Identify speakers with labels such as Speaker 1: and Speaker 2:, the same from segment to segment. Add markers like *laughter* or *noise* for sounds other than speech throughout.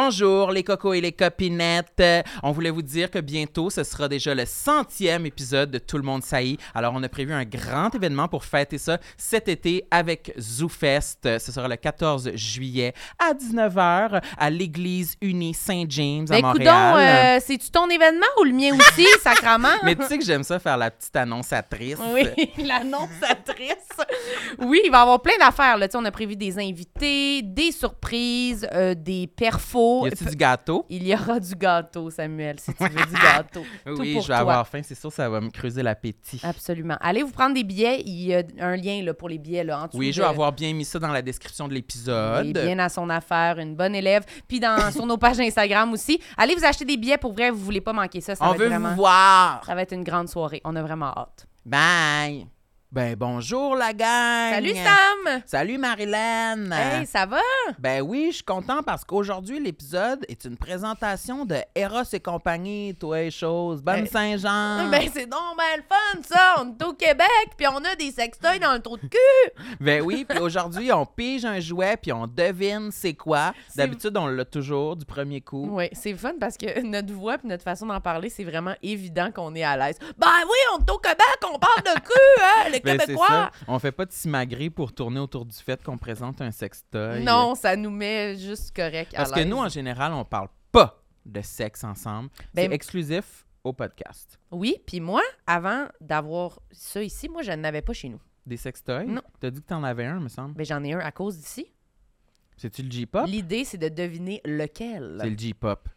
Speaker 1: Bonjour les cocos et les copinettes. Euh, On voulait vous dire que bientôt, ce sera déjà le centième épisode de Tout le monde saillit. Alors, on a prévu un grand événement pour fêter ça cet été avec ZooFest. Euh, Ce sera le 14 juillet à 19h à l'église Unie Saint-James à
Speaker 2: Ben,
Speaker 1: Montréal.
Speaker 2: coudonc, euh, c'est-tu ton événement ou le mien
Speaker 1: *laughs*
Speaker 2: aussi, sacrament?
Speaker 1: Mais tu sais que j'aime ça faire la petite annonçatrice.
Speaker 2: euh. Oui, *laughs* l'annonçatrice. Oui, il va y avoir plein d'affaires. là. Tu sais, On a prévu des invités, des surprises, euh, des perfos.
Speaker 1: Y a-tu du gâteau?
Speaker 2: Il y aura du gâteau, Samuel, si tu
Speaker 1: *laughs*
Speaker 2: veux du gâteau. Tout
Speaker 1: Oui,
Speaker 2: pour
Speaker 1: je vais
Speaker 2: toi.
Speaker 1: avoir faim, c'est sûr, ça va me creuser l'appétit.
Speaker 2: Absolument. Allez vous prendre des billets. Il y a un lien là, pour les billets là, en dessous.
Speaker 1: Oui, je
Speaker 2: de-
Speaker 1: vais avoir bien mis ça dans la description de
Speaker 2: Et
Speaker 1: l'épisode.
Speaker 2: bien à son affaire, une bonne élève.
Speaker 1: *laughs*
Speaker 2: Puis dans, sur nos pages Instagram aussi. Allez vous acheter des billets pour vrai, vous voulez pas manquer ça. Ça
Speaker 1: On
Speaker 2: va être
Speaker 1: veut
Speaker 2: vraiment-
Speaker 1: vous voir.
Speaker 2: Ça va être une grande soirée. On a vraiment hâte.
Speaker 1: Bye. Ben bonjour la gang.
Speaker 2: Salut Sam!
Speaker 1: Salut Marilyn.
Speaker 2: Hey, ça va?
Speaker 1: Ben oui, je suis content parce qu'aujourd'hui l'épisode est une présentation de Eros et compagnie, toi et chose. Bonne
Speaker 2: Hey.
Speaker 1: Saint-Jean.
Speaker 2: Ben, c'est donc ben le fun, ça! On est au Québec, puis on a des sextoys dans le trou de *laughs* cul!
Speaker 1: Ben oui, puis aujourd'hui on pige un jouet puis on devine c'est quoi.
Speaker 2: C'est-
Speaker 1: D'habitude on l'a toujours du premier coup.
Speaker 2: Oui, c'est fun parce que notre voix puis notre façon d'en parler, c'est vraiment évident qu'on est à l'aise. Ben oui, on est au Québec, on parle de cul, hein, *laughs* les
Speaker 1: Ben, c'est ça.
Speaker 2: Québécois!
Speaker 1: On fait pas de simagrée pour tourner autour du fait qu'on présente un sextoy.
Speaker 2: non, ça nous met juste correct à
Speaker 1: Parce que
Speaker 2: l'aise.
Speaker 1: nous, en général, on parle pas de sexe ensemble.
Speaker 2: Ben-
Speaker 1: c'est exclusif au podcast.
Speaker 2: Oui, puis moi, avant d'avoir ça ici, moi, je n'avais pas chez nous.
Speaker 1: Des sextoys?
Speaker 2: Non.
Speaker 1: T'as dit que t'en avais un, me semble.
Speaker 2: Ben, j'en ai un à cause d'ici.
Speaker 1: C'est-tu le J-pop?
Speaker 2: L'idée, c'est de deviner
Speaker 1: C'est
Speaker 2: lequel.
Speaker 1: le J-pop.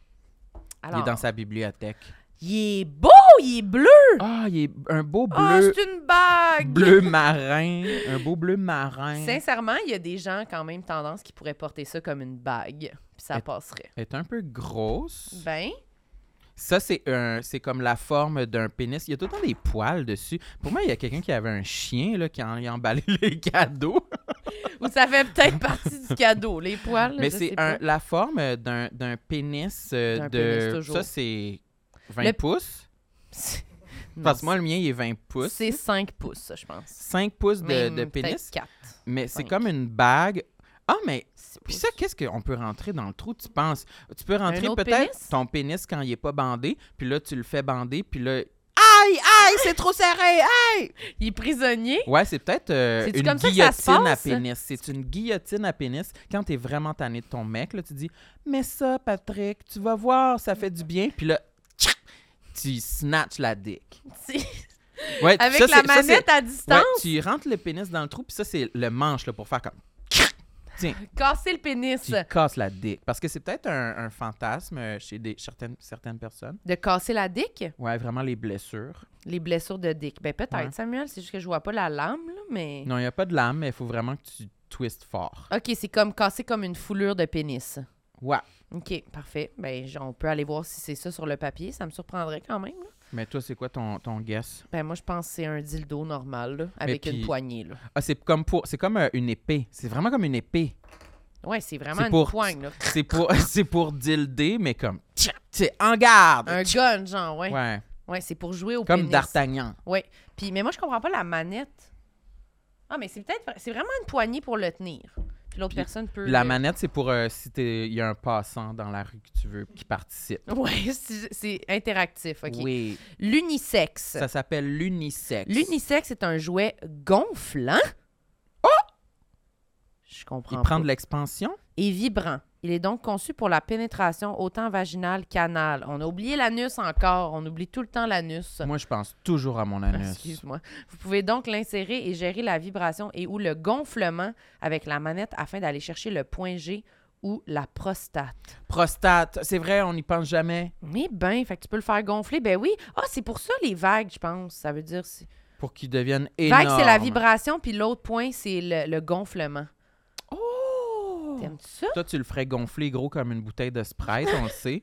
Speaker 1: Il
Speaker 2: Alors,
Speaker 1: est dans sa bibliothèque.
Speaker 2: il est beau, il est bleu!
Speaker 1: Ah, il est un beau
Speaker 2: Ah,
Speaker 1: bleu.
Speaker 2: c'est une bague!
Speaker 1: bleu
Speaker 2: *laughs*
Speaker 1: marin. Un beau bleu marin.
Speaker 2: Sincèrement, il y a des gens quand même tendance qui pourraient porter ça comme une bague, puis ça
Speaker 1: Et-
Speaker 2: passerait.
Speaker 1: Elle est un peu grosse.
Speaker 2: Ben,
Speaker 1: Ça, c'est un, c'est comme la forme d'un pénis. Il y a tout le temps des poils dessus. Pour moi, il y a quelqu'un qui avait un chien là, qui en, il a emballé *laughs* les cadeaux.
Speaker 2: ou ça fait peut-être partie du cadeau, les poils.
Speaker 1: Mais
Speaker 2: je
Speaker 1: c'est
Speaker 2: sais
Speaker 1: un-
Speaker 2: pas.
Speaker 1: *laughs* la forme euh, d'un d'un pénis euh,
Speaker 2: D'un
Speaker 1: de.
Speaker 2: pénis, toujours.
Speaker 1: ça, c'est 20
Speaker 2: Le-
Speaker 1: pouces.
Speaker 2: Non,
Speaker 1: Parce que moi, le mien, il est 20 pouces.
Speaker 2: C'est 5 pouces, ça, je pense.
Speaker 1: 5 pouces de,
Speaker 2: Même
Speaker 1: de
Speaker 2: peut-être
Speaker 1: pénis.
Speaker 2: quatre,
Speaker 1: Mais c'est
Speaker 2: cinq.
Speaker 1: comme une bague. Ah, mais.
Speaker 2: six
Speaker 1: Puis
Speaker 2: pouces.
Speaker 1: ça, qu'est-ce qu'on peut rentrer dans le trou, tu penses? Tu peux rentrer
Speaker 2: autre pénis?
Speaker 1: peut-être ton pénis quand il est pas bandé, puis là, tu le fais bander, puis là. Aïe, aïe, c'est trop serré! aïe!
Speaker 2: Il est prisonnier. *laughs*
Speaker 1: Ouais, c'est peut-être euh,
Speaker 2: C'est-tu
Speaker 1: une
Speaker 2: comme ça que ça se
Speaker 1: guillotine à
Speaker 2: passe?
Speaker 1: pénis. C'est une guillotine à pénis. Quand t'es vraiment tanné de ton mec, là, tu dis Mais ça, Patrick, tu vas voir, ça fait du bien. Puis là, tchac, tu snatches la dick.
Speaker 2: C'est-
Speaker 1: Ouais,
Speaker 2: Avec
Speaker 1: ça,
Speaker 2: la
Speaker 1: c'est- ça, c'est-
Speaker 2: manette à
Speaker 1: ouais,
Speaker 2: distance,
Speaker 1: tu rentres le pénis dans le trou, puis ça, c'est le manche là, pour faire comme
Speaker 2: casser le pénis.
Speaker 1: tu casses la dick. Parce que c'est peut-être un, un fantasme euh, chez des, certaines, certaines personnes.
Speaker 2: De casser la dick,
Speaker 1: Ouais, vraiment les blessures.
Speaker 2: les blessures de dick. Ben peut-être,
Speaker 1: Ouais.
Speaker 2: Samuel, c'est juste que je vois pas la lame, là, mais...
Speaker 1: Non, il n'y a pas de lame, mais il faut vraiment que tu twistes fort.
Speaker 2: OK, c'est comme casser comme une foulure de pénis.
Speaker 1: Ouais.
Speaker 2: OK, parfait. Ben, j- on peut aller voir si c'est ça sur le papier. Ça me surprendrait quand même. là.
Speaker 1: Mais toi, c'est quoi ton, ton guess?
Speaker 2: Ben, moi, je pense que c'est un dildo normal, là, avec une
Speaker 1: puis-
Speaker 2: poignée. Là.
Speaker 1: Ah, c'est comme pour, c'est comme euh, une épée. C'est vraiment comme une épée.
Speaker 2: Ouais, c'est vraiment
Speaker 1: C'est
Speaker 2: une
Speaker 1: pour-
Speaker 2: poigne. Là.
Speaker 1: C'est pour, *laughs* c'est pour dilder, mais comme, tchac, tu sais, en garde.
Speaker 2: Un
Speaker 1: Tchac.
Speaker 2: gun, genre, ouais. Ouais,
Speaker 1: Ouais.
Speaker 2: c'est pour jouer au
Speaker 1: Comme
Speaker 2: pénis.
Speaker 1: d'Artagnan.
Speaker 2: Ouais. Puis, mais moi, je comprends pas la manette. Ah, mais c'est peut-être. C'est vraiment une poignée pour le tenir. Puis l'autre
Speaker 1: Puis
Speaker 2: personne peut.
Speaker 1: La manette, c'est pour euh, si t'es- il y a un passant dans la rue que tu veux qui participe.
Speaker 2: *laughs* Ouais, c'est c'est interactif. OK.
Speaker 1: Oui.
Speaker 2: L'unisex.
Speaker 1: Ça s'appelle l'unisex.
Speaker 2: L'unisex est un jouet gonflant. Oh! Je comprends.
Speaker 1: Il
Speaker 2: pas.
Speaker 1: prend de l'expansion.
Speaker 2: et vibrant. Il est donc conçu pour la pénétration autant vaginale qu'anale. On a oublié l'anus encore. On oublie tout le temps l'anus.
Speaker 1: Moi, je pense toujours à mon anus.
Speaker 2: Excuse-moi. Vous pouvez donc l'insérer et gérer la vibration et ou le gonflement avec la manette afin d'aller chercher le point G ou la prostate.
Speaker 1: Prostate. C'est vrai, on n'y pense jamais.
Speaker 2: Mais ben, fait que tu peux le faire gonfler. Ben oui. Ah, c'est pour ça les vagues, je pense. Ça veut dire. c'est-
Speaker 1: Pour qu'il devienne énorme.
Speaker 2: Vague, c'est la vibration, puis l'autre point, c'est le, le gonflement.
Speaker 1: Oh!
Speaker 2: T'aimes-tu ça?
Speaker 1: Toi, tu le ferais gonfler gros comme une bouteille de Sprite, on le
Speaker 2: *laughs*
Speaker 1: sait.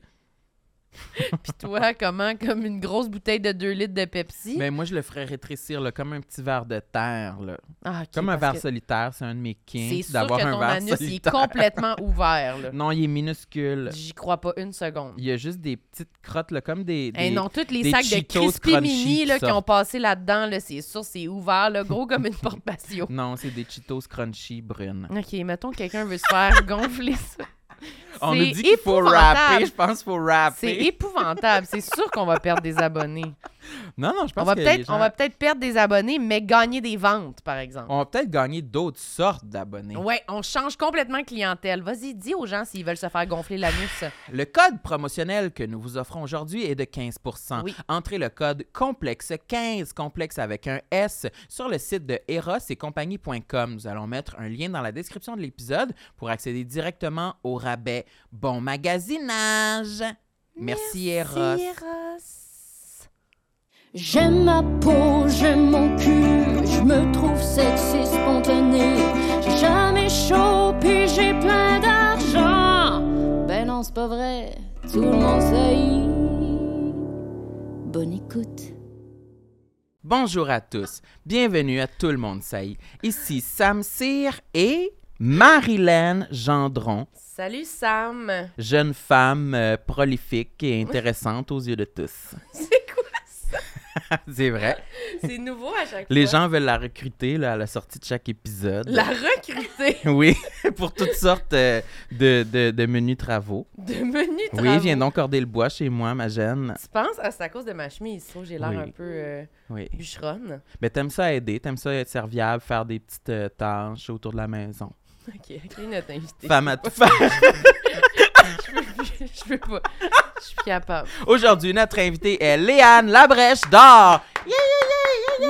Speaker 2: Puis toi, comment? Comme une grosse bouteille de 2 litres de Pepsi.
Speaker 1: Mais moi, je le ferais rétrécir là, comme un petit verre de terre. Là.
Speaker 2: Ah, ok,
Speaker 1: Comme un
Speaker 2: parce
Speaker 1: verre
Speaker 2: que-
Speaker 1: solitaire, c'est un de mes
Speaker 2: C'est
Speaker 1: kinks
Speaker 2: sûr
Speaker 1: d'avoir
Speaker 2: que
Speaker 1: un
Speaker 2: ton
Speaker 1: verre
Speaker 2: anus il est
Speaker 1: solitaire. *laughs*
Speaker 2: complètement ouvert. là.
Speaker 1: Non, il est minuscule.
Speaker 2: J'y crois pas une seconde.
Speaker 1: Il y a juste des petites crottes, là, comme des.
Speaker 2: Hey,
Speaker 1: des-
Speaker 2: Eh, non, tous les
Speaker 1: des
Speaker 2: sacs de
Speaker 1: Cheetos
Speaker 2: Crispy
Speaker 1: crunchy
Speaker 2: Mini
Speaker 1: qui
Speaker 2: là, qui ont
Speaker 1: sortent.
Speaker 2: passé là-dedans, là, c'est sûr, c'est ouvert, là,
Speaker 1: *laughs*
Speaker 2: gros comme une porte patio.
Speaker 1: Non, c'est des Cheetos crunchy brunes. *laughs*
Speaker 2: OK, mettons que quelqu'un veut se faire gonfler ça.
Speaker 1: On
Speaker 2: C'est
Speaker 1: nous dit qu'il faut rapper.
Speaker 2: épouvantable.
Speaker 1: Je pense qu'il faut
Speaker 2: C'est
Speaker 1: rapper.
Speaker 2: épouvantable. C'est sûr qu'on va perdre des abonnés.
Speaker 1: Non, non, je pense
Speaker 2: On va
Speaker 1: que
Speaker 2: peut-être
Speaker 1: les gens-
Speaker 2: on va peut-être perdre des abonnés, mais gagner des ventes, par exemple.
Speaker 1: on va peut-être gagner d'autres sortes d'abonnés.
Speaker 2: Ouais, on change complètement clientèle. Vas-y, dis aux gens s'ils veulent se faire gonfler l'anus.
Speaker 1: Le code promotionnel que nous vous offrons aujourd'hui est de 15
Speaker 2: Oui.
Speaker 1: Entrez le code complexe15, complexe avec un S, sur le site de eros et compagnie.com. Nous allons mettre un lien dans la description de l'épisode pour accéder directement au rabais. Bon magasinage! Merci, Eros.
Speaker 3: J'aime ma peau, j'aime mon cul, je me trouve sexy spontané. J'ai jamais chaud, puis j'ai plein d'argent. Ben non, c'est pas vrai, tout le monde sait. Bonne écoute.
Speaker 1: Bonjour à tous. Bienvenue à Tout le monde saillit. Ici Sam Cyr et Marilyn Gendron,
Speaker 2: Salut Sam.
Speaker 1: jeune femme euh, prolifique et intéressante aux yeux de tous. *laughs*
Speaker 2: C'est quoi ça
Speaker 1: C'est vrai.
Speaker 2: C'est nouveau à chaque
Speaker 1: Les gens veulent la recruter là, à la sortie de chaque épisode.
Speaker 2: la recruter
Speaker 1: *laughs* Oui, *laughs* pour toutes sortes euh, de, de, de menus travaux.
Speaker 2: de menu travaux.
Speaker 1: Oui, viens donc corder le bois chez moi, ma jeune.
Speaker 2: Tu penses Ah, c'est à cause de ma chemise, je trouve que j'ai l'air
Speaker 1: Oui.
Speaker 2: un peu euh,
Speaker 1: Oui.
Speaker 2: bûcheronne.
Speaker 1: Mais t'aimes ça aider, t'aimes ça être serviable, faire des petites euh, tâches autour de la maison.
Speaker 2: OK, OK, notre
Speaker 1: *laughs*
Speaker 2: invité.
Speaker 1: Femme à tout faire.
Speaker 2: Je peux plus, *laughs* je peux pas. Je suis
Speaker 4: *laughs*
Speaker 2: capable.
Speaker 1: Aujourd'hui, notre invitée est Léane Labrèche d'or. Yeah, yeah, yeah,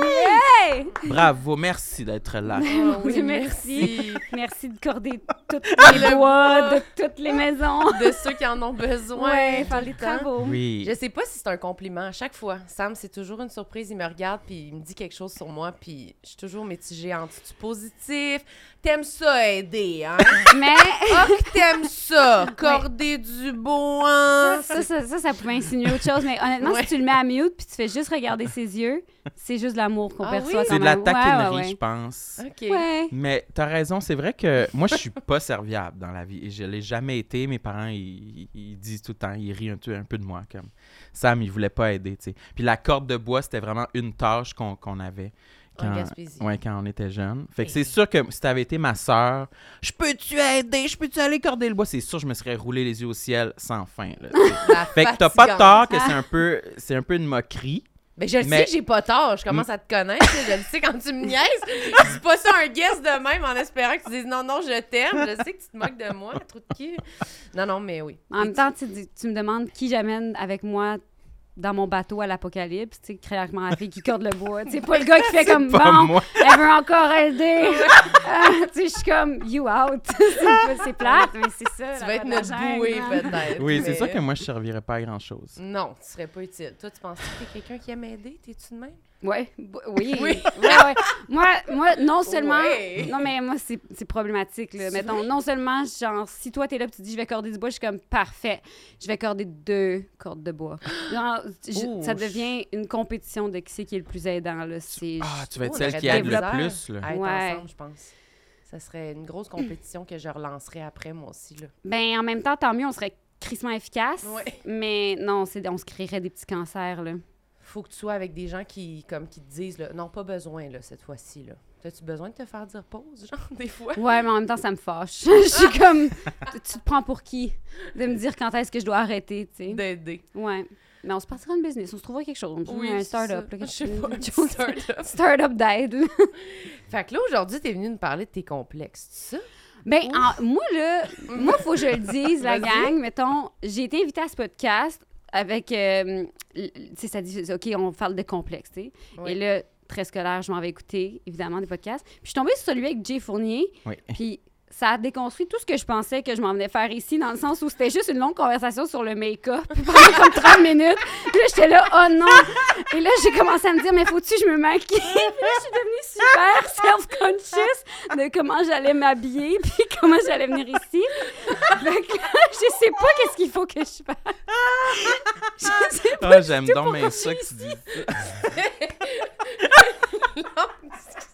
Speaker 1: yeah, yeah. Bravo, merci d'être là.
Speaker 2: Ah oui,
Speaker 4: Merci.
Speaker 2: merci.
Speaker 4: Merci de corder toutes
Speaker 2: Le
Speaker 4: les bois de toutes les maisons.
Speaker 2: De ceux qui en ont besoin.
Speaker 4: Ouais,
Speaker 2: tout
Speaker 4: faire
Speaker 2: le
Speaker 4: les
Speaker 2: temps.
Speaker 4: travaux.
Speaker 1: Oui.
Speaker 2: Je sais pas si c'est un compliment à chaque fois. Sam, c'est toujours une surprise. Il me regarde, puis il me dit quelque chose sur moi, puis je suis toujours mitigée entre tu positif, t'aimes ça aider,
Speaker 4: *laughs*
Speaker 2: hein? *laughs*
Speaker 4: Mais
Speaker 2: Oh, que t'aimes ça! Corder du bon, hein?
Speaker 4: ça, ça, ça, ça, ça pouvait insinuer autre chose. Mais honnêtement,
Speaker 2: Ouais.
Speaker 4: si tu le mets à mute puis tu fais juste regarder ses yeux, c'est juste de l'amour qu'on
Speaker 2: Ah oui?
Speaker 4: perçoit. quand
Speaker 1: C'est de la
Speaker 4: même.
Speaker 1: taquinerie,
Speaker 4: Ouais,
Speaker 1: je pense.
Speaker 2: OK.
Speaker 4: ouais, ouais. Ouais.
Speaker 1: Mais t'as raison, c'est vrai que moi, je suis pas serviable dans la vie. Et je l'ai jamais été. Mes parents, ils, ils disent tout le temps, ils rient un, peu- un peu de moi. comme Sam, il voulait pas aider, tu sais. Puis la corde de bois, c'était vraiment une tâche qu'on qu'on avait.
Speaker 2: En
Speaker 1: Quand,
Speaker 2: Gaspésie.
Speaker 1: ouais, quand on était jeune. Fait que
Speaker 2: Hey.
Speaker 1: c'est sûr que si t'avais été ma sœur, je peux-tu aider, je peux-tu aller corder le bois, c'est sûr je me serais roulé les yeux au ciel sans fin. Là,
Speaker 2: *laughs*
Speaker 1: tu sais.
Speaker 2: La
Speaker 1: fait que t'as
Speaker 2: fatigante.
Speaker 1: pas tort que c'est un peu, c'est un peu une moquerie.
Speaker 2: Ben, je le sais
Speaker 1: Mais-
Speaker 2: que j'ai pas tort. Je commence à te connaître. tu sais, je le sais quand tu me niaises. C'est pas ça un guess de même en espérant que tu dises non, non, je t'aime. Je sais que tu te moques de moi, trou de cul. Non, non, mais oui.
Speaker 4: En même temps, tu, dis- tu me demandes qui j'amène avec moi dans mon bateau à l'apocalypse. Tu sais, clairement, la fille qui corde le bois. C'est pas le gars
Speaker 1: *laughs*
Speaker 4: qui fait comme
Speaker 1: Pas
Speaker 2: *laughs*
Speaker 4: bon,
Speaker 1: moi.
Speaker 4: elle veut encore aider. *laughs* Ah, tu sais, je suis comme you out. *laughs* C'est- c'est plate, mais c'est ça.
Speaker 2: Tu
Speaker 4: la hein.
Speaker 2: vas être
Speaker 4: bonne
Speaker 2: notre
Speaker 4: agenda.
Speaker 2: bouée, peut-être.
Speaker 1: Oui, c'est
Speaker 2: mais-
Speaker 1: sûr que moi je servirais pas à grand chose.
Speaker 2: Non, tu serais pas utile. Toi, tu penses que t'es quelqu'un qui aime aider? T'es-tu de même?
Speaker 4: Ouais, b- oui,
Speaker 2: *laughs* Oui.
Speaker 4: oui. ouais, ouais. Moi, moi, non seulement,
Speaker 2: Ouais.
Speaker 4: non mais moi c'est c'est problématique là.
Speaker 2: C'est
Speaker 4: Mettons, non seulement genre si toi t'es là, pis tu dis je vais corder du bois, je suis comme parfait, je vais corder deux cordes de bois. Genre,
Speaker 2: *gasps*
Speaker 4: je-
Speaker 2: Ouh.
Speaker 4: ça devient une compétition de qui c'est qui est le plus aidant là. C'est
Speaker 1: Ah, tu vas être
Speaker 2: Oh, on
Speaker 1: celle
Speaker 2: aurait
Speaker 1: qui
Speaker 2: de la
Speaker 1: aide le
Speaker 2: misère
Speaker 1: plus. Là.
Speaker 2: À être
Speaker 4: Ouais.
Speaker 2: ensemble, je pense. Ça serait une grosse compétition que je relancerais après, moi aussi. Là.
Speaker 4: ben en même temps tant mieux, on serait crissement efficace.
Speaker 2: Ouais.
Speaker 4: Mais non, c'est on se créerait des petits cancers là.
Speaker 2: Faut que tu sois avec des gens qui, comme, qui te disent, là, non, pas besoin, là, cette fois-ci, là. T'as-tu besoin de te faire dire pause, genre, *laughs* des fois?
Speaker 4: Ouais, mais en même temps ça me fâche. *laughs* je suis comme tu tu te prends pour qui de me dire quand est-ce que je dois arrêter, tu sais.
Speaker 2: D'aider.
Speaker 4: Ouais. Mais on se partira une business, on se trouvera quelque chose. On se trouve un
Speaker 2: c'est ça.
Speaker 4: start-up.
Speaker 2: Je
Speaker 4: là, quelque
Speaker 2: sais
Speaker 4: chose-
Speaker 2: pas,
Speaker 4: *laughs* quelque
Speaker 2: un
Speaker 4: chose-
Speaker 2: start-up.
Speaker 4: Start-up d'aide. là.
Speaker 2: Fait que là, aujourd'hui, t'es venue nous parler de tes complexes, c'est ça?
Speaker 4: Ben, en- moi, là, moi, faut que je le dise, la
Speaker 2: Vas-y.
Speaker 4: gang. Mettons, j'ai été invitée à ce podcast avec. euh, l- tu sais, ça dit, OK, on parle de complexe, tu sais.
Speaker 2: Oui.
Speaker 4: Et là, très scolaire, je m'en vais écouter, évidemment, des podcasts. Puis je suis tombée sur celui avec Jay Fournier.
Speaker 1: *laughs* Oui.
Speaker 4: Puis ça a déconstruit tout ce que je pensais que je m'en venais faire ici, dans le sens où c'était juste une longue conversation sur le make-up puis pendant comme 30 minutes. Puis là, j'étais là, oh non! Et là, j'ai commencé à me dire, mais faut-tu que je me maquille? Puis là, je suis devenue super self-conscious de comment j'allais m'habiller puis comment j'allais venir ici. Fait que là, je sais pas qu'est-ce qu'il faut que je fasse. Je sais pas.
Speaker 1: Ah, j'aime donc bien ça que tu dis.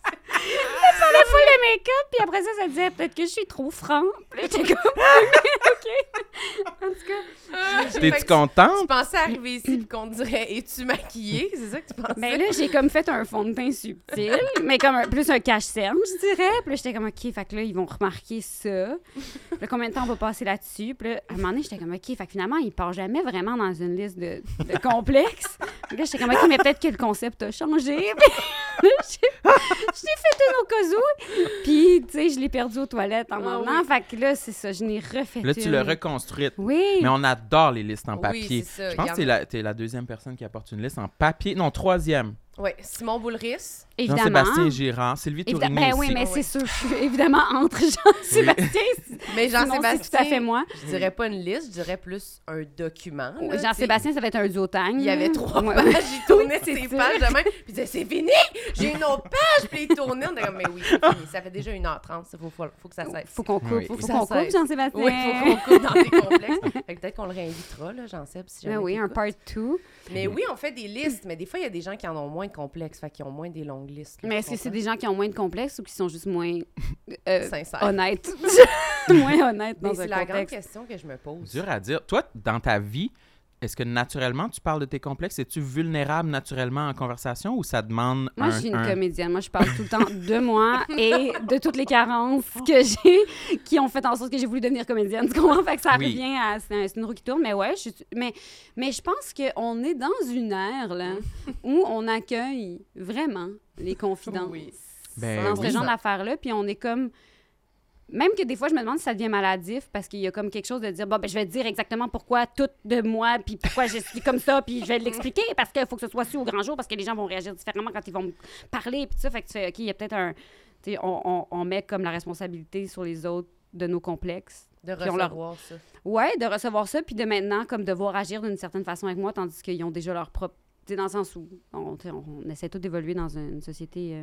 Speaker 4: la fois le make-up, puis après ça, ça disait peut-être que je suis trop franc. Puis là, j'étais comme, OK. En tout cas,
Speaker 1: Ah! T'es-tu
Speaker 2: tu, tu
Speaker 1: contente?
Speaker 2: pensais arriver ici puis qu'on te dirait Es-tu maquillée C'est ça que tu pensais
Speaker 4: Ben là, j'ai comme fait un fond de teint subtil, mais comme un- plus un cache-cerne, je dirais. Puis là, j'étais comme, OK, fait que là, ils vont remarquer ça. Puis là, combien de temps on va passer là-dessus? Puis là, à un moment donné, j'étais comme, OK, fait que finalement, ils partent jamais vraiment dans une liste de, de complexes. Puis là, j'étais comme, OK, mais peut-être que le concept a changé. *laughs* Puis là, j'ai j'ai fait une au cas où. Puis, tu sais, je l'ai perdu aux toilettes en
Speaker 2: Ah
Speaker 4: m'en
Speaker 2: oui.
Speaker 4: allant. Fait que là, c'est ça, je n'ai refait
Speaker 1: Là, tu
Speaker 4: une.
Speaker 1: l'as reconstruite.
Speaker 4: euh, Oui.
Speaker 1: Mais on adore les listes en
Speaker 2: Oui,
Speaker 1: papier.
Speaker 2: c'est ça.
Speaker 1: Je pense
Speaker 2: Y en
Speaker 1: que t'es
Speaker 2: a-
Speaker 1: la, t'es la deuxième personne qui apporte une liste en papier. Non, troisième.
Speaker 2: Oui, Simon Boulris.
Speaker 4: Évidemment.
Speaker 1: Jean-Sébastien Girard, Sylvie
Speaker 4: Évidem-
Speaker 1: Tourigny
Speaker 4: ben
Speaker 1: aussi.
Speaker 4: oui, mais
Speaker 2: Ah
Speaker 4: c'est
Speaker 2: oui.
Speaker 4: sûr, je suis évidemment entre Jean-Sébastien
Speaker 2: Mais
Speaker 4: Jean-Sébastien,
Speaker 2: Jean-Sébastien.
Speaker 4: c'est tout à fait moi.
Speaker 2: Je dirais pas une liste, je dirais plus un document. là, tu sais.
Speaker 4: Jean-Sébastien, ça va être un duotang.
Speaker 2: Il y avait trois
Speaker 4: Ouais, ouais.
Speaker 2: pages, il tournait
Speaker 4: c'est
Speaker 2: ses
Speaker 4: ça.
Speaker 2: pages de même, puis il disait C'est fini J'ai une autre page, puis il tournait. On était comme Mais oui, c'est fini. Ça fait déjà 1h30, il faut, faut, faut que ça
Speaker 4: *laughs*
Speaker 2: cesse.
Speaker 4: Faut qu'on coupe,
Speaker 1: Oui.
Speaker 4: faut,
Speaker 2: Faut
Speaker 4: faut
Speaker 2: que
Speaker 4: qu'on
Speaker 2: ça cesse.
Speaker 4: coupe, Jean-Sébastien.
Speaker 2: Oui, faut qu'on coupe dans tes
Speaker 4: *laughs*
Speaker 2: complexes. Fait que peut-être qu'on le réinvitera, là, j'en sais. Si
Speaker 4: Ben
Speaker 2: jamais
Speaker 4: oui, un
Speaker 2: t'écoutes.
Speaker 4: part two.
Speaker 2: Mais oui, on fait des listes, mais des fois, il y a des gens qui en ont moins de complexes, fait qu'ils ont moins des longues listes. là,
Speaker 4: Mais
Speaker 2: tu
Speaker 4: est-ce que c'est
Speaker 2: comprends?
Speaker 4: des gens qui ont moins de complexes ou qui sont juste moins euh,
Speaker 2: Sincères. *laughs*
Speaker 4: honnêtes? moins honnêtes
Speaker 2: Mais
Speaker 4: dans
Speaker 2: c'est
Speaker 4: un
Speaker 2: la grande
Speaker 4: contexte.
Speaker 2: question que je me pose.
Speaker 1: Oh, Dur à dire. Toi, dans ta vie, est-ce que naturellement tu parles de tes complexes? Es-tu vulnérable naturellement en conversation ou ça demande
Speaker 4: Moi,
Speaker 1: un,
Speaker 4: je suis une
Speaker 1: un-
Speaker 4: comédienne. Moi, je parle tout le temps de moi et de toutes les carences
Speaker 1: Oh.
Speaker 4: que j'ai, qui ont fait en sorte que j'ai voulu devenir comédienne. *laughs* Tu comprends? Fait que ça
Speaker 1: Oui.
Speaker 4: revient à. C'est un- c'est une roue qui tourne, mais ouais, je, suis- mais, mais je pense qu'on est dans une
Speaker 1: *laughs*
Speaker 4: ère, là, où on accueille vraiment les confidences.
Speaker 2: Oui.
Speaker 1: Ben
Speaker 4: dans
Speaker 1: oui.
Speaker 4: ce genre d'affaires-là. Puis on est comme. Même que des fois, je me demande si ça devient maladif parce qu'il y a comme quelque chose de dire bon, ben, je vais dire exactement pourquoi tout de moi, puis pourquoi je suis comme ça, puis je vais l'expliquer parce qu'il faut que ce soit su au grand jour parce que les gens vont réagir différemment quand ils vont me parler, puis tout ça. Fait que tu fais, OK, il y a peut-être un. tu sais, on, on- on met comme la responsabilité sur les autres de nos complexes.
Speaker 2: De
Speaker 4: Puis on leur-
Speaker 2: recevoir ça. *laughs*
Speaker 4: Ouais, de recevoir ça, puis de maintenant, comme devoir agir d'une certaine façon avec moi, tandis qu'ils ont déjà leur propre. Tu sais, dans le sens où on, tu sais, on- on essaie tout d'évoluer dans une société euh,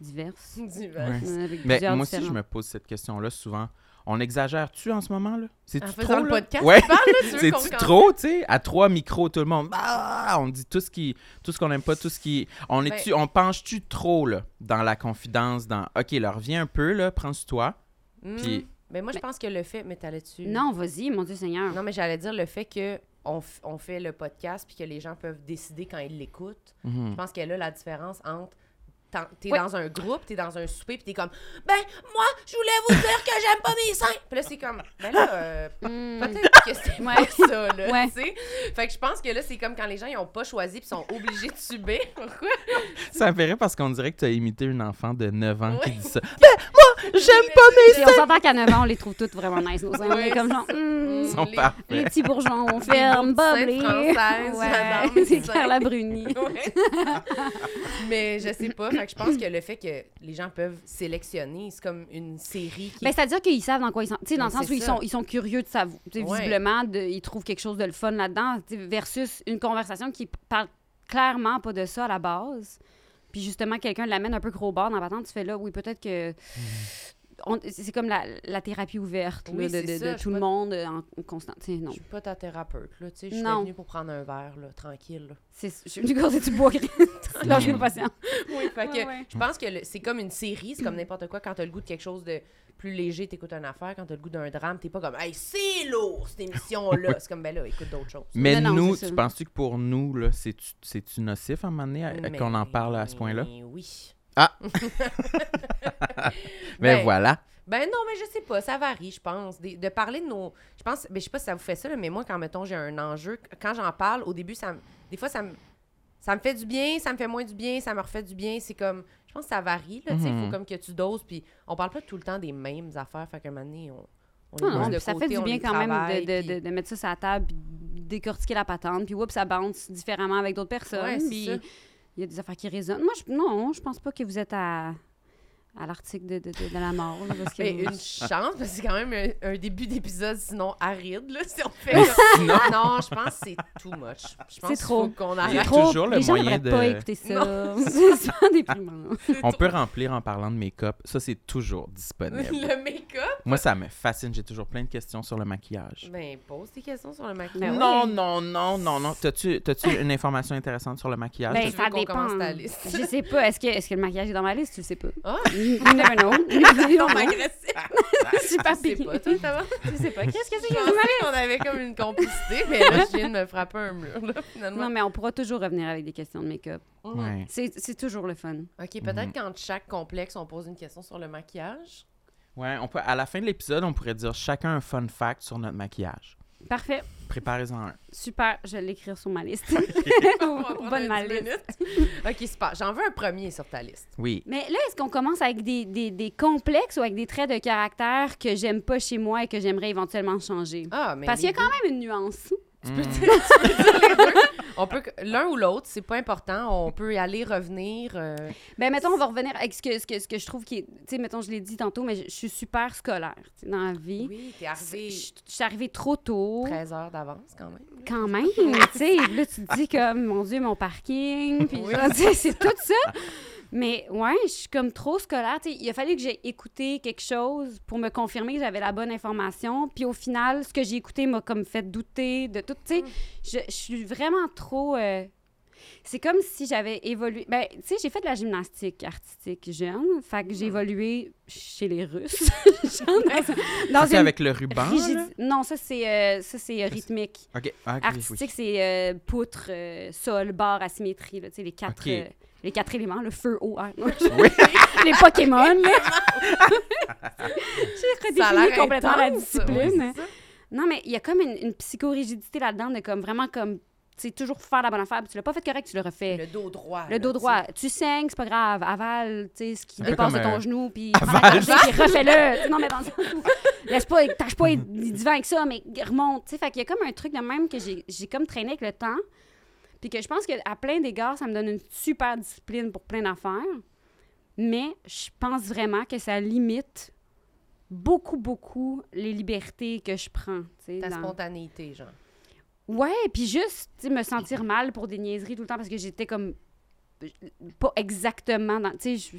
Speaker 4: diverse.
Speaker 2: Divan.
Speaker 1: Ouais.
Speaker 4: Euh, avec
Speaker 1: Mais
Speaker 4: plusieurs
Speaker 1: Ben, moi aussi, je
Speaker 4: différents.
Speaker 1: me pose cette question-là souvent. On exagère-tu en ce moment, là? C'est-tu
Speaker 2: En
Speaker 1: trop,
Speaker 2: faisant le
Speaker 1: là?
Speaker 2: podcast,
Speaker 1: Ouais.
Speaker 2: tu parles, là, tu veux qu'on
Speaker 1: C'est-tu
Speaker 2: commence?
Speaker 1: trop, tu sais? À trois micros, tout le monde. Ah! on dit tout ce qui, tout ce qu'on n'aime pas, tout ce qui. On est
Speaker 2: Ben
Speaker 1: on penche-tu trop là dans la confidence, dans. Ok, là reviens un peu là, prends-toi.
Speaker 2: Hmm.
Speaker 1: Puis-
Speaker 2: Mais moi, je
Speaker 4: Mais-
Speaker 2: pense que le fait. Mais t'allais-tu.
Speaker 4: Non, vas-y, mon Dieu Seigneur.
Speaker 2: Non, mais j'allais dire le fait que on, f- on fait le podcast puis que les gens peuvent décider quand ils l'écoutent.
Speaker 1: Mhm.
Speaker 2: Je pense qu'elle a la différence entre. t'en- T'es
Speaker 4: Oui.
Speaker 2: dans un groupe, t'es dans un souper, puis t'es comme Ben, moi, je voulais vous dire que j'aime pas mes seins. Puis là, c'est comme Ben là,
Speaker 4: *laughs*
Speaker 2: euh,
Speaker 4: Hmm.
Speaker 2: peut-être que c'est
Speaker 4: Ouais.
Speaker 2: pas ça, là.
Speaker 4: Ouais.
Speaker 2: Tu sais? Fait que je pense que là, c'est comme quand les gens, ils ont pas choisi, puis sont obligés de subir. *laughs* Pourquoi?
Speaker 1: Ça me ferait parce qu'on dirait que tu as imité une enfant de 9 ans qui
Speaker 2: Ouais.
Speaker 1: dit
Speaker 2: *laughs*
Speaker 1: ça. *laughs*
Speaker 2: J'aime
Speaker 4: Et on s'entend qu'à 9 ans, on les trouve toutes vraiment nice, nos seins. On
Speaker 2: Oui,
Speaker 4: est comme genre, hmm,
Speaker 1: Ils sont
Speaker 2: Les-
Speaker 4: les
Speaker 1: parfaits.
Speaker 4: petits bourgeons, on
Speaker 2: beaux
Speaker 4: ferme,
Speaker 2: petits
Speaker 4: boblé.
Speaker 2: seins françaises, j'adore mes
Speaker 4: c'est
Speaker 2: seins.
Speaker 4: Carla Bruni.
Speaker 2: Ouais. *laughs* mais je sais pas. Fait que je pense que le fait que les gens peuvent sélectionner, c'est comme une série qui.
Speaker 4: Ben, C'est-à-dire qu'ils savent dans quoi ils sont. Tu sais, dans le
Speaker 2: Mais
Speaker 4: sens où
Speaker 2: Ben, c'est
Speaker 4: ils
Speaker 2: ça.
Speaker 4: sont, ils sont curieux de savoir. Tu sais,
Speaker 2: Ouais.
Speaker 4: Visiblement, de- ils trouvent quelque chose de le fun là-dedans, tu sais, versus une conversation qui parle clairement pas de ça à la base. Puis justement, quelqu'un l'amène un peu gros bord dans la patente, tu fais là, oui, peut-être que. on- C'est c'est comme la, la thérapie ouverte là,
Speaker 2: Oui,
Speaker 4: de,
Speaker 2: c'est
Speaker 4: de-
Speaker 2: ça,
Speaker 4: de
Speaker 2: je suis
Speaker 4: tout le
Speaker 2: pas-
Speaker 4: monde euh, en en constant. tu sais, non.
Speaker 2: Je suis pas ta thérapeute, là, tu sais, je suis
Speaker 4: Non.
Speaker 2: venue pour prendre un verre, là, tranquille. là.
Speaker 4: C'est, je suis venue causer du bois gris. *laughs* Là, je suis patient.
Speaker 2: Oui, fait que
Speaker 4: Ouais, ouais.
Speaker 2: je pense que le- c'est comme une série, c'est comme n'importe quoi. Quand t'as le goût de quelque chose de plus léger, t'écoutes une affaire. Quand t'as le goût d'un drame, t'es pas comme « Hey, c'est lourd, cette émission-là! » C'est comme « Ben là, écoute d'autres choses.
Speaker 1: Mais
Speaker 4: Non, non,
Speaker 1: nous,
Speaker 4: c'est
Speaker 1: tu
Speaker 4: ça.
Speaker 1: penses-tu que pour nous, là, c'est-tu c'est-tu nocif à un moment donné à- à-
Speaker 2: Mais-
Speaker 1: euh,
Speaker 2: ben
Speaker 1: qu'on en parle à ce point-là?
Speaker 2: Oui.
Speaker 1: Mais
Speaker 2: ben,
Speaker 1: voilà.
Speaker 2: Ben non, mais je sais pas, ça varie, je pense. Des- de parler de nos. Je pense, mais je sais pas si ça vous fait ça, là, mais moi, quand mettons, j'ai un enjeu, quand j'en parle, au début, ça me- Des fois, ça me. Ça me fait du bien, ça me fait moins du bien, ça me refait du bien. C'est comme. Je pense que ça varie, là, tu sais. Il
Speaker 1: Mhm.
Speaker 2: faut comme que tu doses, puis on parle pas tout le temps des mêmes affaires, fait qu'à un moment donné, on. on les
Speaker 4: Non,
Speaker 2: pose
Speaker 4: non,
Speaker 2: Ah, de
Speaker 4: puis ça fait
Speaker 2: côté,
Speaker 4: du
Speaker 2: on
Speaker 4: bien
Speaker 2: les
Speaker 4: quand même de,
Speaker 2: travaille,
Speaker 4: de,
Speaker 2: puis-
Speaker 4: de- de mettre ça sur la table, puis de décortiquer la patente, puis oups, ça bounce différemment avec d'autres personnes.
Speaker 2: Ouais, c'est
Speaker 4: puis
Speaker 2: ça.
Speaker 4: il y a des affaires qui résonnent. Moi, je, non, je pense pas que vous êtes à, à l'article de, de, de, de la mort. là, parce
Speaker 2: *laughs*
Speaker 4: que-
Speaker 2: Mais ben, une chance, parce que c'est quand même un, un début d'épisode, sinon aride, là, *laughs* si on fait comme- Non, je pense que c'est too much. Je pense qu'il
Speaker 4: trop.
Speaker 2: faut qu'on
Speaker 4: Ah,
Speaker 1: Il y a
Speaker 2: arrête.
Speaker 4: Trop,
Speaker 1: toujours le
Speaker 4: les gens
Speaker 1: moyen
Speaker 4: devraient pas
Speaker 1: de-
Speaker 4: écouter ça. *laughs* C'est pas déprimant.
Speaker 1: On peut remplir en parlant de make-up. Ça, c'est toujours
Speaker 2: *laughs*
Speaker 1: disponible.
Speaker 2: Le make-up.
Speaker 1: Moi, ça me fascine. J'ai toujours plein de questions sur le maquillage.
Speaker 2: Ben, pose tes questions sur le
Speaker 4: Ben
Speaker 2: maquillage.
Speaker 4: ouais.
Speaker 1: Non, non, non, non, non. T'as-tu t'as-tu une information intéressante sur le maquillage?
Speaker 2: tu
Speaker 4: Ben, ça
Speaker 2: veux qu'on
Speaker 4: dépend.
Speaker 2: commence ta liste?
Speaker 4: Je *laughs* sais pas. Est-ce que, est que le maquillage est dans ma liste? Tu le sais pas.
Speaker 2: *laughs* Ah!
Speaker 4: You never know. You never know.
Speaker 2: m'agressait.
Speaker 4: Super
Speaker 2: Tu Ah, sais
Speaker 4: piqué.
Speaker 2: pas, toi,
Speaker 4: *laughs*
Speaker 2: t'avais-
Speaker 4: Je sais pas. Qu'est-ce que c'est
Speaker 2: Je
Speaker 4: que
Speaker 2: pensais qu'on avait comme une
Speaker 4: *laughs*
Speaker 2: complicité, mais là, je viens de me frapper un mur, là, finalement.
Speaker 4: Non, mais on pourra toujours revenir avec des questions de make-up.
Speaker 2: Mm.
Speaker 1: Ouais.
Speaker 4: C'est c'est toujours le fun.
Speaker 2: OK, peut-être qu'entre chaque complexe, on pose une question sur le
Speaker 4: *laughs*
Speaker 2: maquillage.
Speaker 1: Ouais, on peut, à la fin de l'épisode, on pourrait dire chacun un fun fact sur notre maquillage.
Speaker 4: Parfait.
Speaker 1: Préparez-en un.
Speaker 4: Super. Je vais l'écrire sur ma liste.
Speaker 2: *laughs*
Speaker 4: *laughs*
Speaker 2: On va prendre
Speaker 4: Oh, Bonne
Speaker 2: un
Speaker 4: ma
Speaker 2: dix
Speaker 4: liste.
Speaker 2: minutes. OK, super. J'en veux un premier sur ta liste.
Speaker 1: Oui.
Speaker 4: Mais là, est-ce qu'on commence avec des, des- des complexes ou avec des traits de caractère que j'aime pas chez moi et que j'aimerais éventuellement changer?
Speaker 2: Ah, mais
Speaker 4: Parce qu'il y
Speaker 2: les
Speaker 4: a quand même une nuance.
Speaker 1: Tu
Speaker 2: peux dire- tu peux dire les deux. On peut que- l'un ou l'autre, c'est pas important. On peut y aller revenir. euh,
Speaker 4: Ben, mettons, on va revenir avec ce que, ce que, ce que je trouve qui est. Tu sais, mettons, je l'ai dit tantôt, mais je, je suis super scolaire tu sais, dans la vie.
Speaker 2: Oui, t'es
Speaker 4: C'est-
Speaker 2: arrivé
Speaker 4: Je, je suis arrivée trop tôt,
Speaker 2: 13 heures d'avance quand même.
Speaker 4: quand même, tu sais. Là, tu te dis comme, mon Dieu, mon parking, puis
Speaker 2: Oui.
Speaker 4: genre, tu sais, c'est tout ça. Mais ouais, je suis comme trop scolaire. tu sais. il a fallu que j'aie écouté quelque chose pour me confirmer que j'avais la bonne information. Puis au final, ce que j'ai écouté m'a comme fait douter de tout. Tu sais, je, je suis vraiment trop. euh, c'est comme si j'avais évolué. Ben, tu sais, j'ai fait de la gymnastique artistique jeune. Fait que j'ai évolué chez les Russes. *laughs* Genre, dans dans
Speaker 1: C'est
Speaker 4: une
Speaker 1: avec le ruban.
Speaker 4: Rigidi-
Speaker 1: là?
Speaker 4: Non, ça c'est euh, ça c'est euh,
Speaker 1: Ça, c'est-
Speaker 4: rythmique.
Speaker 1: Ok. Ah, ok, oui.
Speaker 4: Artistique, c'est euh, poutre, euh, sol, barre, asymétrie, là, tu sais, les quatre
Speaker 1: Ok.
Speaker 4: euh, les quatre éléments, le feu, eau, air.
Speaker 1: Oui.
Speaker 4: *laughs* les
Speaker 1: *laughs*
Speaker 4: Pokémon. là. J'ai
Speaker 2: Ça a
Speaker 4: redéfini
Speaker 2: l'air
Speaker 4: complètement la
Speaker 2: intense.
Speaker 4: discipline.
Speaker 2: Ouais, c'est ça.
Speaker 4: non, mais il y a comme une, une psychorigidité là-dedans de comme vraiment comme tu sais toujours faire la bonne affaire, puis tu l'as pas fait correct, tu le refais.
Speaker 2: Le dos droit.
Speaker 4: Eh, Le dos droit, tu saignes, c'est pas grave, avale, tu sais, ce qui
Speaker 1: Un peu
Speaker 4: dépasse de
Speaker 1: comme,
Speaker 4: ton
Speaker 1: euh,
Speaker 4: genou, puis
Speaker 1: avale.
Speaker 4: prends la gorgée, puis refais-le. *laughs* non, mais dans le sens où, laisse pas, tâche pas être divin avec ça, mais remonte, tu sais, fait qu'il y a comme un truc de même que j'ai j'ai comme traîné avec le temps, puis que je pense qu'à plein d'égards, ça me donne une super discipline pour plein d'affaires, mais je pense vraiment que ça limite beaucoup, beaucoup les libertés que je prends, tu sais.
Speaker 2: Ta
Speaker 4: dans-
Speaker 2: spontanéité, genre.
Speaker 4: Ouais, puis juste tu sais, me sentir mal pour des niaiseries tout le temps parce que j'étais comme euh, pas exactement dans. Tu sais, je-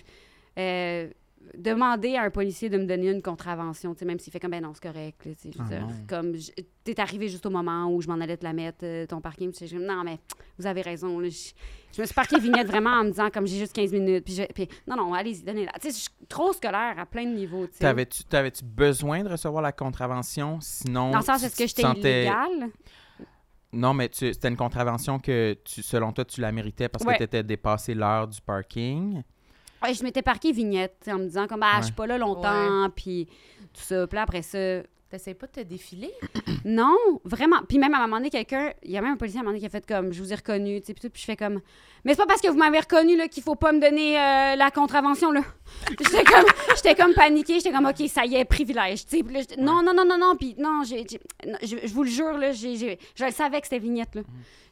Speaker 4: euh, demander à un policier de me donner une contravention, tu sais, même s'il fait comme ben non, c'est correct. là, tu sais, je veux
Speaker 1: Ah
Speaker 4: dire,
Speaker 1: non.
Speaker 4: comme je- t'es arrivé juste au moment où je m'en allais te la mettre, euh, ton parking, puis je suis comme, non, mais vous avez raison. là, je, je me suis parqué vignette vraiment en me disant comme j'ai juste 15 minutes, puis, je- puis non, non, allez-y, donnez-la. Tu sais, je suis trop scolaire à plein de niveaux. tu sais.
Speaker 1: T'avais-tu t'avais-tu besoin de recevoir la contravention? Sinon.
Speaker 4: Dans le sens,
Speaker 1: tu-
Speaker 4: est-ce que
Speaker 1: tu
Speaker 4: j'étais
Speaker 1: sentais-
Speaker 4: illégale?
Speaker 1: Non, mais tu- c'était une contravention que, tu, selon toi, tu la méritais parce
Speaker 4: Ouais.
Speaker 1: que tu étais dépassé l'heure du parking.
Speaker 4: Ouais, je m'étais parqué vignette tu sais, en me disant comme ah, je suis pas là longtemps puis tout ça. Puis là, après ça,
Speaker 2: T'essayes pas de te défiler?
Speaker 4: non, vraiment. Puis même à un moment donné, quelqu'un, il y a même un policier à un moment donné qui a fait comme je vous ai reconnu, tu sais, puis tout. Puis je fais comme mais c'est pas parce que vous m'avez reconnu là qu'il faut pas me donner euh, la contravention là. *laughs* j'étais comme j'étais comme paniquée, j'étais comme OK, ça y est, privilège, tu sais. Puis là, j'étais, non non non non non, puis non, j'ai- j'ai- non, je, je vous le jure là, j'ai- j'ai- je le savais que c'était vignette là.
Speaker 1: Mm.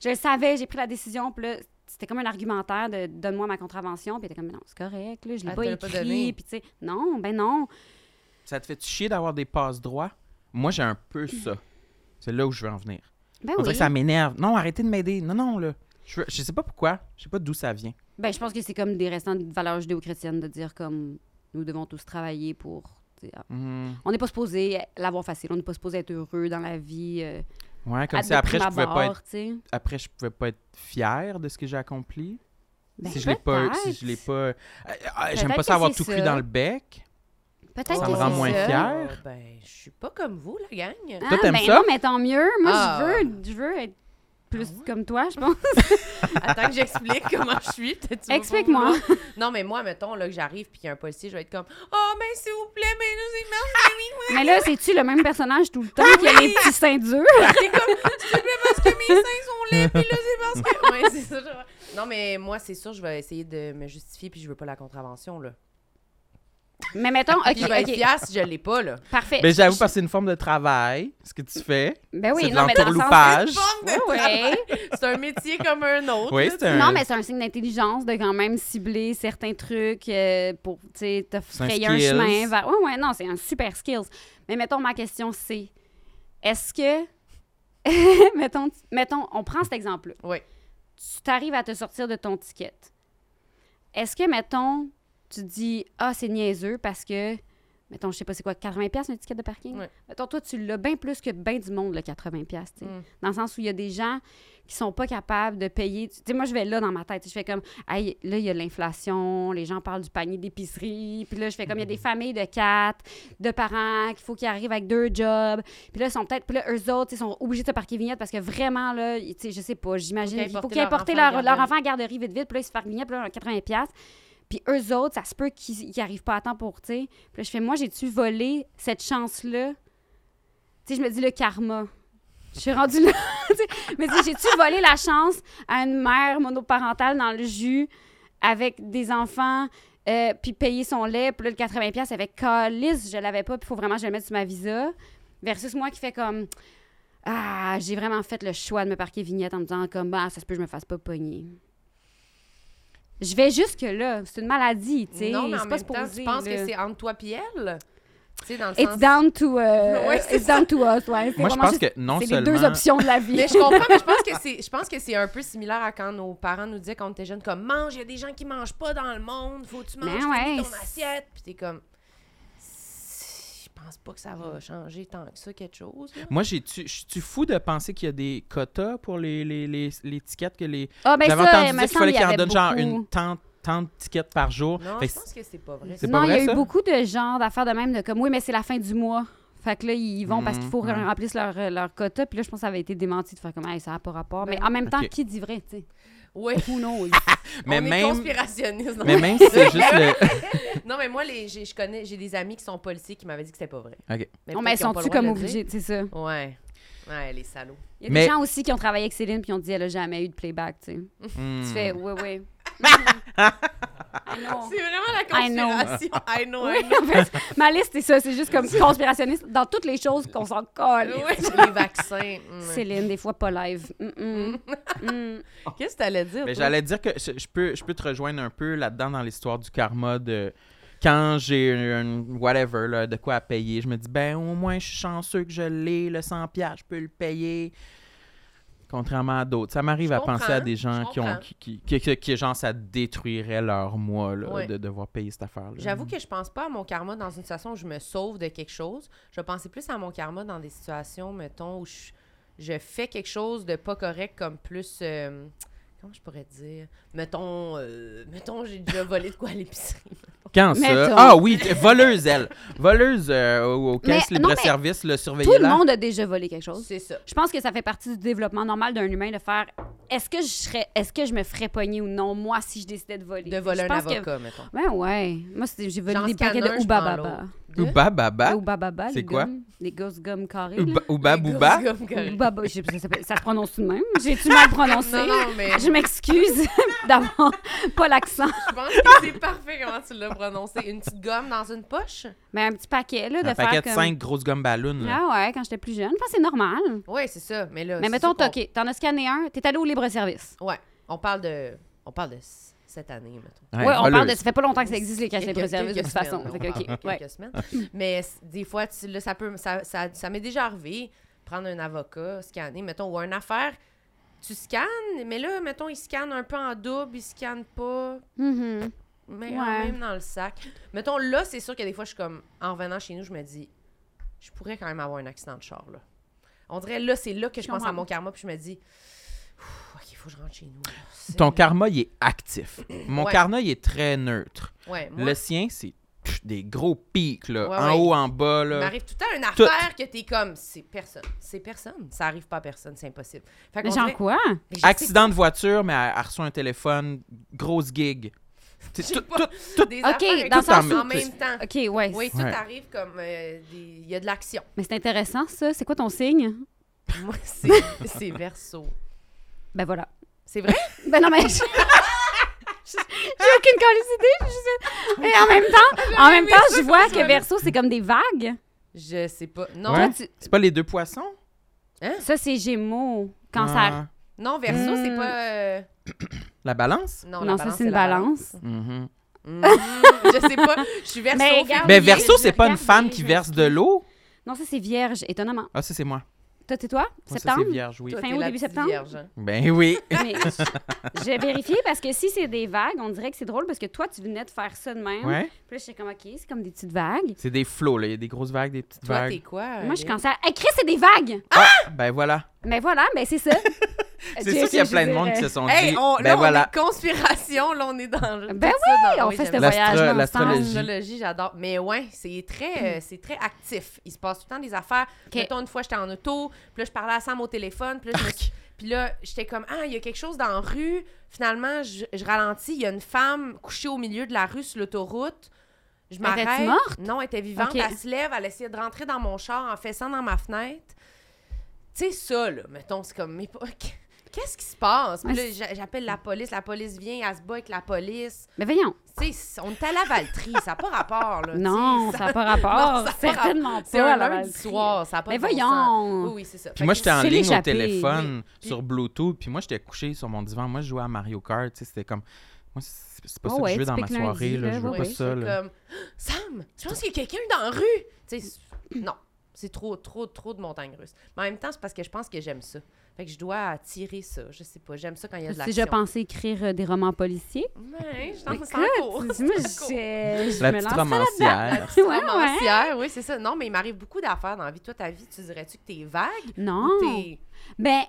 Speaker 4: Je le savais, j'ai pris la décision puis là c'était comme un argumentaire de donne-moi ma contravention puis t'es comme non c'est correct là je
Speaker 1: Ah,
Speaker 4: l'ai
Speaker 2: Elle
Speaker 4: pas
Speaker 2: te l'a pas
Speaker 4: écrit
Speaker 2: donné.
Speaker 4: puis tu sais non ben non
Speaker 1: Ça te fait chier d'avoir des passes droits? Moi, j'ai un peu ça. C'est là où je veux en venir.
Speaker 4: ben
Speaker 1: On dirait
Speaker 4: oui
Speaker 1: que ça m'énerve. Non, arrêtez de m'aider. Non, non, là. Je, veux- je sais pas pourquoi. Je sais pas d'où ça vient.
Speaker 4: Ben, je pense que c'est comme des restants de valeurs judéo-chrétiennes de dire comme nous devons tous travailler pour. tu sais, ah,
Speaker 1: Hmm.
Speaker 4: On n'est pas supposé l'avoir facile, on n'est pas supposé être heureux dans la vie. euh,
Speaker 1: Ouais, comme
Speaker 4: à
Speaker 1: si
Speaker 4: de
Speaker 1: après
Speaker 4: prime
Speaker 1: je pouvais pas
Speaker 4: abord,
Speaker 1: être
Speaker 4: tu sais.
Speaker 1: après je pouvais pas être fier de ce que j'ai accompli.
Speaker 4: Ben,
Speaker 1: si je l'ai pas si
Speaker 4: peut-être.
Speaker 1: je l'ai pas Euh, euh, j'aime
Speaker 4: Peut-être
Speaker 1: pas
Speaker 4: que
Speaker 1: ça avoir
Speaker 4: c'est
Speaker 1: tout cru
Speaker 4: ça.
Speaker 1: dans le bec.
Speaker 4: Peut-être
Speaker 1: Ça
Speaker 4: que
Speaker 1: me rend
Speaker 4: c'est
Speaker 1: moins
Speaker 4: ça.
Speaker 1: fier.
Speaker 2: Euh, ben, je suis pas comme vous, la gang.
Speaker 4: Ah,
Speaker 1: Toi, t'aimes
Speaker 4: ben
Speaker 1: ça?
Speaker 4: Non, mais tant mieux. Moi,
Speaker 2: Ah.
Speaker 4: je, veux, je veux être plus
Speaker 2: Ah ouais?
Speaker 4: comme toi, je pense. *laughs*
Speaker 2: Attends que j'explique comment je suis. peut-être tu vas pas
Speaker 4: Explique-moi.
Speaker 2: vouloir. Non, mais moi, mettons là, que j'arrive puis qu'il y a un policier, je vais être comme Oh, mais s'il vous plaît, mais nous, il marche,
Speaker 4: mais là, c'est-tu le même personnage tout le temps qui a les petits seins durs?
Speaker 2: mais oui. C'est comme S'il vous plaît, parce que mes seins sont laids, puis là, c'est parce que. Ouais, c'est ça. je- Non, mais moi, c'est sûr, je vais essayer de me justifier puis je veux pas la contravention, là.
Speaker 4: mais mettons, OK,
Speaker 2: Puis je vais être
Speaker 4: OK,
Speaker 2: fière si je l'ai pas, là.
Speaker 4: parfait.
Speaker 1: Mais Ben, j'avoue
Speaker 4: Eh, Je-
Speaker 1: parce que c'est une forme de travail ce que tu fais.
Speaker 4: Ben
Speaker 1: c'est
Speaker 4: oui,
Speaker 1: de
Speaker 4: non, mais dans le sens...
Speaker 1: l'entourloupage.
Speaker 4: Ouais, ouais.
Speaker 2: C'est un métier comme un autre.
Speaker 1: Oui,
Speaker 2: là,
Speaker 1: c'est un
Speaker 4: Non, mais c'est un signe d'intelligence de quand même cibler certains trucs euh, pour tu sais, te
Speaker 1: C'est un
Speaker 4: frayer un
Speaker 1: skills.
Speaker 4: chemin vers. Ouais, ouais, non, c'est un super skills. Mais mettons, ma question, c'est est-ce que. *laughs* mettons, mettons, on prend cet exemple-là.
Speaker 2: Oui.
Speaker 4: Tu t'arrives à te sortir de ton ticket. Est-ce que, mettons, tu dis Ah, c'est niaiseux parce que mettons, je sais pas c'est quoi, 80$ piastres, un ticket de parking.
Speaker 2: Ouais.
Speaker 4: Mettons, toi, tu l'as bien plus que bien du monde, le 80$. piastres, tu sais.
Speaker 2: Mm.
Speaker 4: Dans le sens où il y a des gens qui sont pas capables de payer. Tu sais, moi, je vais là dans ma tête. Je fais comme, Hey, là, il y a l'inflation, les gens parlent du panier d'épicerie. Puis là, je fais comme, il y a
Speaker 2: Mm-hmm.
Speaker 4: des familles de quatre, de parents qu'il faut qu'ils arrivent avec deux jobs. Puis là, ils sont peut-être, puis là, eux autres, ils sont obligés de se parquer vignette parce que vraiment, là, ils- tu sais, je sais pas, j'imagine,
Speaker 2: Faut
Speaker 4: il faut
Speaker 2: qu'ils
Speaker 4: qu'ils aient
Speaker 2: aient
Speaker 4: porté
Speaker 2: porté
Speaker 4: leur,
Speaker 2: leur enfant
Speaker 4: leur,
Speaker 2: à la
Speaker 4: enfant à la garderie vite, vite. Puis là, ils se parquent vignette, puis là, 80$. piastres. Puis eux autres, ça se peut qu'ils n'arrivent arrivent pas à temps pour, tu sais. Puis là, je fais, moi, j'ai-tu volé cette chance-là? Tu sais, je me dis le karma. Je suis rendue là. tu sais. Mais tu sais, j'ai-tu volé la chance à une mère monoparentale dans le jus avec des enfants, euh, puis payer son lait, puis là, le 80$, piastres avec calice, je l'avais pas, puis il faut vraiment que je le mette sur ma visa. Versus moi qui fait comme. Ah, j'ai vraiment fait le choix de me parquer vignette en me disant comme ah, ça se peut que je me fasse pas pogner. Je vais jusque là, c'est une maladie, tu sais,
Speaker 2: non, mais en
Speaker 4: c'est pas
Speaker 2: même temps,
Speaker 4: supposé.
Speaker 2: tu penses
Speaker 4: là.
Speaker 2: que c'est entre toi et elle? Tu sais, dans le
Speaker 4: It's
Speaker 2: sens...
Speaker 4: down to,
Speaker 2: *laughs*
Speaker 4: euh,
Speaker 2: Ouais, c'est
Speaker 4: it's down to us, ouais. C'est
Speaker 1: Moi, je
Speaker 4: vraiment
Speaker 1: pense
Speaker 4: juste-
Speaker 1: que non
Speaker 4: c'est les
Speaker 1: seulement...
Speaker 4: deux options de la vie.
Speaker 2: Mais je comprends, mais je pense que c'est, je pense que c'est un peu similaire à quand nos parents nous disaient quand on était jeunes, comme mange, il y a des gens qui mangent pas dans le monde, faut que tu manges
Speaker 4: Mais
Speaker 2: finis
Speaker 4: Ben ouais,
Speaker 2: ton
Speaker 4: c'est-
Speaker 2: assiette, puis t'es comme, je pense pas que ça va changer tant que ça quelque chose. là.
Speaker 1: Moi, j'ai-tu- je suis fou de penser qu'il y a des quotas pour les, les, les, les tickets que les...
Speaker 4: Ah, ben
Speaker 1: J'avais
Speaker 4: ça,
Speaker 1: entendu
Speaker 4: il
Speaker 1: dire
Speaker 4: me
Speaker 1: qu'il
Speaker 4: semble
Speaker 1: fallait qu'il en
Speaker 4: avait
Speaker 1: donne genre
Speaker 4: beaucoup.
Speaker 1: une tant, tant de tickets par jour.
Speaker 2: Non,
Speaker 1: Fait
Speaker 2: je
Speaker 1: que
Speaker 2: pense que c'est pas vrai.
Speaker 1: C'est
Speaker 2: ça.
Speaker 1: pas
Speaker 4: non, il y
Speaker 1: vrai,
Speaker 4: a eu
Speaker 1: ça?
Speaker 4: beaucoup de gens d'affaires de même de comme oui, mais c'est la fin du mois. Fait que là, ils vont parce qu'il faut
Speaker 1: Mhm,
Speaker 4: qu'ils
Speaker 1: mhm.
Speaker 4: remplissent leur, euh, leur quota. Puis là, je pense que ça avait été démenti de faire comme, hey, ça n'a pas rapport.
Speaker 2: Ben,
Speaker 4: Mais en même temps,
Speaker 1: Ok.
Speaker 4: qui dit vrai, tu sais?
Speaker 2: Oui.
Speaker 4: Who knows?
Speaker 1: *laughs* mais,
Speaker 2: on est
Speaker 1: même,
Speaker 2: conspirationniste.
Speaker 1: mais même si c'est juste le...
Speaker 2: *laughs* Non, mais moi, les, j'ai, je connais, j'ai des amis qui sont policiers qui m'avaient dit que c'était pas vrai.
Speaker 1: OK.
Speaker 4: non,
Speaker 2: peut-être
Speaker 4: mais
Speaker 2: qu'ils ont pas le
Speaker 4: sont-tu
Speaker 2: droit
Speaker 4: comme
Speaker 2: de le dire.
Speaker 4: obligés, c'est ça?
Speaker 2: Ouais. Ouais, les salauds.
Speaker 4: Il y a
Speaker 1: Mais-
Speaker 4: des gens aussi qui ont travaillé avec Céline puis ont dit, elle n'a jamais eu de playback, tu sais.
Speaker 1: Hmm.
Speaker 4: Tu fais, oui,
Speaker 1: *laughs*
Speaker 4: oui.
Speaker 2: C'est vraiment la
Speaker 4: I know.
Speaker 2: conspiration. *laughs* I know,
Speaker 4: Oui,
Speaker 2: I know.
Speaker 4: en fait, ma liste, c'est ça. C'est juste comme conspirationniste dans toutes les choses qu'on s'en colle. *laughs*
Speaker 2: Oui, les vaccins. mm.
Speaker 4: Céline, des fois, pas live. Mm,
Speaker 1: *laughs*
Speaker 4: mm. Mm.
Speaker 2: Qu'est-ce que t'allais dire?
Speaker 1: Mais
Speaker 2: toi?
Speaker 1: j'allais dire que je, je peux, je peux te rejoindre un peu là-dedans dans l'histoire du karma de quand j'ai un whatever, là, de quoi à payer. Je me dis, ben au moins je suis chanceux que je l'ai, le 100$, piastres, je peux le payer. Contrairement à d'autres. Ça m'arrive
Speaker 2: Je
Speaker 1: à penser à
Speaker 2: comprends,
Speaker 1: des gens
Speaker 2: je
Speaker 1: qui ont.
Speaker 2: comprends.
Speaker 1: Qui, qui, qui- qui- qui, genre, ça détruirait leur mois là,
Speaker 2: Ouais.
Speaker 1: de devoir payer cette affaire-là.
Speaker 4: Mm.
Speaker 2: J'avoue que je pense pas à mon karma dans une situation où je me sauve de quelque chose. Je pensais plus à mon karma dans des situations, mettons, où je, je fais quelque chose de pas correct, comme plus. euh, comment je pourrais dire Mettons, euh, mettons j'ai
Speaker 4: *laughs*
Speaker 2: déjà volé de quoi à l'épicerie.
Speaker 1: Quand ça.
Speaker 4: Mettons.
Speaker 1: Ah oui, t- voleuse, elle. Voleuse euh, au, au caisse
Speaker 4: Mais- non, mais
Speaker 1: libre-service, le
Speaker 4: Tout
Speaker 1: surveiller
Speaker 4: le
Speaker 1: là.
Speaker 4: monde a déjà volé quelque chose.
Speaker 2: C'est ça.
Speaker 4: Je pense que ça fait partie du développement normal d'un humain de faire est-ce que je serais est-ce que je me ferais pogner ou non moi si je décidais de voler
Speaker 2: De voler
Speaker 4: Je
Speaker 2: un
Speaker 4: pense que-
Speaker 2: avocat, mettons.
Speaker 4: Ben ouais. Moi c'était- j'ai volé
Speaker 2: J'en
Speaker 4: des paquets
Speaker 2: scanne un,
Speaker 4: de
Speaker 2: je
Speaker 4: Ouba
Speaker 2: prends
Speaker 4: Baba.
Speaker 2: De-
Speaker 1: Ouba Baba.
Speaker 4: Les Ouba Baba,
Speaker 1: Ah? C'est
Speaker 4: les
Speaker 1: quoi?
Speaker 4: gommes, les gosses gommes carrées. là.
Speaker 1: Ouba- Ouba
Speaker 2: Les
Speaker 1: Booba.
Speaker 2: gosses comme correct.
Speaker 4: Ouba Baba, je sais pas, ça, s'appelle- ça se prononce tout de même.
Speaker 2: *laughs*
Speaker 4: J'ai-tu mal prononcé?
Speaker 2: Non, non, mais
Speaker 4: Je m'excuse *laughs* d'avoir pas l'accent.
Speaker 2: je pense que c'est parfait comment tu l'as prononcé. Une petite gomme dans une poche?
Speaker 4: Mais un petit paquet, là, de
Speaker 1: Un
Speaker 4: faire
Speaker 1: paquet de
Speaker 4: comme...
Speaker 1: 5 grosses gommes ballons. là.
Speaker 4: Ah ouais, quand j'étais plus jeune. Je pense que c'est normal.
Speaker 2: Oui, c'est ça. Mais là.
Speaker 4: Mais
Speaker 2: Bah, c'est
Speaker 4: mettons,
Speaker 2: sûr qu'on-
Speaker 4: t'as- OK, t'en as scanné un, t'es allé au libre-service.
Speaker 2: Ouais. On parle de. On parle de c- cette année, mettons.
Speaker 4: Ouais, on parle de. Ça fait pas longtemps que ça existe, les caisses
Speaker 2: Ah, Quelques-
Speaker 4: de service de
Speaker 2: quelques
Speaker 4: toute façon.
Speaker 2: semaines, on
Speaker 4: Fait que, OK,
Speaker 2: parle de
Speaker 4: ouais.
Speaker 2: quelques semaines. Mais c- des fois, tu- là, ça peut. Ça, ça, ça m'est déjà arrivé, prendre un avocat, scanner, mettons, ou une affaire. Tu scannes, mais là, mettons, il scanne un peu en double, il scanne pas,
Speaker 4: Mhm.
Speaker 2: mais
Speaker 4: Ouais.
Speaker 2: quand même dans le sac. Mettons, là, c'est sûr que des fois, je suis comme, en revenant chez nous, je me dis, je pourrais quand même avoir un accident de char, là. On dirait, là, c'est là que je,
Speaker 4: Je
Speaker 2: pense à
Speaker 4: comprends.
Speaker 2: mon karma, puis je me dis, Ouf, OK, il faut que je rentre chez nous. là. C'est-
Speaker 1: Ton karma, il est actif. Mon
Speaker 2: Ouais.
Speaker 1: karma, il est très neutre.
Speaker 2: Ouais, moi,
Speaker 1: Le sien, c'est pff, des gros pics, là.
Speaker 2: Ouais,
Speaker 1: en
Speaker 2: ouais.
Speaker 1: haut, en bas,
Speaker 2: Il
Speaker 1: là.
Speaker 2: m'arrive tout le temps une affaire que t'es comme, c'est personne. C'est personne. Ça arrive pas à personne, c'est impossible. Fait
Speaker 4: Mais
Speaker 2: qu'on
Speaker 4: genre
Speaker 2: dirait-
Speaker 4: quoi?
Speaker 2: Mais je sais
Speaker 1: Accident de voiture, mais elle, elle reçoit un téléphone, grosse gig. C'est
Speaker 2: J'ai
Speaker 1: tout-
Speaker 2: pas-
Speaker 1: tout-
Speaker 2: que Des
Speaker 4: Ok,
Speaker 2: affaires
Speaker 4: dans le
Speaker 2: existent
Speaker 1: sens où-
Speaker 2: en même temps.
Speaker 4: OK, ouais.
Speaker 2: Oui, tout
Speaker 1: Ouais.
Speaker 2: arrive comme. euh, des- Il y a de
Speaker 1: *laughs*
Speaker 2: l'action.
Speaker 4: Mais c'est intéressant, ça. C'est quoi ton signe?
Speaker 2: Moi, c'est c'est verso.
Speaker 4: Ben voilà.
Speaker 2: C'est vrai?
Speaker 4: Ben non, mais... je-
Speaker 2: *laughs*
Speaker 4: J'ai aucune curiosité. je sais- Et en même temps, en même temps, je vois que Verso, c'est comme des vagues.
Speaker 2: Je sais pas. Non,
Speaker 1: Ouais.
Speaker 4: Toi, tu-
Speaker 1: C'est pas les deux poissons?
Speaker 4: Ça, c'est Gémeaux, cancer.
Speaker 1: Ah,
Speaker 2: non verso, c'est
Speaker 4: Hmm.
Speaker 2: pas. euh,
Speaker 1: La balance?
Speaker 2: Non, la
Speaker 4: non, ça,
Speaker 2: balance,
Speaker 4: c'est une
Speaker 2: la
Speaker 4: balance.
Speaker 1: Mhm.
Speaker 2: Hmm, je sais pas. Je suis verso.
Speaker 4: Mais
Speaker 2: fait-
Speaker 4: regarde,
Speaker 1: Mais
Speaker 4: Olivier,
Speaker 1: Ben, verso,
Speaker 4: je
Speaker 1: c'est pas une
Speaker 4: regarde,
Speaker 1: femme
Speaker 4: je
Speaker 1: qui
Speaker 4: me
Speaker 1: verse de l'eau?
Speaker 4: Non, ça, c'est Vierge, étonnamment.
Speaker 1: Ah, ça, c'est moi.
Speaker 4: Toi, c'est toi?
Speaker 1: Moi, ça,
Speaker 4: septembre?
Speaker 1: c'est vierge, oui.
Speaker 2: Toi,
Speaker 4: Fin
Speaker 2: t'es
Speaker 4: août,
Speaker 2: la
Speaker 4: début
Speaker 2: petite
Speaker 4: septembre?
Speaker 2: vierge, hein.
Speaker 1: Ben oui.
Speaker 4: Mais j'ai vérifié parce que si c'est des vagues, on dirait que c'est drôle parce que toi, tu venais de faire ça de
Speaker 2: Mm-hmm.
Speaker 4: même.
Speaker 1: Ouais.
Speaker 4: Puis là, j'étais comme, OK, c'est comme des petites vagues.
Speaker 1: C'est des flots, là. Il y a des grosses vagues, des petites
Speaker 2: Toi, t'es
Speaker 1: vagues.
Speaker 2: quoi?
Speaker 4: Moi, je suis
Speaker 2: Alex?
Speaker 4: cancer. Hey, Chris, c'est des vagues!
Speaker 1: Ben voilà.
Speaker 4: Mais voilà, ben
Speaker 2: *laughs*
Speaker 4: c'est ça.
Speaker 1: C'est
Speaker 2: Ah,
Speaker 4: Tu
Speaker 1: sûr
Speaker 4: sais,
Speaker 1: qu'il y a
Speaker 4: je
Speaker 1: plein de
Speaker 4: veux
Speaker 1: monde
Speaker 4: dire,
Speaker 1: qui se sont
Speaker 2: Hey,
Speaker 1: dit.
Speaker 2: on, là,
Speaker 1: ben
Speaker 2: on
Speaker 1: voilà.
Speaker 2: est conspiration, là, on est dans le.
Speaker 4: Ben
Speaker 2: tout ça, dans-
Speaker 4: on fait ce
Speaker 2: j'aime
Speaker 4: voyage
Speaker 1: L'astro-
Speaker 4: là
Speaker 2: ça.
Speaker 1: l'astrologie.
Speaker 4: ensemble.
Speaker 2: L'astrologie, j'adore. Mais ouais, c'est très, euh, c'est très actif. Il se passe tout le temps des affaires. Mettons, une fois, j'étais en auto, puis là, je parlais à Sam au téléphone, puis là, je me suis- puis là, j'étais comme, ah, il y a quelque chose dans la rue. Finalement, je, je ralentis. Il y a une femme couchée au milieu de la rue sur l'autoroute. Je
Speaker 4: était-tu
Speaker 2: m'arrête.
Speaker 4: morte?
Speaker 2: Non, elle était vivante.
Speaker 4: Ok.
Speaker 2: Elle se lève, elle essayait de rentrer dans mon char en fessant dans ma fenêtre. Tu sais, ça, là, mettons, c'est comme, mais pas- *laughs* qu'est-ce qui se passe? Puis
Speaker 4: Ouais,
Speaker 2: là, j'a- j'appelle la police, la police vient, elle se bat avec la police. *laughs*
Speaker 4: Mais voyons.
Speaker 2: Tu sais, on est à la Valtrie, ça n'a pas rapport, là.
Speaker 4: Non,
Speaker 2: tu sais,
Speaker 4: ça n'a pas rapport.
Speaker 2: Non, ça a pas
Speaker 4: Certainement pas.
Speaker 2: C'est un
Speaker 4: la
Speaker 2: lundi
Speaker 4: Valkyrie.
Speaker 2: soir, ça n'a pas
Speaker 4: Mais
Speaker 2: de bon sens. Oui,
Speaker 4: voyons.
Speaker 2: oui, c'est ça.
Speaker 1: Puis moi,
Speaker 2: Fait que-
Speaker 1: j'étais en
Speaker 4: c'est
Speaker 1: ligne au
Speaker 4: l'échappée.
Speaker 1: téléphone,
Speaker 2: Oui.
Speaker 1: sur Bluetooth, puis moi, j'étais couché sur mon divan. Moi, je jouais à Mario Kart, tu sais, c'était comme... Moi, c'est c'est pas
Speaker 4: Oh
Speaker 1: ça que
Speaker 4: ouais,
Speaker 1: je veux
Speaker 4: tu
Speaker 1: dans ma
Speaker 4: piques lundi,
Speaker 1: soirée, là,
Speaker 4: là,
Speaker 1: je veux
Speaker 4: ouais,
Speaker 1: pas
Speaker 4: ouais,
Speaker 1: ça,
Speaker 2: c'est
Speaker 1: là.
Speaker 2: comme, Sam, je pense qu'il y a quelqu'un dans la rue. Tu sais, c'est- non, c'est trop, trop, trop de montagnes russes. Mais en même temps, c'est parce que je pense que j'aime ça. Fait que je dois attirer ça. Je sais pas, j'aime ça quand il y a de
Speaker 4: As-tu
Speaker 2: l'action.
Speaker 4: déjà pensé écrire euh, des romans policiers? Ben,
Speaker 2: Ouais, je
Speaker 4: Écoute,
Speaker 2: pense en cours.
Speaker 4: Moi,
Speaker 2: cours.
Speaker 4: j'ai- je
Speaker 1: La
Speaker 4: me
Speaker 1: petite
Speaker 4: lance là-dedans.
Speaker 1: romancière.
Speaker 4: *laughs* Ouais, ouais.
Speaker 2: Romancière, oui, c'est ça. Non, mais il m'arrive beaucoup d'affaires dans la vie. Toi, ta vie, tu dirais-tu que t'es vague
Speaker 4: Non.
Speaker 2: ou t'es... *laughs*
Speaker 4: Ben,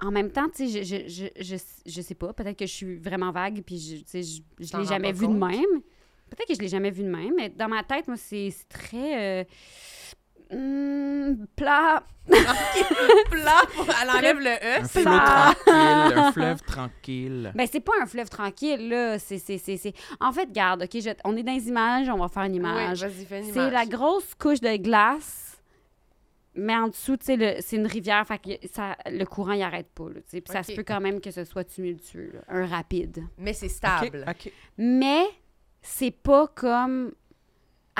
Speaker 4: en même temps, tu sais, je, je, je, je, je sais pas. Peut-être que je suis vraiment vague, puis je, tu sais, je, je
Speaker 2: T'en
Speaker 4: l'ai
Speaker 2: rends
Speaker 4: jamais
Speaker 2: pas
Speaker 4: vu de
Speaker 2: compte?
Speaker 4: même. Peut-être que je l'ai jamais vu de même, mais dans ma tête, moi, c'est c'est très... euh, hum, plat.
Speaker 2: plat, elle enlève le E.
Speaker 1: Un
Speaker 2: c'est-
Speaker 1: fleuve
Speaker 4: ça.
Speaker 1: tranquille, un fleuve
Speaker 2: *laughs*
Speaker 1: tranquille.
Speaker 4: Ben, c'est pas un fleuve tranquille, là. C'est, c'est, c'est, c'est- En fait, garde, OK, je- on est dans les images, on va faire une
Speaker 2: Oui,
Speaker 4: image.
Speaker 2: vas-y, fais une
Speaker 4: c'est
Speaker 2: image.
Speaker 4: la grosse couche de glace, mais en dessous, tu sais, le- c'est une rivière, fait que ça, le courant, il arrête pas, là, tu sais. Puis ça
Speaker 2: OK.
Speaker 4: se peut quand même que ce soit tumultueux, là, un rapide.
Speaker 2: Mais c'est
Speaker 1: OK,
Speaker 2: stable.
Speaker 1: OK.
Speaker 4: Mais c'est pas comme...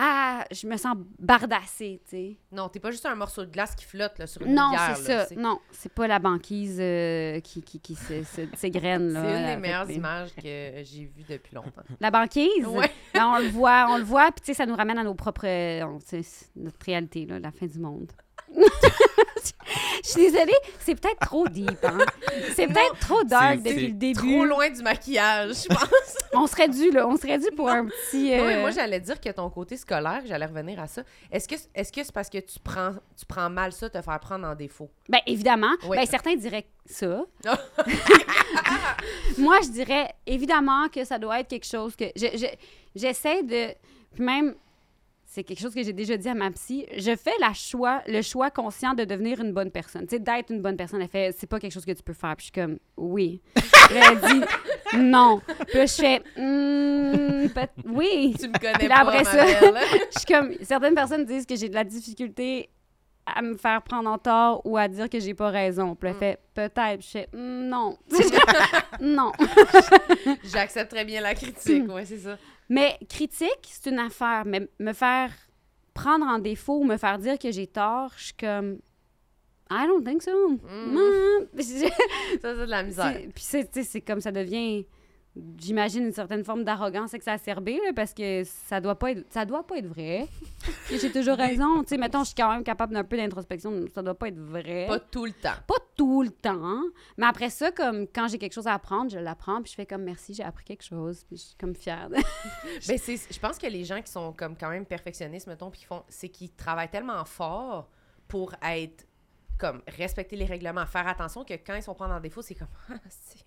Speaker 4: Ah, je me sens bardassée, tu sais.
Speaker 2: Non, t'es pas juste un morceau de glace qui flotte là, sur une
Speaker 4: Non,
Speaker 2: rivière.
Speaker 4: c'est
Speaker 2: là,
Speaker 4: ça.
Speaker 2: tu sais.
Speaker 4: Non, c'est pas la banquise euh, qui, qui, qui se- *laughs* se- s'égrène, là.
Speaker 2: C'est une des
Speaker 4: avec
Speaker 2: meilleures
Speaker 4: les-
Speaker 2: images que j'ai vues depuis longtemps.
Speaker 4: La banquise?
Speaker 2: Ouais.
Speaker 4: *laughs* Ben, on le voit, on le voit, puis tu sais, ça nous ramène à nos propres, euh, on- tu sais, c'est notre réalité, là, la fin du monde. *laughs* Je suis désolée, c'est peut-être trop deep, hein? C'est
Speaker 2: Non,
Speaker 4: peut-être trop dark
Speaker 1: c'est
Speaker 4: depuis le
Speaker 2: Trop
Speaker 4: début.
Speaker 2: loin du maquillage,
Speaker 4: *laughs*
Speaker 2: je pense.
Speaker 4: On serait dû, là, on serait dû pour un petit...
Speaker 2: Non, mais
Speaker 4: euh,
Speaker 2: moi, j'allais dire que ton côté scolaire, j'allais revenir à ça. Est-ce que c'est -ce c'est parce que tu prends, tu prends mal ça, te faire prendre en défaut?
Speaker 4: Ben, évidemment.
Speaker 2: Oui.
Speaker 4: Ben, certains diraient
Speaker 2: *laughs*
Speaker 4: ça. *laughs* Moi, je dirais évidemment que ça doit être quelque chose que. je- je- J'essaie de. Puis même, c'est quelque chose que j'ai déjà dit à ma psy. Je fais la choix, le choix conscient de devenir une bonne personne. Tu sais, d'être une bonne personne. Elle fait, c'est pas quelque chose que tu peux faire. Puis je suis comme,
Speaker 2: *laughs*
Speaker 4: oui. Puis elle dit, non. Puis là, je fais, Hmm, peut- oui.
Speaker 2: Tu me connais
Speaker 4: Puis *laughs* là,
Speaker 2: pas,
Speaker 4: après
Speaker 2: ma
Speaker 4: ça-
Speaker 2: belle.
Speaker 4: *laughs* Je suis comme certaines personnes disent que j'ai de la difficulté à me faire prendre en tort ou à dire que j'ai pas raison. Puis le fait peut-être, Puis je fais Mm, non, non.
Speaker 2: J'accepte très bien la
Speaker 4: *laughs*
Speaker 2: critique, ouais, c'est ça.
Speaker 4: Mais critique, c'est une affaire. Mais me faire prendre en défaut ou me faire dire que j'ai tort, je suis comme I don't think so. Non. Je-
Speaker 2: Ça, c'est de la misère.
Speaker 4: c'est- Puis c'est, tu sais, c'est comme ça devient, j'imagine, une certaine forme d'arrogance exacerbée, là, parce que ça doit pas être, ça doit pas être vrai. Puis J'ai
Speaker 2: *laughs*
Speaker 4: toujours raison. Tu sais, mettons, je suis quand même capable d'un peu d'introspection, ça doit pas être vrai.
Speaker 2: Pas tout le temps.
Speaker 4: Pas tout le temps. Mais après ça, comme quand j'ai quelque chose à apprendre, je l'apprends, puis je fais comme merci, j'ai appris quelque chose, puis je suis comme fière.
Speaker 2: Ben, c'est, je pense que les gens qui sont comme quand même perfectionnistes, mettons, puis qui font, c'est qu'ils travaillent tellement fort pour être comme respecter les règlements, faire attention que quand ils sont prendre en défaut, c'est comme *laughs* Ah, c'est,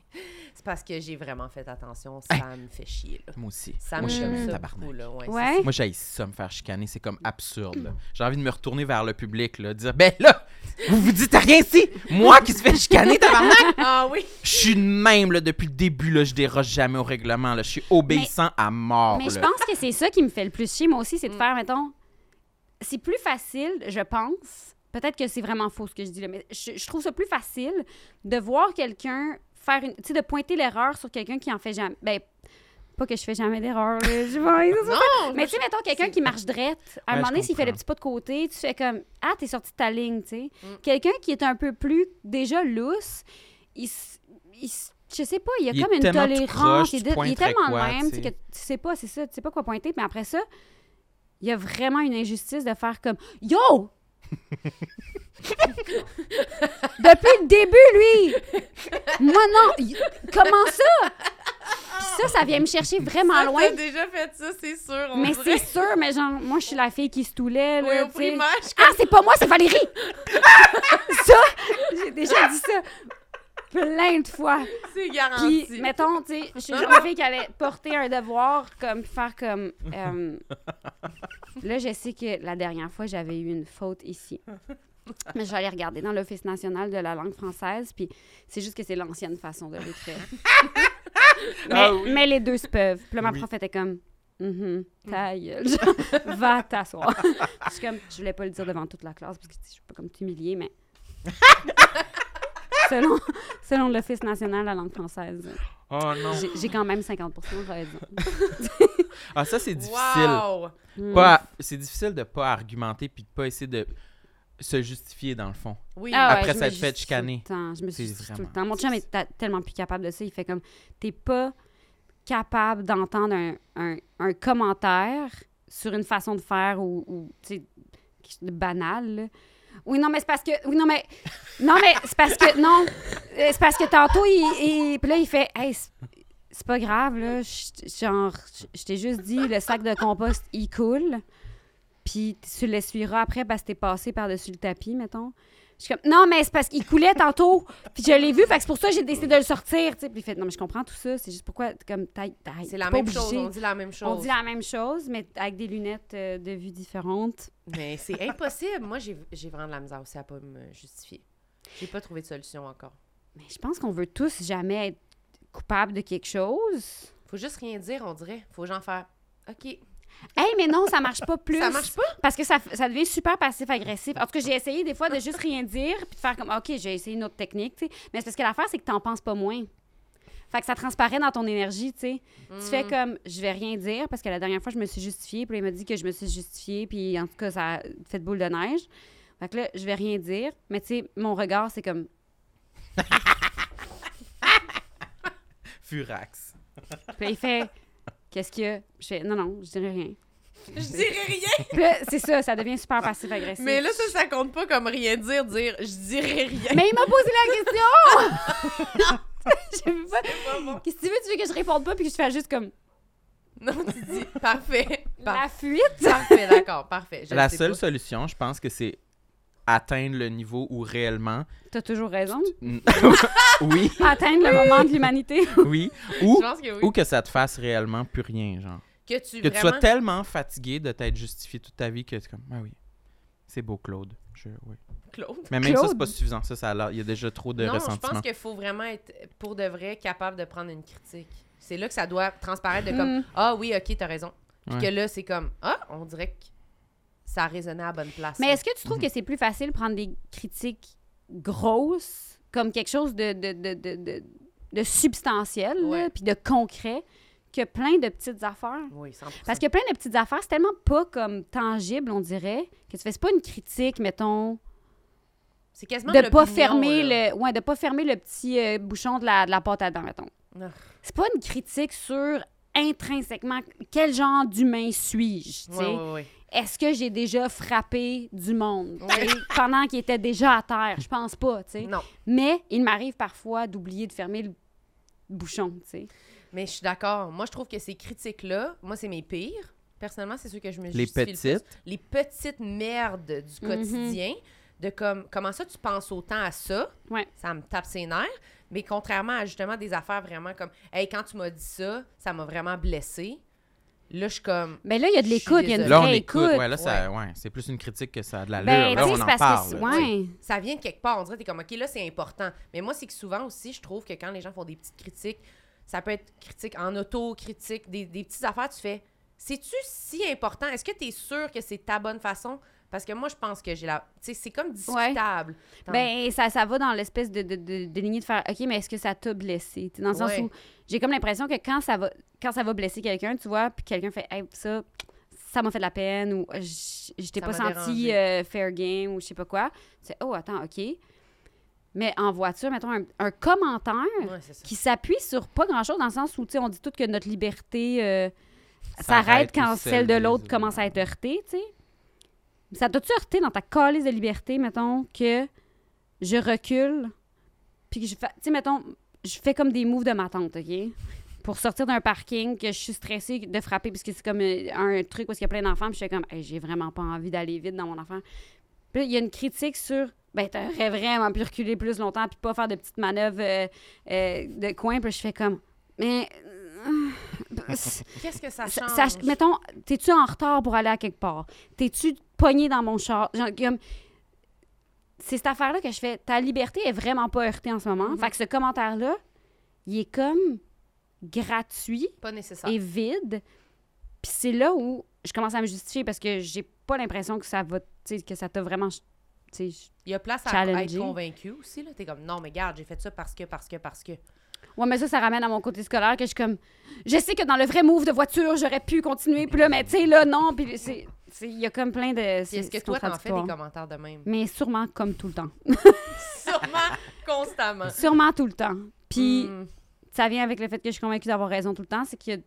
Speaker 2: c'est parce que j'ai vraiment fait attention, ça me fait chier là.
Speaker 1: Moi aussi.
Speaker 2: Ça
Speaker 1: Moi,
Speaker 2: me
Speaker 1: je suis
Speaker 2: fait
Speaker 1: un
Speaker 2: ça
Speaker 1: tabarnak.
Speaker 2: beaucoup là, ouais. c'est
Speaker 4: ouais.
Speaker 1: Moi, j'ai ça me faire chicaner, c'est comme absurde. là. J'ai envie de me retourner vers le public, là, dire Ben là, vous vous dites rien ici Moi qui se fais chicaner, tabarnak
Speaker 2: ça. Ah
Speaker 4: *laughs*
Speaker 2: oui.
Speaker 1: Je suis de même, là, depuis le début, là, je déroge jamais au règlement, là. Je suis obéissant à mort,
Speaker 4: Mais je
Speaker 1: là.
Speaker 4: pense que c'est ça qui me fait le plus chier, moi aussi,
Speaker 2: Mm.
Speaker 4: c'est de faire, mettons, c'est plus facile, je pense. Peut-être que c'est vraiment faux ce que je dis là, mais je, je trouve ça plus facile de voir quelqu'un faire une. Tu sais, de pointer l'erreur sur quelqu'un qui en fait jamais. Ben, pas que je fais jamais d'erreur, là. Je vais-
Speaker 2: Non,
Speaker 4: mais tu sais, mettons quelqu'un qui marche drette, à un
Speaker 1: Ouais,
Speaker 4: moment
Speaker 1: je
Speaker 4: donné, s'il fait le
Speaker 1: comprends.
Speaker 4: petit pas de côté, tu fais comme Ah, t'es sorti de ta ligne, tu sais.
Speaker 2: Mm.
Speaker 4: Quelqu'un qui est un peu plus déjà lousse, il, s- il s- je sais pas, il y a
Speaker 1: Il est
Speaker 4: comme une
Speaker 1: tellement tout
Speaker 4: tolérance.
Speaker 1: croche,
Speaker 4: Il, est
Speaker 1: tu
Speaker 4: de- il est
Speaker 1: pointerais
Speaker 4: tellement
Speaker 1: quoi,
Speaker 4: de même tu
Speaker 1: tu
Speaker 4: sais, que
Speaker 1: sais.
Speaker 4: tu sais pas, c'est ça, tu sais pas quoi pointer. Mais après ça, il y a vraiment une injustice de faire comme Yo! *laughs* Depuis le début, lui! Moi, non! Il- Comment ça? Puis ça, ça vient me chercher vraiment
Speaker 2: Ça,
Speaker 4: loin.
Speaker 2: t'as déjà fait ça, c'est sûr. on
Speaker 4: Mais
Speaker 2: dirait.
Speaker 4: c'est sûr, mais genre, moi, je suis la fille qui se toulait.
Speaker 2: Oui,
Speaker 4: là,
Speaker 2: au
Speaker 4: tu sais.
Speaker 2: primaire, je suis
Speaker 4: Ah, c'est pas moi, c'est Valérie! *laughs* ça, j'ai déjà dit ça plein de fois.
Speaker 2: comme, c'est garanti.
Speaker 4: Puis, mettons, tu sais,
Speaker 1: *laughs*
Speaker 4: je suis genre une fille qui allait porter un devoir, comme faire comme. euh, Là, je sais que la dernière fois, j'avais eu une faute ici. Mais j'allais regarder dans l'Office national de la langue française, puis c'est juste que c'est l'ancienne façon
Speaker 1: *laughs*
Speaker 4: de l'écrire. mais,
Speaker 1: Ah oui.
Speaker 4: mais les deux se peuvent. Puis là, ma
Speaker 1: Oui.
Speaker 4: prof était comme. Mhm, ta gueule. *laughs* Genre, va t'asseoir. je suis comme, je voulais pas le dire devant toute la classe parce que tu sais, je suis pas comme
Speaker 1: *laughs*
Speaker 4: t'humilier, mais. selon selon l'Office national de la langue française,
Speaker 1: Oh non.
Speaker 4: j'ai- j'ai quand même 50 j'aurais dit.
Speaker 1: Ah, ça, c'est difficile.
Speaker 2: Wow!
Speaker 4: Mm.
Speaker 1: Pas à- C'est difficile de pas argumenter puis de pas essayer de se justifier, dans le fond.
Speaker 2: Oui.
Speaker 4: Ah
Speaker 1: Après s'être
Speaker 4: je me
Speaker 1: fait
Speaker 4: justifie
Speaker 1: chicaner.
Speaker 4: tout le temps, Je me
Speaker 1: C'est
Speaker 4: suis justifie tout le
Speaker 1: vraiment
Speaker 4: temps. Mon chum est ta- tellement plus capable de ça. Il fait comme t'es pas capable d'entendre un, un- un commentaire sur une façon de faire ou, ou, tu sais quelque chose de banal. là. Oui, non, mais c'est parce que. Oui, non, mais. Non, mais c'est parce que. Non. Euh, C'est parce que tantôt, il. il- puis là, il fait. Hey, c'est- c'est pas grave, là. Je- Genre, je- je t'ai juste dit, le sac de compost, il coule. Puis tu l'essuieras après parce que t'es passé par-dessus le tapis, mettons. Je suis comme, non, mais c'est parce qu'il coulait tantôt. Puis je l'ai vu, fait que c'est pour ça que j'ai décidé de le sortir. tu sais. Puis il fait, non, mais je comprends tout ça. C'est juste pourquoi. Comme, t'ailles- t'ailles,
Speaker 2: C'est
Speaker 4: t'es
Speaker 2: la
Speaker 4: pas
Speaker 2: même chose,
Speaker 4: obligé.
Speaker 2: on dit la même chose.
Speaker 4: On dit la même chose, mais avec des lunettes euh, de vue différentes.
Speaker 2: Mais c'est impossible. Moi, j'ai j'ai vraiment de la misère aussi à pas me justifier. J'ai pas trouvé de solution encore.
Speaker 4: Mais je pense qu'on veut tous jamais être coupable de quelque chose.
Speaker 2: Faut juste rien dire, on dirait. Faut genre faire OK.
Speaker 4: Hey, mais non, ça marche pas plus.
Speaker 2: Ça marche pas?
Speaker 4: Parce que ça, f- ça devient super passif-agressif. En tout cas, j'ai essayé des fois de juste rien dire puis de faire comme OK, j'ai essayé une autre technique, tu sais. Mais c'est parce que l'affaire, c'est que t'en penses pas moins. Fait que ça transparaît dans ton énergie, tu sais. Tu
Speaker 2: Mm.
Speaker 4: fais comme je vais rien dire parce que la dernière fois, je me suis justifiée, puis là, il m'a dit que je me suis justifiée, puis en tout cas, ça a fait de boule de neige. Fait que là, je vais rien dire, mais tu sais, mon regard, c'est comme
Speaker 1: Furax.
Speaker 4: Puis là, il fait *laughs* Qu'est-ce qu'il y a Je fais Non, non, je dirais rien.
Speaker 2: Je dirais rien.
Speaker 4: Puis là, c'est ça, ça devient super passif-agressif.
Speaker 2: *laughs* Mais là, ça, ça compte pas comme rien dire, dire je dirais rien. *laughs*
Speaker 4: Mais il m'a posé la *laughs* question Je veux pas. Qu'est-ce que tu veux Tu veux que je réponde pas puis que je fasse juste comme
Speaker 2: Non, tu dis parfait.
Speaker 4: La
Speaker 2: Par-
Speaker 4: fuite
Speaker 2: Parfait, d'accord, parfait. Je
Speaker 1: La
Speaker 2: sais
Speaker 1: seule
Speaker 2: pas.
Speaker 1: solution, je pense que c'est atteindre le niveau où réellement.
Speaker 4: T'as toujours raison. *laughs*
Speaker 2: *laughs*
Speaker 1: *laughs* oui,
Speaker 4: Atteindre le moment de *laughs* l'humanité.
Speaker 1: oui. Ou,
Speaker 2: Je pense que oui.
Speaker 1: ou que ça te fasse réellement plus rien, genre.
Speaker 2: Que tu,
Speaker 1: Que tu
Speaker 2: vraiment...
Speaker 1: sois tellement fatigué de t'être justifié toute ta vie que tu es comme, ah oui, c'est beau, Claude. Je- oui.
Speaker 2: Claude.
Speaker 1: Mais même ça, c'est
Speaker 4: Claude?
Speaker 1: pas suffisant. Ça, ça a l'air- il y a déjà trop de
Speaker 2: non, je
Speaker 1: ressentiments.
Speaker 2: pense qu'il faut vraiment être, pour de vrai, capable de prendre une critique. C'est là que ça doit transparaître de comme
Speaker 4: Mm.
Speaker 2: Ah oui, ok, t'as raison. Puis
Speaker 1: Ouais.
Speaker 2: que là, c'est comme Ah, on dirait que ça a résonné à la bonne place.
Speaker 4: Mais est-ce que tu trouves que c'est plus facile de prendre des critiques grosses comme quelque chose de, de, de, de, de- de substantiel là,
Speaker 2: Ouais.
Speaker 4: puis de concret que plein de petites affaires
Speaker 2: Oui, 100%.
Speaker 4: Parce que plein de petites affaires, c'est tellement pas comme tangible, on dirait, que tu fais c'est pas une critique, mettons,
Speaker 2: c'est quasiment
Speaker 4: de pas
Speaker 2: l'opinion,
Speaker 4: fermer
Speaker 2: là.
Speaker 4: le, ouais, de pas fermer le petit euh, bouchon de la, de la pâte à dents, mettons.
Speaker 2: Ah.
Speaker 4: C'est pas une critique sur intrinsèquement quel genre d'humain suis-je, tu sais.
Speaker 2: Ouais, ouais, ouais.
Speaker 4: Est-ce que j'ai déjà frappé du monde
Speaker 2: Oui.
Speaker 4: tu sais, *laughs* pendant qu'il était déjà à terre Je pense pas, tu sais.
Speaker 2: Non,
Speaker 4: Mais il m'arrive parfois d'oublier de fermer le bouchon, tu sais.
Speaker 2: mais je suis d'accord. Moi, je trouve que ces critiques-là, moi, c'est mes pires. Personnellement, c'est ceux que je me
Speaker 1: Les
Speaker 2: justifie le plus.
Speaker 1: petites.
Speaker 2: Les petites merdes du
Speaker 4: Mhm.
Speaker 2: quotidien. De comme, comment ça, tu penses autant à ça?
Speaker 4: Ouais.
Speaker 2: Ça me tape ses nerfs. Mais contrairement à justement des affaires vraiment comme, hey, quand tu m'as dit ça, ça m'a vraiment blessée. Là, je suis comme,
Speaker 4: Mais là il y a de
Speaker 2: Je suis
Speaker 4: l'écoute, il y a une
Speaker 2: désolée.
Speaker 1: Là, on
Speaker 4: vraie
Speaker 1: écoute.
Speaker 4: écoute.
Speaker 1: Ouais, là, ça, ouais, c'est plus une critique que ça a de l'allure.
Speaker 4: Ben,
Speaker 1: là,
Speaker 4: tu sais,
Speaker 1: on
Speaker 4: c'est
Speaker 1: en
Speaker 4: parce
Speaker 1: parle.
Speaker 4: que c'est-
Speaker 1: là, tu sais.
Speaker 4: ouais.
Speaker 2: ça vient de quelque part. On dirait que t'es comme, OK, là, c'est important. Mais moi, c'est que souvent aussi, je trouve que quand les gens font des petites critiques, ça peut être critique en auto, critique, des, des petites affaires, tu fais, c'est-tu si important? Est-ce que tu es sûr que c'est ta bonne façon? Parce que moi, je pense que j'ai la. Tu sais, c'est comme discutable. T'en-
Speaker 4: Ben, ça, ça va dans l'espèce de, de, de, de lignée de faire OK, mais est-ce que ça t'a blessé? Tu sais, dans le sens
Speaker 2: Ouais.
Speaker 4: où j'ai comme l'impression que quand ça va quand ça va blesser quelqu'un, tu vois, puis quelqu'un fait Hey, ça, ça m'a fait de la peine ou J- je t'ai
Speaker 2: Ça
Speaker 4: pas
Speaker 2: m'a
Speaker 4: senti
Speaker 2: dérangé.
Speaker 4: euh, fair game ou je sais pas quoi. Tu sais, oh, attends, OK. Mais en voiture, mettons un, un commentaire
Speaker 2: Ouais, c'est ça.
Speaker 4: qui s'appuie sur pas grand-chose, dans le sens où, tu sais, on dit tout que notre liberté euh,
Speaker 1: S'arrête
Speaker 4: s'arrête quand
Speaker 1: ou
Speaker 4: celle de
Speaker 1: celle des
Speaker 4: l'autre
Speaker 1: autres.
Speaker 4: commence à être heurtée, tu sais. Ça t'a-tu heurté dans ta calice de liberté, mettons, que je recule, puis que je fais. Tu sais, mettons, je fais comme des moves de ma tante, OK? Pour sortir d'un parking, que je suis stressée de frapper, parce que c'est comme euh, un truc où il y a plein d'enfants, puis je fais comme, Hey, j'ai vraiment pas envie d'aller vite dans mon enfant. Puis là, il y a une critique sur. Ben, t'aurais vraiment pu reculer plus longtemps, puis pas faire de petites manœuvres euh, euh, de coin. Puis là, je fais comme. Mais. euh,
Speaker 2: Qu'est-ce que ça
Speaker 4: Ça-
Speaker 2: change?
Speaker 4: ça- mettons, t'es-tu en retard pour aller à quelque part? T'es-tu pogné dans mon char? Genre, comme- C'est cette affaire-là que je fais. Ta liberté est vraiment pas heurtée en ce moment. Fait que ce commentaire-là, il est comme gratuit
Speaker 2: Pas nécessaire.
Speaker 4: et vide. Puis c'est là où je commence à me justifier parce que j'ai pas l'impression que ça va, tu sais, que ça t'a vraiment, tu sais, je-
Speaker 2: Il y a place à, à être
Speaker 4: Challenger.
Speaker 2: convaincu aussi. là. T'es comme, non, mais regarde, j'ai fait ça parce que, parce que, parce que.
Speaker 4: Ouais, mais ça, ça ramène à mon côté scolaire que je suis comme, je sais que dans le vrai move de voiture, j'aurais pu continuer, puis là, mais tu sais, là, non, puis c'est, c'est- il y a comme plein de.
Speaker 2: Puis Est-ce que
Speaker 4: c'est
Speaker 2: toi, t'en fais
Speaker 4: contradictoire.
Speaker 2: des commentaires de même? *laughs*
Speaker 4: mais sûrement comme tout le temps.
Speaker 2: Sûrement, constamment.
Speaker 4: Sûrement tout le temps. *laughs* Puis
Speaker 2: Mm.
Speaker 4: ça vient avec le fait que je suis convaincue d'avoir raison tout le temps, c'est qu'il y a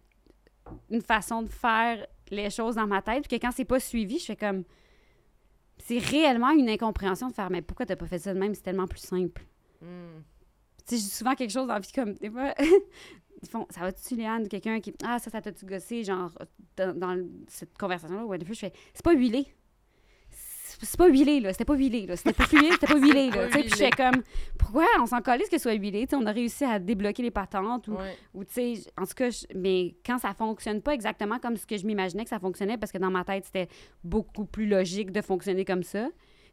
Speaker 4: une façon de faire les choses dans ma tête, puis que quand c'est pas suivi, je fais comme c'est réellement une incompréhension de faire mais pourquoi t'as pas fait ça de même, c'est tellement plus simple.
Speaker 2: Mm.
Speaker 4: Tu sais, je dis souvent quelque chose dans la vie comme des fois *laughs* ils font ça va-tu Léane quelqu'un qui ah ça ça t'a-tu gossé genre dans, dans cette conversation là ou whatever, je fais c'est pas huilé. C'est c'est pas huilé, là. C'était pas huilé, là. C'était pas fluide, c'était pas huilé, là.
Speaker 2: *laughs* pas
Speaker 4: Tu sais, Puis je
Speaker 2: huilé.
Speaker 4: fais comme, pourquoi on s'en collait ce que ce soit huilé? Tu sais, on a réussi à débloquer les patentes ou
Speaker 2: Ouais.
Speaker 4: ou tu sais, j- en tout cas, je- mais quand ça fonctionne pas exactement comme ce que je m'imaginais que ça fonctionnait, parce que dans ma tête, c'était beaucoup plus logique de fonctionner comme ça,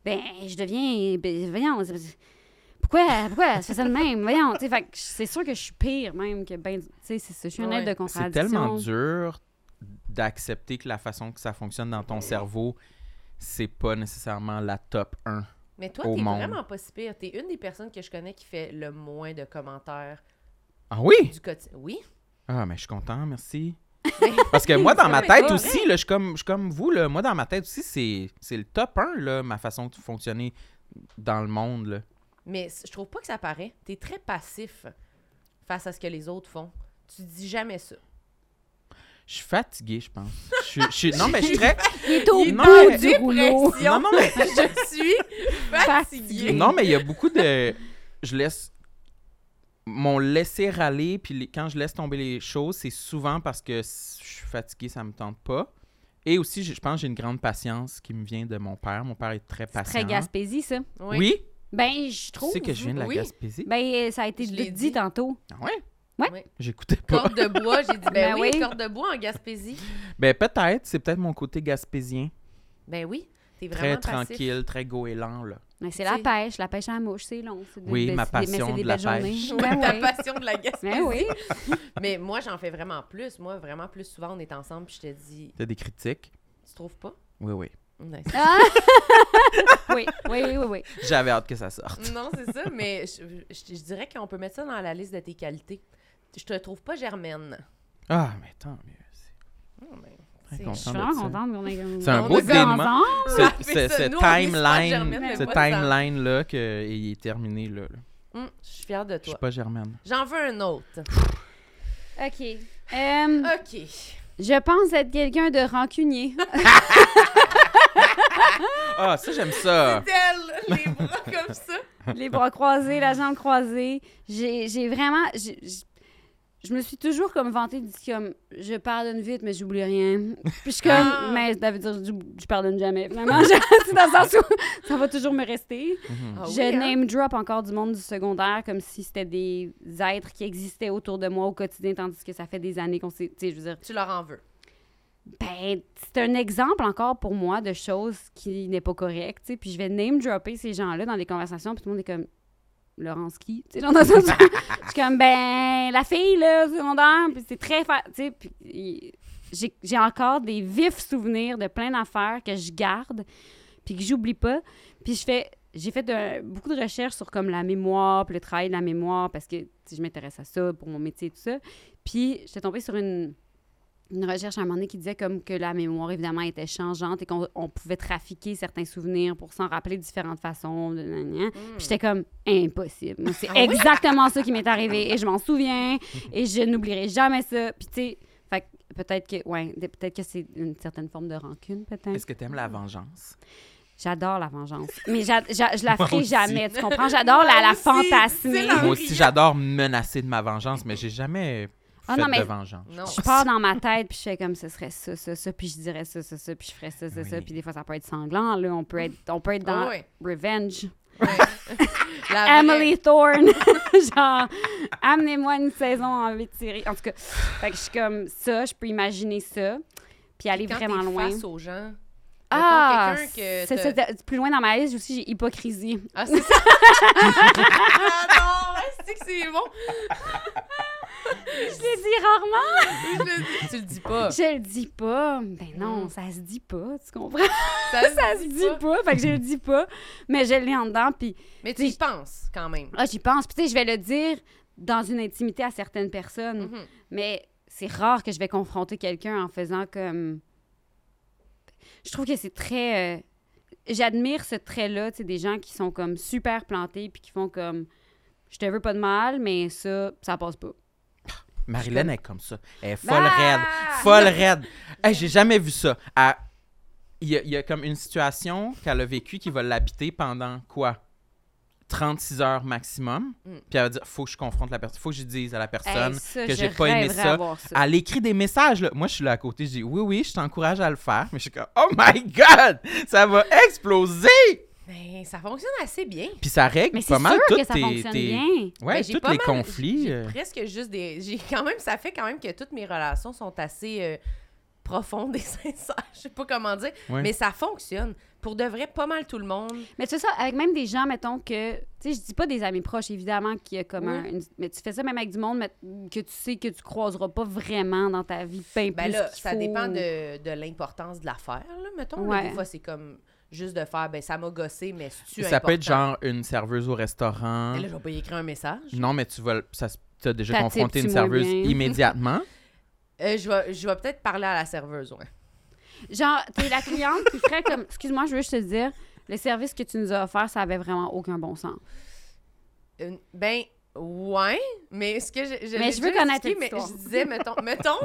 Speaker 4: ben, je deviens, ben, voyons, c'est- c'est- pourquoi, pourquoi je fais ça de même, voyons, tu sais, fait que c'est sûr que je suis pire même que, ben, tu sais, c'est ça, je suis un
Speaker 2: Ouais.
Speaker 4: être de contradiction.
Speaker 1: C'est tellement dur d'accepter que la façon que ça fonctionne dans ton cerveau, c'est pas nécessairement la top 1.
Speaker 2: Mais toi,
Speaker 1: Au
Speaker 2: t'es
Speaker 1: monde.
Speaker 2: vraiment pas si pire. T'es une des personnes que je connais qui fait le moins de commentaires
Speaker 1: Ah oui?
Speaker 2: du quotidien. Oui?
Speaker 1: Ah, mais je suis content,
Speaker 4: *laughs*
Speaker 1: merci.
Speaker 2: Mais-
Speaker 1: Parce que moi, dans ma
Speaker 2: C'est vrai,
Speaker 1: tête
Speaker 2: c'est
Speaker 1: aussi, là, je suis comme, je suis comme vous, là, moi, dans ma tête aussi, c'est c'est le top 1, là, ma façon de fonctionner dans le monde. Là.
Speaker 2: Mais c- je trouve pas que ça paraît. T'es très passif face à ce que les autres font. Tu dis jamais
Speaker 4: *laughs*
Speaker 2: ça.
Speaker 1: Je suis fatigué, je pense. Je, suis- je suis- non, mais je suis très...
Speaker 4: Il est au
Speaker 1: Il est
Speaker 4: bout
Speaker 1: dans
Speaker 4: du rouleau.
Speaker 1: Non, non,
Speaker 4: *laughs*
Speaker 1: mais...
Speaker 2: je suis fatiguée.
Speaker 4: Fatiguée.
Speaker 1: Non, mais il y a beaucoup de. Je laisse. Mon laisser aller, puis les- quand je laisse tomber les choses, c'est souvent parce que s- je suis fatigué, ça me tente pas. Et aussi, je je pense que j'ai une grande patience qui me vient de mon père. Mon père est très
Speaker 4: C'est
Speaker 1: patient.
Speaker 4: très Gaspésie, ça.
Speaker 1: Oui,
Speaker 4: Ben, je trouve.
Speaker 1: tu sais que je viens de la
Speaker 2: oui.
Speaker 1: Gaspésie.
Speaker 4: Ben, ça a été
Speaker 2: Je
Speaker 4: dit,
Speaker 2: l'ai dit.
Speaker 4: tantôt.
Speaker 1: Ah ouais?
Speaker 4: Ouais.
Speaker 2: Ouais.
Speaker 1: J'écoutais pas.
Speaker 2: Corde de bois, j'ai dit, ben,
Speaker 4: Ben
Speaker 2: oui,
Speaker 4: oui.
Speaker 2: corde de bois en Gaspésie.
Speaker 1: Ben peut-être, c'est peut-être mon côté gaspésien.
Speaker 2: Ben oui, t'es
Speaker 1: Très
Speaker 2: vraiment passif. *laughs*
Speaker 1: tranquille, très goéland, là.
Speaker 4: Mais c'est la
Speaker 2: Tu sais.
Speaker 4: pêche, la pêche à la mouche, c'est long. c'est des-
Speaker 1: Oui,
Speaker 4: ben,
Speaker 1: ma
Speaker 4: c'est des- mais
Speaker 1: passion
Speaker 4: c'est des
Speaker 1: de la
Speaker 4: belles journées.
Speaker 1: pêche.
Speaker 4: Ouais,
Speaker 2: *laughs* Ta
Speaker 4: ouais.
Speaker 2: passion de la Gaspésie.
Speaker 4: Ben oui.
Speaker 2: Mais moi, j'en fais vraiment plus. Moi, vraiment plus souvent, on est ensemble, puis je te dis,
Speaker 1: T'as des critiques?
Speaker 2: tu trouves pas?
Speaker 1: Oui, oui.
Speaker 2: Nice.
Speaker 4: Ah! oui, oui, oui, oui.
Speaker 1: J'avais hâte que ça sorte.
Speaker 2: *laughs* Non, c'est ça, mais je, je- je dirais qu'on peut mettre ça dans la liste de tes qualités. Je te trouve pas germaine.
Speaker 1: Ah, mais tant mieux. C'est-
Speaker 2: Non, mais
Speaker 1: Très
Speaker 2: c'est-
Speaker 1: content.
Speaker 4: Je suis
Speaker 1: de
Speaker 4: vraiment
Speaker 1: ça.
Speaker 4: contente qu'on ait comme-
Speaker 1: C'est un
Speaker 4: On
Speaker 2: beau
Speaker 4: a fait
Speaker 1: dénouement.
Speaker 4: ensemble.
Speaker 1: ce,
Speaker 2: Ah, mais
Speaker 1: ce-
Speaker 2: ça,
Speaker 1: ce
Speaker 2: nous, on est sur la germaine,
Speaker 1: timeline, ce
Speaker 2: pas de sang.
Speaker 1: timeline là que il est terminé là. là.
Speaker 2: Hum, je suis fière de
Speaker 1: Je suis
Speaker 2: toi.
Speaker 1: pas germaine.
Speaker 2: J'en veux un autre.
Speaker 1: *laughs*
Speaker 4: OK. Euh,
Speaker 2: OK.
Speaker 4: je pense être quelqu'un de rancunier.
Speaker 1: Ah ça j'aime ça.
Speaker 2: D'elle, les bras comme ça.
Speaker 4: Les bras croisés, la jambe croisée. J'ai j'ai vraiment... j'ai- j'ai- Je me suis toujours comme vantée de dire comme je pardonne vite mais j'oublie rien. Puis je suis comme
Speaker 2: Ah.
Speaker 4: mais ça veut dire je, je pardonne jamais. Vraiment, *laughs* je- c'est dans le sens où ça va toujours me rester.
Speaker 1: Mhm.
Speaker 2: Ah oui,
Speaker 4: je
Speaker 2: hein?
Speaker 4: name drop encore du monde du secondaire comme si c'était des êtres qui existaient autour de moi au quotidien tandis que ça fait des années qu'on s'est tu sais je veux dire
Speaker 2: Tu leur en veux.
Speaker 4: Ben, c'est un exemple encore pour moi de choses qui n'est pas correcte, tu sais. Puis je vais name dropper ces gens-là dans les conversations, puis tout le monde est comme Laurence qui, tu sais, genre dans le sens
Speaker 2: *laughs*
Speaker 4: où- je suis comme ben la fille là secondaire, puis c'est très fa- tu sais, puis il- j'ai j'ai encore des vifs souvenirs de plein d'affaires que je garde, puis que j'oublie pas, puis je fais j'ai fait de- beaucoup de recherches sur comme la mémoire, puis le travail de la mémoire parce que tu sais, je m'intéresse à ça pour mon métier et tout ça. Puis j'étais tombée sur une une recherche à un moment donné qui disait comme que la mémoire, évidemment, était changeante et qu'on on pouvait trafiquer certains souvenirs pour s'en rappeler de différentes façons. gna, gna, gna. Puis j'étais comme, impossible. Moi, C'est
Speaker 2: Ah oui?
Speaker 4: exactement ça qui m'est arrivé et je m'en souviens et je n'oublierai jamais ça. Puis tu sais, fait que Peut-être que, ouais, de- peut-être que c'est une certaine forme de rancune, peut-être.
Speaker 1: Est-ce que t'aimes la vengeance?
Speaker 4: J'adore la vengeance. Mais j'a- j'a- je la
Speaker 1: Moi
Speaker 4: ferai
Speaker 1: aussi.
Speaker 4: jamais, tu comprends? J'adore la, la
Speaker 2: Moi aussi, c'est
Speaker 4: fantasmer.
Speaker 2: la- Ah,
Speaker 1: Moi
Speaker 2: oui.
Speaker 1: aussi, j'adore menacer de ma vengeance, mais j'ai jamais
Speaker 4: Ah,
Speaker 1: fait
Speaker 4: non, mais-
Speaker 1: de vengeance.
Speaker 2: Non.
Speaker 4: Je pars dans ma tête, puis je fais comme ce serait ça, ça, ça, puis je dirais ça, ça, ça, puis je ferais ça, ça, ça,
Speaker 1: Oui.
Speaker 4: puis des fois ça peut être sanglant, là, on peut être, on peut être dans
Speaker 2: Ah ouais.
Speaker 4: revenge.
Speaker 2: *laughs* La *laughs*
Speaker 4: Emily Thorne, *laughs* genre, amenez-moi une saison en huit séries. En tout cas, fait que je suis comme ça, je peux imaginer ça, puis aller
Speaker 2: Quand
Speaker 4: vraiment
Speaker 2: t'es
Speaker 4: loin.
Speaker 2: face aux gens.
Speaker 4: Ah,
Speaker 2: mettons quelqu'un que
Speaker 4: c'est
Speaker 2: t'as-
Speaker 4: ça, t'as- plus loin dans ma liste aussi, j'ai hypocrisie.
Speaker 2: Ah, c'est
Speaker 4: *laughs*
Speaker 2: ça! ah non, ouais, c'est que c'est bon!
Speaker 4: Je le dis rarement.
Speaker 2: Je le dis, tu le dis pas.
Speaker 4: Je le dis pas. Ben non, ça se dit pas, tu *laughs* comprends?
Speaker 2: Ça,
Speaker 4: Ça se dit pas, fait que je le dis pas, mais je l'ai en dedans, puis
Speaker 2: Mais tu y penses quand même.
Speaker 4: Ah, j'y pense. Puis, tu sais, je vais le dire dans une intimité à certaines personnes,
Speaker 2: Mhm.
Speaker 4: mais c'est rare que je vais confronter quelqu'un en faisant comme. Je trouve que c'est très. euh, J'admire ce trait-là, tu sais, des gens qui sont comme super plantés puis qui font comme. Je te veux pas de mal, mais ça, ça passe pas.
Speaker 1: Marilyn est comme ça. Elle est folle
Speaker 4: Ah!
Speaker 1: raide. Folle raide. Hey, j'ai jamais vu ça. Elle- Il y, a, il y a comme une situation qu'elle a vécue qui va l'habiter pendant quoi? 36 heures maximum.
Speaker 2: Mm.
Speaker 1: Puis elle va dire, faut que je confronte la personne, faut que je dise à la personne
Speaker 4: Hey, ça,
Speaker 1: que
Speaker 4: je
Speaker 1: j'ai pas aimé
Speaker 4: rêverais
Speaker 1: ça.
Speaker 4: avoir ça.
Speaker 1: Elle écrit des messages. Là. Moi, je suis là à côté, je dis, oui, oui, je t'encourage à le faire. Mais je suis comme, oh my God, ça va exploser.
Speaker 2: Mais Ben, ça fonctionne assez bien.
Speaker 1: Puis ça règle
Speaker 4: Mais c'est
Speaker 1: pas mal
Speaker 4: sûr
Speaker 1: toutes
Speaker 4: que ça
Speaker 1: tes-
Speaker 4: fonctionne
Speaker 1: tes-
Speaker 4: bien.
Speaker 1: Ouais,
Speaker 2: Ben, j'ai
Speaker 1: tous
Speaker 2: pas
Speaker 1: les
Speaker 2: mal-
Speaker 1: conflits.
Speaker 2: j'ai
Speaker 1: euh,
Speaker 2: Presque juste des. J'ai quand même. Ça fait quand même que toutes mes relations sont assez euh, profondes et *laughs* sincères. Je sais pas comment dire.
Speaker 1: Ouais.
Speaker 2: Mais ça fonctionne. Pour de vrai, pas mal tout le monde.
Speaker 4: Mais tu fais ça avec même des gens, mettons que. Tu sais, je dis pas des amis proches, évidemment, qui a comme
Speaker 2: Oui.
Speaker 4: un. une- mais tu fais ça même avec du monde mais- que tu sais que tu croiseras pas vraiment dans ta vie. Ben,
Speaker 2: Ben
Speaker 4: plus
Speaker 2: là,
Speaker 4: qu'il
Speaker 2: ça
Speaker 4: faut.
Speaker 2: dépend de, de l'importance de l'affaire, là, mettons. là.
Speaker 4: Ouais.
Speaker 2: Des fois, c'est comme juste de faire, ben ça m'a gossé, mais c'est-tu
Speaker 1: Ça peut être
Speaker 2: important?
Speaker 1: genre une serveuse au restaurant.
Speaker 2: Ben Là, je vais pas y écrire un message.
Speaker 1: Non, mais tu vas. le- Ça, tu as déjà
Speaker 4: T'as
Speaker 1: confronté
Speaker 4: type,
Speaker 1: une
Speaker 4: tu vois
Speaker 1: serveuse
Speaker 4: bien.
Speaker 1: immédiatement.
Speaker 2: Euh, je vais, je vais peut-être parler à la serveuse, ouais.
Speaker 4: Genre, t'es la cliente qui ferait comme. Excuse-moi, je veux juste te dire, le service que tu nous as offert, ça avait vraiment aucun bon sens.
Speaker 2: Euh, ben, ouais, mais ce que je.
Speaker 4: Mais
Speaker 2: l'ai
Speaker 4: je veux
Speaker 2: déjà
Speaker 4: connaître
Speaker 2: expliqué, Mais
Speaker 4: l'histoire.
Speaker 2: je disais, mettons, *laughs* mettons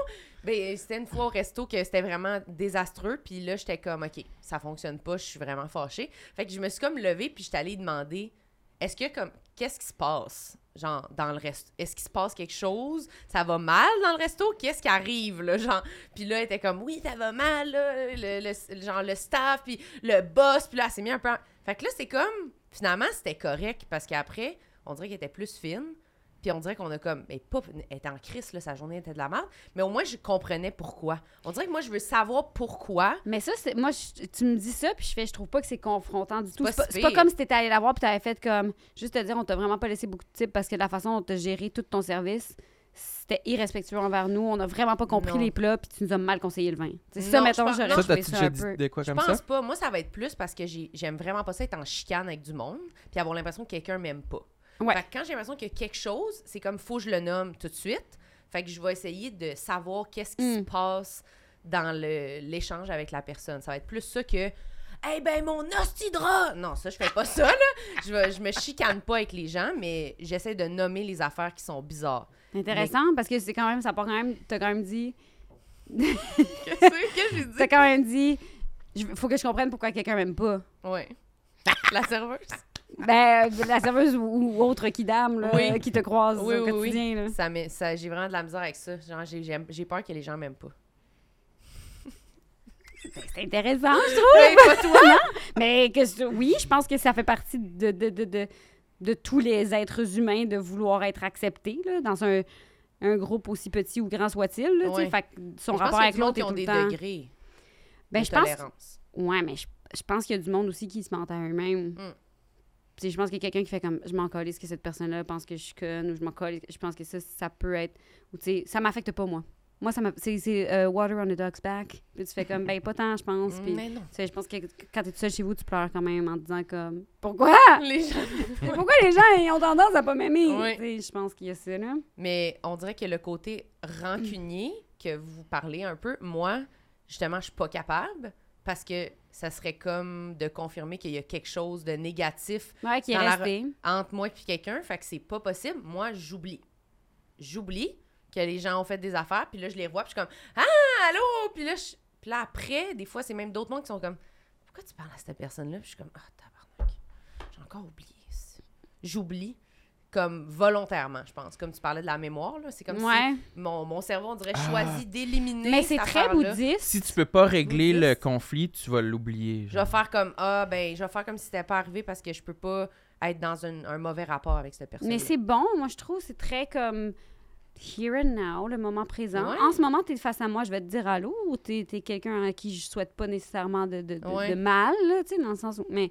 Speaker 2: ben, euh, c'était une fois au resto que c'était vraiment désastreux, puis là, j'étais comme, OK, ça fonctionne pas, je suis vraiment fâchée. Fait que je me suis comme levée, puis j'étais allée demander, est-ce que, comme, qu'est-ce qui se passe? Genre, dans le resto, est-ce qu'il se passe quelque chose? Ça va mal dans le resto? Qu'est-ce qui arrive, là? Genre, puis là, elle était comme, oui, ça va mal, là, le, le- genre, le staff, puis le boss, puis là, elle s'est mis un peu. en- Fait que là, c'est comme, finalement, c'était correct, parce qu'après, on dirait qu'elle était plus fine, puis on dirait qu'on a comme, mais pas, elle était en crise, là, sa journée était de la merde, mais au moins, je comprenais pourquoi. On dirait que moi, je veux savoir pourquoi.
Speaker 4: Mais ça, c'est. Moi, je- tu me dis ça, puis je fais, je trouve pas que c'est confrontant du tout.
Speaker 2: pas
Speaker 4: C'est pas,
Speaker 2: si
Speaker 4: c'est pas
Speaker 2: pire.
Speaker 4: comme si t'étais allé la voir, puis t'avais fait comme. Juste te dire, on t'a vraiment pas laissé beaucoup de tips parce que la façon dont t'as géré tout ton service. C'était irrespectueux envers nous, on a vraiment pas compris
Speaker 2: Non.
Speaker 4: les plats, puis tu nous as mal conseillé le vin. C'est ça,
Speaker 2: Non, je
Speaker 4: mettons,
Speaker 2: pense-
Speaker 4: j'aurais
Speaker 2: non,
Speaker 1: ça,
Speaker 4: trouvé
Speaker 1: t'as-tu
Speaker 4: ça un
Speaker 1: déjà dit
Speaker 4: peu.
Speaker 1: de quoi
Speaker 2: Je
Speaker 1: comme
Speaker 2: pense
Speaker 1: ça?
Speaker 2: pas. Moi, ça va être plus parce que j'ai- j'aime vraiment pas ça être en chicane avec du monde, puis avoir l'impression que quelqu'un m'aime pas.
Speaker 4: Ouais.
Speaker 2: Fait que quand j'ai l'impression qu'il y a quelque chose, c'est comme faut que je le nomme tout de suite. Fait que je vais essayer de savoir qu'est-ce qui se
Speaker 4: Mm.
Speaker 2: passe dans le- l'échange avec la personne. Ça va être plus ça que Eh ben mon hostie de rat! Non, ça je fais pas ça là. Je, vais- je me chicane pas avec les gens, mais j'essaie de nommer les affaires qui sont bizarres.
Speaker 4: Intéressant, parce que c'est quand même, ça part quand même, t'as quand
Speaker 2: *laughs*
Speaker 4: même dit,
Speaker 2: Qu'est-ce que j'ai
Speaker 4: t'as quand même dit, je- faut que je comprenne pourquoi quelqu'un m'aime pas.
Speaker 2: Ouais. La serveuse.
Speaker 4: Ben, euh, la serveuse ou, ou autre qui dame, là,
Speaker 2: Oui.
Speaker 4: qui te croise
Speaker 2: Oui,
Speaker 4: au
Speaker 2: oui, oui.
Speaker 4: quotidien, là.
Speaker 2: Ça, m'est- ça- j'ai vraiment de la misère avec ça. Genre, j'ai, j'aime- j'ai peur que les gens m'aiment *laughs* pas.
Speaker 4: Ben, C'est intéressant, je
Speaker 2: Mais pas toi!
Speaker 4: trouve. Mais que, je- oui, je pense que ça fait partie de, de, de, de, de tous les êtres humains de vouloir être accepté, là, dans un, un groupe aussi petit ou grand soit-il, là, tu sais.
Speaker 2: Ouais.
Speaker 4: Fait que son
Speaker 2: Mais je pense qu'il
Speaker 4: rapport
Speaker 2: y a
Speaker 4: avec
Speaker 2: du monde
Speaker 4: l'autre
Speaker 2: qui
Speaker 4: est
Speaker 2: ont
Speaker 4: tout
Speaker 2: des
Speaker 4: le temps...
Speaker 2: degrés
Speaker 4: Ben,
Speaker 2: de
Speaker 4: je pense
Speaker 2: tolérance.
Speaker 4: Ouais, mais je, je pense qu'il y a du monde aussi qui se ment à eux-mêmes.
Speaker 2: Mm.
Speaker 4: Tu sais, je pense qu'il y a quelqu'un qui fait comme je m'en colle ce que cette personne-là pense que je suis conne ou je m'en colle. Je pense que ça, ça peut être. Ou tu sais, ça m'affecte pas moi. Moi, ça m'a- c'est c'est, euh, water on the dog's back. Puis tu fais comme ben pas tant, je pense. Puis
Speaker 2: Mm. Mais non.
Speaker 4: tu sais, je pense que quand t'es tout seul chez vous, tu pleures quand même en te disant comme pourquoi
Speaker 2: Les gens...
Speaker 4: Mais pourquoi les gens ils ont tendance à pas m'aimer.
Speaker 2: Ouais.
Speaker 4: Tu sais, je pense qu'il y a ça là.
Speaker 2: Mais on dirait que le côté rancunier que vous parlez un peu, moi, justement, je suis pas capable parce que ça serait comme de confirmer qu'il y a quelque chose de négatif
Speaker 4: Ouais, qui est
Speaker 2: Dans la re-
Speaker 4: resté.
Speaker 2: entre moi et quelqu'un, fait que c'est pas possible. Moi, j'oublie. J'oublie que les gens ont fait des affaires, puis là, je les vois, puis je suis comme Ah, allô! Puis là, je- puis là, après, des fois, c'est même d'autres monde qui sont comme Pourquoi tu parles à cette personne-là? Puis je suis comme Ah, tabarnak, j'ai encore oublié. ça. J'oublie, comme volontairement, je pense. Comme tu parlais de la mémoire, là. C'est comme
Speaker 4: Ouais.
Speaker 2: si mon, mon cerveau, on dirait,
Speaker 1: Ah.
Speaker 2: choisit d'éliminer.
Speaker 4: Mais c'est
Speaker 2: cette
Speaker 4: très
Speaker 2: affaire-là.
Speaker 4: bouddhiste.
Speaker 1: Si tu peux pas régler
Speaker 2: Bouddhiste.
Speaker 1: le conflit, tu vas l'oublier.
Speaker 2: Je vais
Speaker 1: genre.
Speaker 2: faire comme Ah, ben, je vais faire comme si c'était pas arrivé parce que je peux pas être dans un, un mauvais rapport avec cette personne.
Speaker 4: Mais c'est bon, moi, je trouve. C'est très comme here and now, le moment présent.
Speaker 2: Ouais.
Speaker 4: En ce moment, tu es face à moi, je vais te dire allô ou tu es, quelqu'un à qui je souhaite pas nécessairement de, de, de-
Speaker 2: Ouais.
Speaker 4: de mal, là, tu sais, dans le sens où. Mais,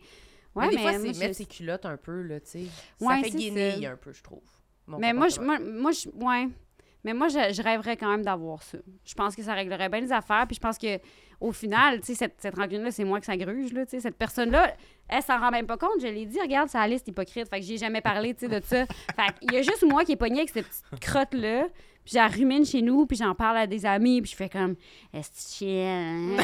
Speaker 4: ouais,
Speaker 2: mais des
Speaker 4: mais
Speaker 2: fois,
Speaker 4: moi,
Speaker 2: c'est
Speaker 4: je-
Speaker 2: mettre ses culottes un peu, là, tu sais.
Speaker 4: Ouais,
Speaker 2: ça fait
Speaker 4: c'est
Speaker 2: guignille
Speaker 4: ça.
Speaker 2: un peu, je trouve. mon
Speaker 4: Mais moi, je,
Speaker 2: *laughs* comportement.
Speaker 4: moi, moi, je, ouais. Mais moi, je, je rêverais quand même d'avoir ça. Je pense que ça réglerait bien les affaires. Puis je pense que au final, tu sais, cette, cette rancune-là, c'est moi que ça gruge. Là, tu sais. cette personne-là, elle s'en rend même pas compte. Je l'ai dit, regarde sa liste hypocrite. Fait que j'ai jamais parlé tu sais, de
Speaker 2: *laughs*
Speaker 4: ça. Fait qu'il y a juste moi qui est pognée avec cette petite crotte-là. Puis j'en rumine chez nous, puis j'en parle à des amis, puis je fais comme est-ce
Speaker 2: *laughs*
Speaker 4: que chienne?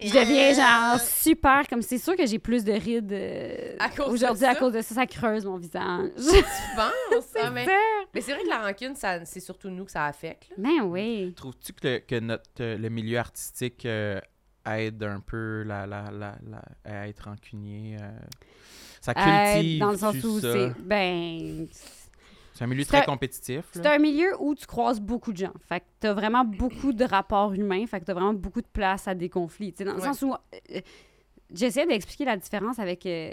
Speaker 4: Je deviens genre super comme c'est sûr que j'ai plus de rides euh,
Speaker 2: À cause de
Speaker 4: aujourd'hui à
Speaker 2: ça?
Speaker 4: cause de ça, ça creuse mon visage. *laughs*
Speaker 2: *laughs* Tu penses? Ah, mais
Speaker 4: Ça,
Speaker 2: mais c'est vrai que la rancune, ça- c'est surtout nous que ça affecte. là.
Speaker 4: Ben oui.
Speaker 1: Trouves-tu que, le- que notre, euh, le milieu artistique euh, aide un peu la, la, la, la- à être rancunier? euh, Ça
Speaker 4: Euh,
Speaker 1: cultive
Speaker 4: dans le sens où
Speaker 1: ça?
Speaker 4: c'est ben
Speaker 1: C'est un milieu
Speaker 4: c'est
Speaker 1: très
Speaker 4: un-
Speaker 1: compétitif. là.
Speaker 4: c'est un milieu où tu croises beaucoup de gens. Fait que t'as vraiment beaucoup de rapports humains. Fait que t'as vraiment beaucoup de place à des conflits. Tu sais, dans le
Speaker 2: Ouais.
Speaker 4: sens où euh, j'essayais d'expliquer la différence avec euh,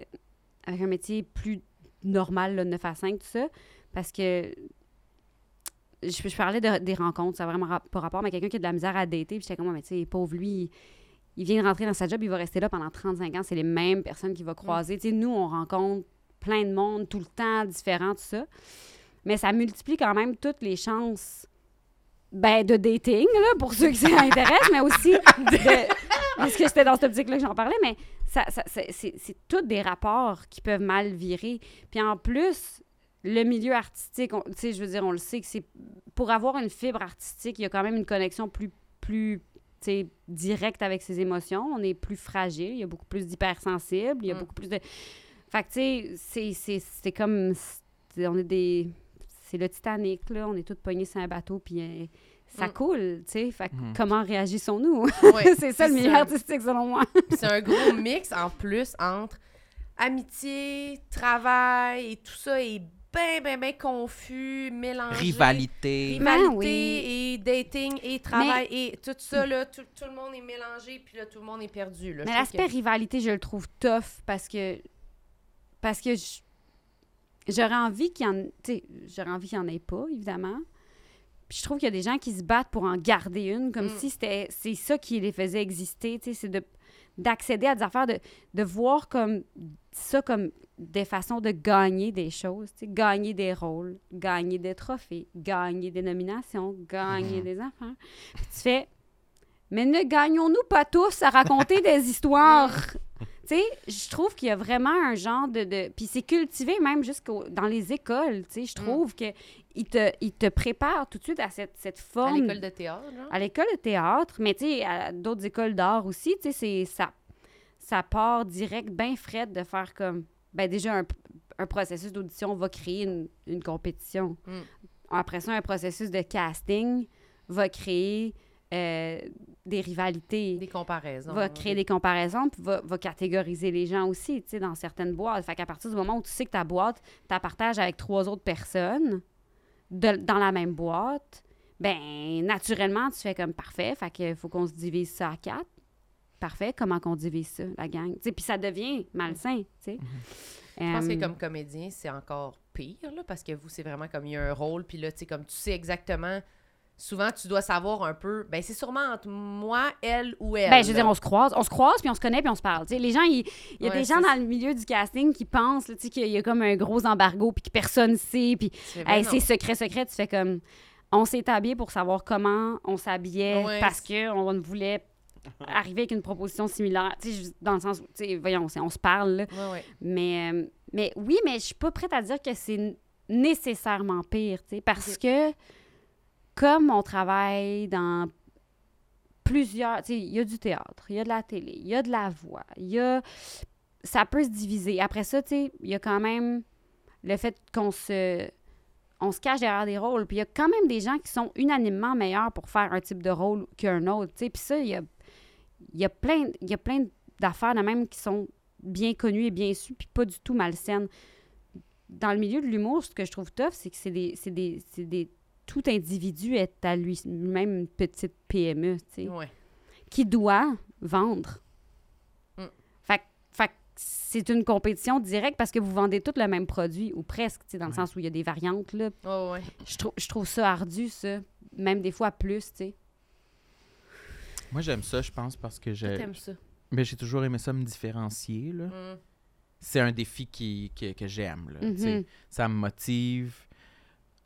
Speaker 4: avec un métier plus normal, le 9 à 5, tout ça, parce que je, je parlais de- des rencontres, ça n'a vraiment rap- pas rapport, mais quelqu'un qui a de la misère à dater, puis j'étais comme, Ah, mais tu sais, pauvre lui, il, il vient de rentrer dans sa job, il va rester là pendant 35 ans, c'est les mêmes personnes qu'il va croiser. Tu sais, nous, on rencontre plein de monde, tout le temps, différent, tout ça, mais ça multiplie quand même toutes les chances ben, de dating, là, pour ceux qui ça intéresse, mais aussi de... Parce que c'était dans cette optique-là que j'en parlais, mais ça, ça- c'est- c'est c'est tous des rapports qui peuvent mal virer. Puis en plus, le milieu artistique, on- tu sais, je veux dire, on le sait que c'est pour avoir une fibre artistique, il y a quand même une connexion plus plus tu sais, directe avec ses émotions. On est plus fragile, il y a beaucoup plus d'hypersensibles, il y a
Speaker 2: Mm.
Speaker 4: beaucoup plus de. Fait que tu sais, c'est- c'est c'est comme c'est- on est des, c'est le Titanic là, on est tous pognés sur un bateau puis euh, ça
Speaker 2: Mm.
Speaker 4: coule, tu sais. Fait que
Speaker 1: Mm.
Speaker 4: comment
Speaker 2: Ouais,
Speaker 4: réagissons-nous *laughs* C'est ça le milieu artistique selon moi.
Speaker 2: C'est un gros mix en plus entre amitié, travail et tout ça est ben, ben, ben confus, mélangé.
Speaker 1: Rivalité.
Speaker 2: Rivalité
Speaker 4: Ah oui.
Speaker 2: et dating et travail et tout ça, là, tout, tout le monde est mélangé, puis là, tout le monde est perdu. Là. Je
Speaker 4: Mais
Speaker 2: trouve que-
Speaker 4: l'aspect rivalité, je le trouve tough parce que parce que je- j'aurais envie qu'il y en tu sais, j'aurais envie qu'il y en ait pas évidemment. Puis je trouve qu'il y a des gens qui se battent pour en garder une comme
Speaker 2: Mm.
Speaker 4: si c'était c'est ça qui les faisait exister, tu sais, c'est de d'accéder à des affaires de, de voir comme ça comme des façons de gagner des choses, tu sais, gagner des rôles, gagner des trophées, gagner des nominations, gagner
Speaker 1: Mhm.
Speaker 4: des enfants. Puis tu fais mais ne gagnons-nous pas tous à
Speaker 2: *laughs*
Speaker 4: raconter des histoires? Tu sais, je trouve qu'il y a vraiment un genre de... de- Puis c'est cultivé même jusqu'au dans les écoles, tu sais.
Speaker 2: Mm.
Speaker 4: Je trouve que qu'ils te, ils te préparent tout de suite à cette, cette
Speaker 2: à
Speaker 4: forme...
Speaker 2: l'école de théâtre, genre.
Speaker 4: à l'école de théâtre, mais tu sais, à d'autres écoles d'art aussi, tu sais, c'est- ça, ça part direct, bien frais de faire comme... Ben déjà, un, un processus d'audition va créer une, une compétition.
Speaker 2: Mm.
Speaker 4: Après ça, un processus de casting va créer euh, des rivalités
Speaker 2: des comparaisons.
Speaker 4: va
Speaker 2: hein,
Speaker 4: créer des comparaisons, puis va, va catégoriser les gens aussi, tu sais, dans certaines boîtes. Fait qu'à partir du moment où tu sais que ta boîte, tu la partages avec trois autres personnes de- dans la même boîte, ben naturellement, tu fais comme parfait, fait qu'il faut qu'on se divise ça à quatre. Parfait, comment qu'on divise ça, la gang? Tu sais, puis ça devient malsain, tu sais.
Speaker 2: Mhm. Je pense
Speaker 4: Euh,
Speaker 2: que comme comédien, c'est encore pire, là, parce que vous, c'est vraiment comme il y a un rôle, puis là, tu sais, comme tu sais exactement, souvent, tu dois savoir un peu, ben c'est sûrement entre moi, elle ou elle.
Speaker 4: Ben, je veux
Speaker 2: là.
Speaker 4: dire, on se croise, on se croise, puis on se connaît, puis on se parle. Tu sais, les gens, ils- il y a
Speaker 2: Ouais,
Speaker 4: des gens
Speaker 2: c'est
Speaker 4: dans le milieu du casting qui pensent là, tu sais, qu'il y a comme un gros embargo, puis que personne sait, puis
Speaker 2: Tu fais, ben
Speaker 4: Hey,
Speaker 2: non.
Speaker 4: c'est secret, secret. Tu fais comme. On s'est habillé pour savoir comment on s'habillait
Speaker 2: Ouais,
Speaker 4: parce qu'on voulait arriver avec une proposition similaire. Tu sais, je- dans le sens où, tu sais, voyons, c'est- on se parle, là.
Speaker 2: Ouais, ouais.
Speaker 4: Mais, euh, mais oui, mais je suis pas prête à dire que c'est n- nécessairement pire, tu sais, parce que comme on travaille dans plusieurs, tu sais, il y a du théâtre, il y a de la télé, il y a de la voix, il y a ça peut se diviser. Après ça, tu sais, il y a quand même le fait qu'on se on se cache derrière des rôles. Puis il y a quand même des gens qui sont unanimement meilleurs pour faire un type de rôle qu'un autre. tu sais. Puis ça, il y a, il y a plein, il y a plein d'affaires de même qui sont bien connues et bien sues, puis pas du tout malsaines. Dans le milieu de l'humour, ce que je trouve tough, c'est que c'est des, c'est des, c'est des- tout individu est à lui- lui-même une petite PME, tu sais
Speaker 2: Ouais.
Speaker 4: qui doit vendre.
Speaker 2: Mm.
Speaker 4: Fait, que- fait que c'est une compétition directe parce que vous vendez tous le même produit, ou presque, tu sais, dans le sens où il y a des variantes. Là.
Speaker 2: Ouais, ouais.
Speaker 4: Je, trou- je trouve ça ardu, ça. Même des fois plus, tu sais.
Speaker 1: Moi, j'aime ça, je pense, parce que je-
Speaker 2: T'aimes ça.
Speaker 1: mais j'ai toujours aimé ça me différencier. Là.
Speaker 2: Mm.
Speaker 1: C'est un défi qui, que- que j'aime. là,
Speaker 4: Mhm.
Speaker 1: tu sais. Ça me motive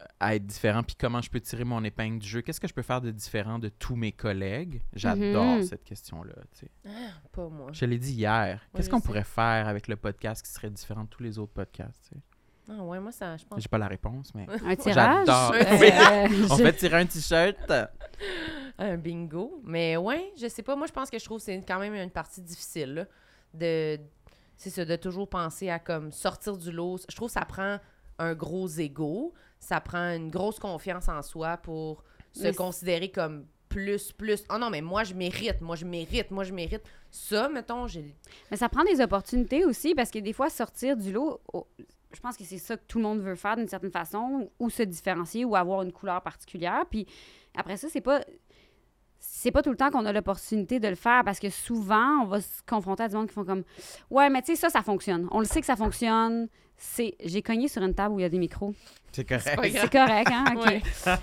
Speaker 1: euh, à être différent. Puis comment je peux tirer mon épingle du jeu? Qu'est-ce que je peux faire de différent de tous mes collègues? J'adore
Speaker 4: Mhm.
Speaker 1: cette question-là. tu sais.
Speaker 2: Pas moi.
Speaker 1: Je l'ai dit hier. Qu'est-ce
Speaker 2: je
Speaker 1: qu'on
Speaker 2: sais.
Speaker 1: pourrait faire avec le podcast qui serait différent de tous les autres podcasts? tu sais?
Speaker 2: Ah ouais, moi, ça, je pense.
Speaker 1: J'ai pas la réponse,
Speaker 2: *laughs*
Speaker 1: mais
Speaker 4: Un
Speaker 1: *laughs*
Speaker 4: tirage.
Speaker 1: j'adore.
Speaker 4: Euh,
Speaker 1: on
Speaker 4: je-
Speaker 1: fait tirer un t-shirt.
Speaker 2: Un bingo. Mais ouais, je sais pas. Moi, je pense que je trouve que c'est quand même une partie difficile là, de c'est ça, de toujours penser à comme sortir du lot. Je trouve que ça prend un gros ego, ça prend une grosse confiance en soi pour se
Speaker 4: Mais c'est-
Speaker 2: considérer comme plus, plus. Oh non, mais moi, je mérite, moi, je mérite, moi, je mérite. Ça, mettons, j'ai.
Speaker 4: Mais ça prend des opportunités aussi parce que des fois, sortir du lot, oh, je pense que c'est ça que tout le monde veut faire d'une certaine façon, ou se différencier, ou avoir une couleur particulière. Puis après ça, c'est pas. C'est pas tout le temps qu'on a l'opportunité de le faire parce que souvent, on va se confronter à du monde qui font comme Ouais, mais tu sais, ça, ça fonctionne. On le sait que ça fonctionne. C'est... J'ai cogné sur une table où il y a des micros.
Speaker 1: C'est correct.
Speaker 2: pas grave.
Speaker 4: C'est correct, hein? OK.
Speaker 2: Ouais.
Speaker 1: Ah.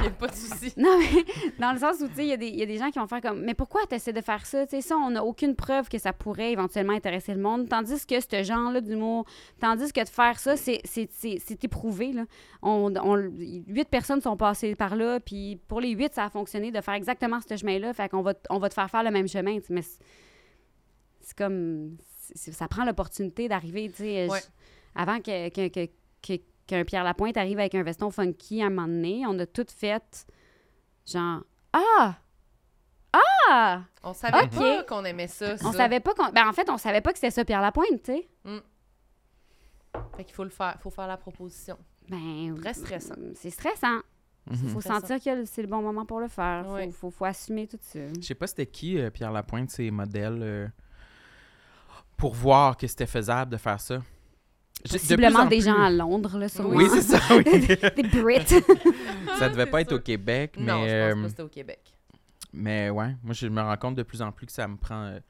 Speaker 2: Y a pas de souci.
Speaker 4: *laughs* Non, mais dans le sens où, tu sais, il y, a des- il y a des gens qui vont faire comme, mais pourquoi tu essaies de faire ça? Tu sais, ça, on n'a aucune preuve que ça pourrait éventuellement intéresser le monde. Tandis que ce genre-là d'humour, tandis que de faire ça, c'est c'est- c'est- c'est éprouvé, là. On, on- huit personnes sont passées par là, puis pour les huit, ça a fonctionné de faire exactement ce chemin-là. Fait qu'on va, t- on va te faire faire le même chemin, tu sais, mais c'est- c'est comme, c'est- ça prend l'opportunité d'arriver, tu sais. je-
Speaker 2: Ouais.
Speaker 4: Avant que- que- que- que- qu'un Pierre Lapointe arrive avec un veston funky à un moment donné, on a toutes fait genre ah ah
Speaker 2: On savait
Speaker 4: Ok.
Speaker 2: pas qu'on aimait ça.
Speaker 4: on
Speaker 2: ça.
Speaker 4: savait pas qu'on ben en fait on savait pas que c'était ça Pierre Lapointe tu sais
Speaker 2: Fait qu'il faut le faire, faut faire la proposition.
Speaker 4: ben
Speaker 2: Très stressant.
Speaker 4: c'est stressant
Speaker 1: Mhm.
Speaker 4: faut
Speaker 2: Stressant.
Speaker 4: sentir que c'est le bon moment pour le faire
Speaker 2: Ouais.
Speaker 4: faut, faut, faut assumer tout ça
Speaker 1: Je sais pas c'était qui, euh, Pierre Lapointe, ses modèles, euh, pour voir que c'était faisable de faire ça. Je- de plus
Speaker 4: Possiblement
Speaker 1: en
Speaker 4: des
Speaker 1: plus-
Speaker 4: gens à Londres là sûrement.
Speaker 1: Oui, c'est ça,
Speaker 2: *laughs*
Speaker 1: oui.
Speaker 4: des
Speaker 1: *laughs*
Speaker 4: Brits *laughs*
Speaker 1: ça devait
Speaker 2: C'est
Speaker 1: pas être
Speaker 2: sûr.
Speaker 1: au Québec, mais,
Speaker 2: Non, je pense pas
Speaker 1: euh,
Speaker 2: que c'était au Québec.
Speaker 1: mais ouais, moi je me rends compte de plus en plus que ça me prend... euh,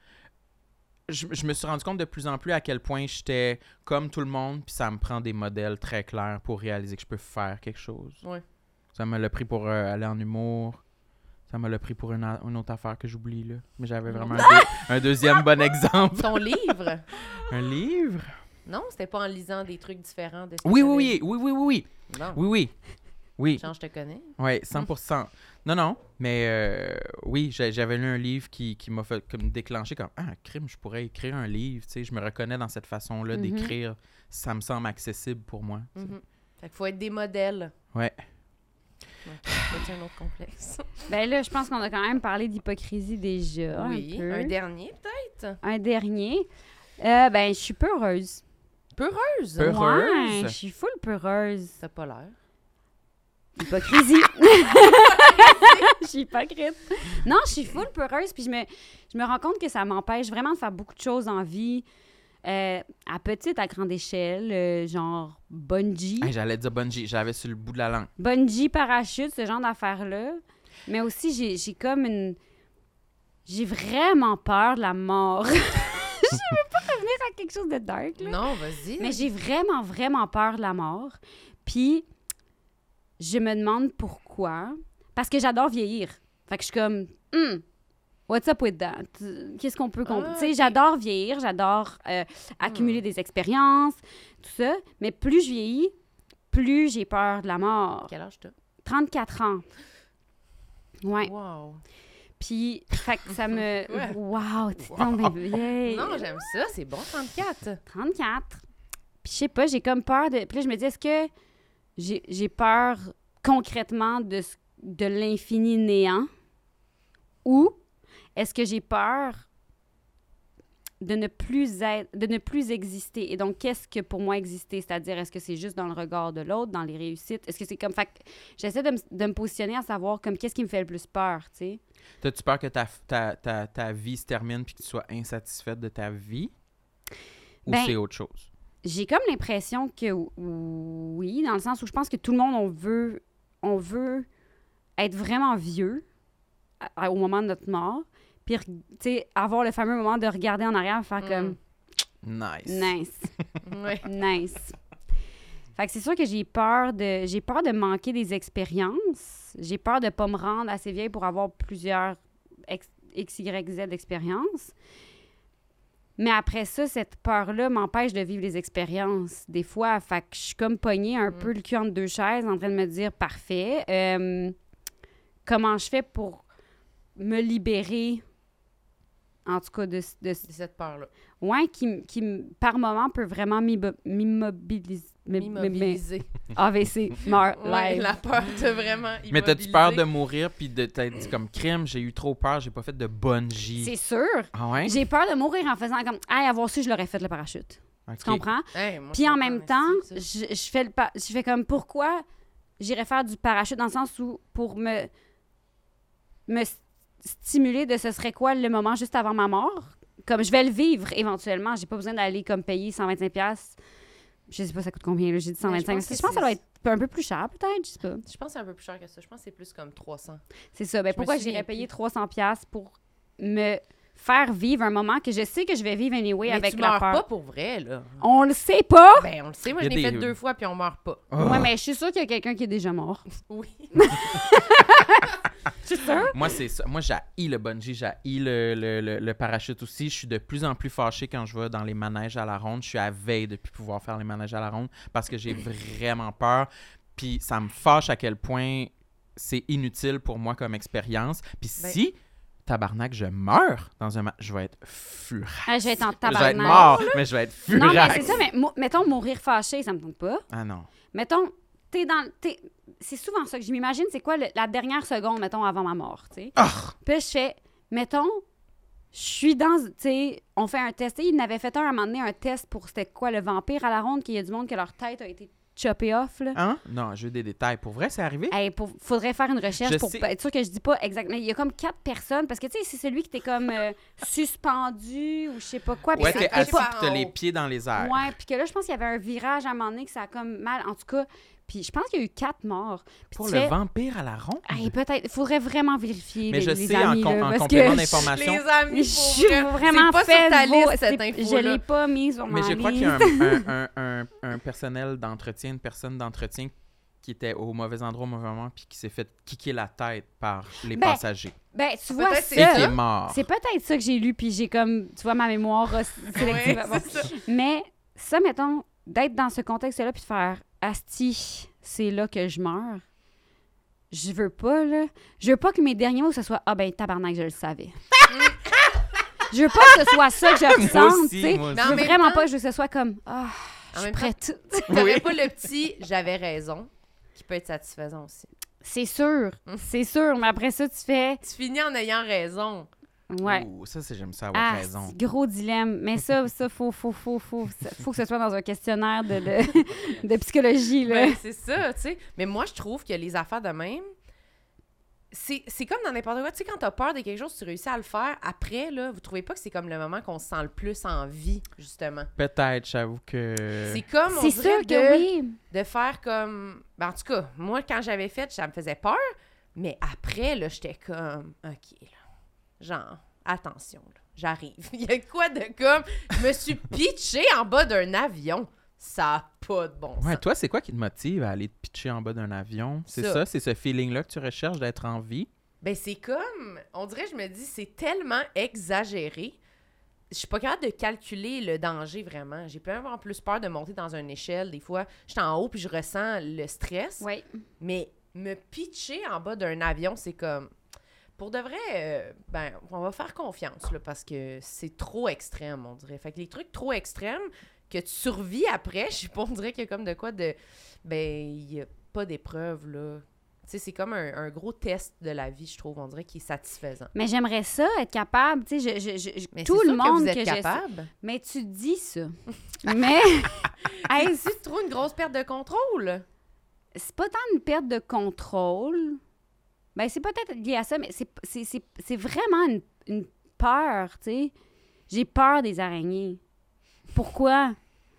Speaker 1: Je, je me suis rendu compte de plus en plus à quel point j'étais comme tout le monde, puis ça me prend des modèles très clairs pour réaliser que je peux faire quelque chose.
Speaker 2: Ouais.
Speaker 1: Ça me l'a pris pour euh, aller en humour. Ça me l'a pris pour une, a- une autre affaire que j'oublie, là. Mais j'avais vraiment un, deux- un deuxième *laughs* bon exemple.
Speaker 2: Ton livre?
Speaker 1: Un livre?
Speaker 2: Non, c'était pas en lisant des trucs différents de ce que
Speaker 1: Oui,
Speaker 2: t'avais-
Speaker 1: oui, oui, oui, oui, oui,
Speaker 2: Non,
Speaker 1: oui, oui, oui,
Speaker 2: Jean, je te connais.
Speaker 1: oui, 100%. Non, non, mais euh, oui, j'a- j'avais lu un livre qui, qui m'a fait comme déclencher comme ah crime, je pourrais écrire un livre, tu sais, je me reconnais dans cette façon-là
Speaker 4: Mhm.
Speaker 1: d'écrire, ça me semble accessible pour moi. tu sais.
Speaker 2: Mhm. Fait qu'il faut être des modèles.
Speaker 1: Ouais.
Speaker 2: Donc, c'est un autre complexe.
Speaker 4: ben là je pense qu'on a quand même parlé d'hypocrisie déjà
Speaker 2: oui,
Speaker 4: un peu.
Speaker 2: un dernier peut-être.
Speaker 4: Un dernier Euh, ben je suis peureuse
Speaker 2: Peureuse.
Speaker 1: Peur- Peureuse?
Speaker 4: Ouais, je suis full peureuse
Speaker 2: Ça a pas l'air.
Speaker 4: *laughs* Hypocrisie. Je suis hypocrite. Non, je suis full peureuse, puis je me, je me rends compte que ça m'empêche vraiment de faire beaucoup de choses en vie, euh, à petite, à grande échelle, euh, genre bungee,
Speaker 1: Hey, J'allais dire bungee, j'avais sur le bout de la langue.
Speaker 4: bungee, parachute, ce genre d'affaires-là. Mais aussi, j'ai- j'ai comme une... J'ai vraiment peur de la mort. *laughs* Je veux pas revenir à quelque chose de dark, là.
Speaker 2: Non, vas-y.
Speaker 4: Mais j'ai vraiment, vraiment peur de la mort. Puis, je me demande pourquoi. Parce que j'adore vieillir. Fait que je suis comme, Hmm, what's up with that? Qu'est-ce qu'on peut. qu'on-
Speaker 2: Ah, Hmm.
Speaker 4: tu sais, j'adore vieillir, j'adore euh, accumuler des expériences, tout ça. Mais plus je vieillis, plus j'ai peur de la mort.
Speaker 2: Quel âge t'as?
Speaker 4: 34 ans. Ouais.
Speaker 2: Wow.
Speaker 4: Puis, fait que ça me.
Speaker 2: Ouais.
Speaker 4: Wow, t'es donc bien vieille.
Speaker 2: Non, j'aime ça. C'est bon,
Speaker 4: *laughs*
Speaker 2: 34.
Speaker 4: 34. Puis je sais pas, j'ai comme peur de. Puis là, je me dis, est-ce que j'ai j'ai peur concrètement de, ce- de l'infini néant ou est-ce que j'ai peur de ne plus être, de ne plus exister. Et donc, qu'est-ce que pour moi exister? C'est-à-dire, est-ce que c'est juste dans le regard de l'autre, dans les réussites? Est-ce que c'est comme... Fait que j'essaie de, me- de me positionner à savoir comme qu'est-ce qui me fait le plus peur, tu sais?
Speaker 1: T'as-tu peur que ta, ta, ta, ta vie se termine puis que tu sois insatisfaite de ta vie? Ou
Speaker 4: Ben,
Speaker 1: c'est autre chose?
Speaker 4: J'ai comme l'impression que ou- oui, dans le sens où je pense que tout le monde, on veut, on veut être vraiment vieux à- à- au moment de notre mort, puis re- tu sais, avoir le fameux moment de regarder en arrière et faire comme
Speaker 1: Nice.
Speaker 4: nice,
Speaker 2: Ouais.
Speaker 4: *laughs* nice. Fait que c'est sûr que j'ai peur de j'ai peur de manquer des expériences, j'ai peur de pas me rendre assez vieille pour avoir plusieurs ex- X, Y, Z expériences. Mais après ça, cette peur-là m'empêche de vivre les expériences. Des fois, fait que je suis comme pognée un peu le cul entre deux chaises en train de me dire parfait. euh, comment je fais pour me libérer, en tout cas, de, c- de,
Speaker 2: C'est cette peur-là.
Speaker 4: Ouais, qui, m- qui m- par moment peut vraiment m'immo- m'immobiliser. m- m- *laughs*
Speaker 2: Immobiliser.
Speaker 4: m-
Speaker 2: *laughs*
Speaker 4: AVC, meurt,
Speaker 2: Ouais,
Speaker 4: live.
Speaker 2: la peur de vraiment
Speaker 1: *laughs*
Speaker 2: immobiliser.
Speaker 1: Mais t'as-tu peur de mourir puis de t'être dit comme crime, j'ai eu trop peur, j'ai pas fait de bungee?
Speaker 4: C'est sûr.
Speaker 1: Ah ouais?
Speaker 4: J'ai peur de mourir en faisant comme, hey, avoir su, je l'aurais fait le parachute.
Speaker 1: Ok.
Speaker 4: Tu comprends?
Speaker 2: Hey, moi,
Speaker 4: Puis
Speaker 2: je
Speaker 4: en
Speaker 2: comprends,
Speaker 4: même
Speaker 2: mais
Speaker 4: temps,
Speaker 2: c'est ça.
Speaker 4: je, je fais le pa- je fais comme, pourquoi j'irais faire du parachute dans le sens où pour me, me s- stimuler de ce serait quoi le moment juste avant ma mort? Comme je vais le vivre éventuellement, j'ai pas besoin d'aller comme payer 125$. piastres. Je sais pas ça coûte combien, là, j'ai dit
Speaker 2: Mais Ben, je pense
Speaker 4: 125$. parce que
Speaker 2: que
Speaker 4: Je pense que ça
Speaker 2: c'est-
Speaker 4: doit être un peu plus cher peut-être, je sais pas.
Speaker 2: Je pense que c'est un peu plus cher que ça. Je pense que c'est plus comme 300.
Speaker 4: C'est ça. Ben,
Speaker 2: me
Speaker 4: pourquoi
Speaker 2: souviens
Speaker 4: j'irais
Speaker 2: plus.
Speaker 4: payer 300$ piastres pour me faire vivre un moment que je sais que je vais vivre anyway
Speaker 2: Mais
Speaker 4: avec
Speaker 2: tu
Speaker 4: la
Speaker 2: meurs
Speaker 4: peur?
Speaker 2: pas pour vrai, là.
Speaker 4: On le sait pas!
Speaker 2: Ben, on le sait, moi,
Speaker 1: Il
Speaker 2: je
Speaker 1: y a
Speaker 2: l'ai fait
Speaker 1: des-
Speaker 2: deux fois, puis on meurt pas.
Speaker 1: Oh.
Speaker 4: Ouais, mais je suis sûre qu'il y a quelqu'un qui est déjà mort.
Speaker 2: Oui.
Speaker 4: C'est sûr?
Speaker 1: Moi, c'est ça. Moi, j'ai le bungee, j'ai le, le, le- le parachute aussi. Je suis de plus en plus fâchée quand je vais dans les manèges à la ronde. Je suis à veille depuis pouvoir faire les manèges à la ronde parce que j'ai vraiment peur. Puis ça me fâche à quel point c'est inutile pour moi comme expérience. Puis
Speaker 2: Ben-
Speaker 1: si, tabarnak, je meurs dans un ma- je vais être furax.
Speaker 4: Ah, je vais être en
Speaker 1: Je vais
Speaker 4: tabarnak.
Speaker 1: être mort, mais je vais être
Speaker 4: Non, mais
Speaker 1: furax.
Speaker 4: c'est ça, mais mou- mettons mourir fâché, ça me tente pas.
Speaker 1: Ah non.
Speaker 4: Mettons, t'es dans. t'es- C'est souvent ça que je m'imagine, c'est quoi le- la dernière seconde, mettons, avant ma mort, tu sais.
Speaker 1: Ah!
Speaker 4: Puis là, je fais, mettons, je suis dans, tu sais, on fait un test. Et il n'avait fait un à un moment donné, un test pour c'était quoi, le vampire à la ronde, qu'il y a du monde que leur tête a été choppée off, là.
Speaker 1: Hein? Non, j'ai eu des détails. Pour vrai, c'est arrivé?
Speaker 4: Hey, pour- faudrait faire une recherche
Speaker 1: Je
Speaker 4: pour
Speaker 1: sais.
Speaker 4: pas- être sûr que je dis pas exactement. Il y a comme quatre personnes, parce que, tu sais, c'est celui qui t'es comme euh, suspendu ou je sais pas quoi. puis
Speaker 1: Ouais,
Speaker 4: ça
Speaker 1: t'es
Speaker 4: te fait
Speaker 1: assis
Speaker 4: pas- Oh.
Speaker 1: pis t'as les pieds dans les airs.
Speaker 4: Ouais, puis que là, je pense qu'il y avait un virage à un moment donné que ça a comme mal. En tout cas, puis je pense qu'il y a eu quatre morts. Puis
Speaker 1: Pour
Speaker 4: tu
Speaker 1: le
Speaker 4: fais,
Speaker 1: vampire à la ronde?
Speaker 4: Hey, peut-être. Il faudrait vraiment vérifier.
Speaker 1: Mais
Speaker 4: les,
Speaker 1: je
Speaker 4: les
Speaker 1: sais,
Speaker 4: amis,
Speaker 1: en, com-
Speaker 4: là,
Speaker 1: en
Speaker 4: parce que
Speaker 1: complément
Speaker 4: je-
Speaker 1: d'information,
Speaker 2: Les amis,
Speaker 4: *laughs* Je
Speaker 2: pour
Speaker 4: suis
Speaker 2: vrai,
Speaker 4: vraiment
Speaker 2: c'est pas
Speaker 4: fait
Speaker 2: sur ta
Speaker 4: vos-
Speaker 2: liste, cette
Speaker 4: c'est-
Speaker 2: info-là.
Speaker 4: Je l'ai pas mise sur ma
Speaker 1: mais je
Speaker 4: liste.
Speaker 1: crois qu'il y a un, un- un- un- un personnel d'entretien, une personne d'entretien qui était au mauvais endroit au mauvais moment puis qui s'est fait kicker la tête par les
Speaker 4: Ben,
Speaker 1: passagers
Speaker 4: Ben, tu vois,
Speaker 2: Peut-être
Speaker 1: et qui
Speaker 2: c'est
Speaker 4: ça.
Speaker 1: est mort.
Speaker 4: C'est peut-être ça que j'ai lu, puis j'ai comme, tu vois,
Speaker 2: *laughs*
Speaker 4: ma mémoire euh, sélective.
Speaker 2: Ouais,
Speaker 4: Bon.
Speaker 2: c'est ça.
Speaker 4: Mais ça, mettons, d'être dans ce contexte-là, puis de faire Asti, c'est là que je meurs. Je veux pas, là. Je veux pas que mes derniers mots, ce soit Ah ben, tabarnak, je le savais. je veux pas que ce soit ça que je
Speaker 1: *laughs* Moi
Speaker 4: ressente, tu
Speaker 1: aussi,
Speaker 4: sais.
Speaker 1: moi aussi.
Speaker 2: Non,
Speaker 4: Je veux
Speaker 2: mais- même
Speaker 4: vraiment
Speaker 2: temps-
Speaker 4: pas, je veux que ce soit comme Ah, je
Speaker 2: En
Speaker 4: suis
Speaker 2: même temps-
Speaker 4: prête.
Speaker 2: T'aurais pas le petit « j'avais raison » qui peut être satisfaisant aussi.
Speaker 4: C'est sûr,
Speaker 2: Hum.
Speaker 4: c'est sûr, mais après ça, tu fais
Speaker 2: Tu finis en ayant raison.
Speaker 4: Ouais.
Speaker 1: Ouh, ça, c'est j'aime ça avoir
Speaker 4: Ah,
Speaker 1: Oh, raison.
Speaker 4: c'est gros dilemme. Mais ça, ça, faut, faut, faut, faut, ça- faut que ce soit dans un questionnaire de, de, *laughs* de psychologie, là.
Speaker 2: Ben, c'est ça, tu sais. Mais moi, je trouve que les affaires de même, c'est c'est comme dans n'importe quoi. Tu sais, quand t'as peur de quelque chose, tu réussis à le faire. Après, là, vous trouvez pas que c'est comme le moment qu'on se sent le plus en vie, justement?
Speaker 1: Peut-être, j'avoue que.
Speaker 2: C'est comme, on
Speaker 4: Euh, C'est
Speaker 2: dirait,
Speaker 4: sûr
Speaker 2: de,
Speaker 4: que oui.
Speaker 2: de faire comme... Ben, en tout cas, moi, quand j'avais fait, ça me faisait peur. Mais après, là, j'étais comme, OK, là. Genre, attention, là, j'arrive. *laughs* Il y a quoi de comme... Je me suis pitchée en bas d'un avion. Ça a pas de bon sens.
Speaker 1: Ouais, toi, c'est quoi qui te motive à aller te pitcher en bas d'un avion? C'est ça,
Speaker 2: Ça.
Speaker 1: c'est ce feeling-là que tu recherches d'être en vie.
Speaker 2: Ben, c'est comme. On dirait, je me dis, c'est tellement exagéré. Je suis pas capable de calculer le danger vraiment. J'ai plein en plus peur de monter dans une échelle. Des fois, je suis en haut puis je ressens le stress.
Speaker 4: Oui.
Speaker 2: Mais me pitcher en bas d'un avion, c'est comme. Pour de vrai, euh, ben, on va faire confiance, là, parce que c'est trop extrême, on dirait. Fait que les trucs trop extrêmes que tu *laughs* survis après, je sais pas, on dirait qu'il y a comme de quoi de. Ben, il y a pas d'épreuve, là. Tu sais, c'est comme un, un gros test de la vie, je trouve, on dirait, qui est satisfaisant.
Speaker 4: Mais j'aimerais ça, être capable. Tu sais, je- je- je-
Speaker 2: Mais
Speaker 4: tout
Speaker 2: c'est
Speaker 4: le
Speaker 2: sûr
Speaker 4: monde
Speaker 2: que, vous
Speaker 4: que
Speaker 2: êtes
Speaker 4: je- *laughs*
Speaker 2: capable.
Speaker 4: Mais tu
Speaker 2: *laughs*
Speaker 4: dis ça. Mais Hey,
Speaker 2: C'est trop une grosse perte de contrôle.
Speaker 4: c'est pas tant une perte de contrôle. Ben, c'est peut-être lié à ça, mais c'est- c'est c'est- c'est vraiment une, une peur, tu sais. J'ai peur des araignées. Pourquoi?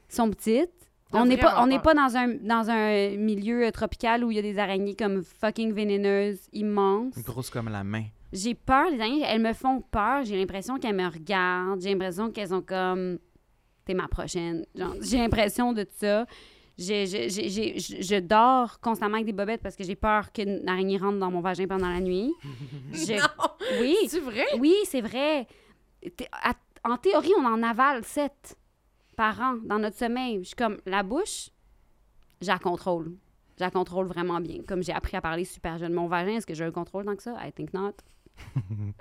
Speaker 4: Elles sont petites.
Speaker 2: T'as
Speaker 4: On n'est pas,
Speaker 2: vraiment
Speaker 4: on n'est
Speaker 2: peur.
Speaker 4: pas dans, un, dans un milieu euh, tropical où il y a des araignées comme fucking vénéneuses, immenses.
Speaker 1: Grosse comme la main.
Speaker 4: J'ai peur, les araignées, elles me font peur. J'ai l'impression qu'elles me regardent. J'ai l'impression qu'elles ont comme. T'es ma prochaine. Genre, *laughs* J'ai l'impression de ça. J'ai- j'ai- j'ai- j'ai- je, je dors constamment avec des bobettes parce que j'ai peur qu'une araignée rentre dans mon vagin pendant la nuit. Je-
Speaker 2: *laughs* Non,
Speaker 4: Oui,
Speaker 2: c'est vrai?
Speaker 4: oui, c'est vrai. Thé- à- En théorie, on en avale sept par an dans notre sommeil. Je suis comme la bouche, je la contrôle. Je la contrôle vraiment bien. Comme j'ai appris à parler super jeune. Mon vagin, est-ce que je le contrôle tant que ça? I think not.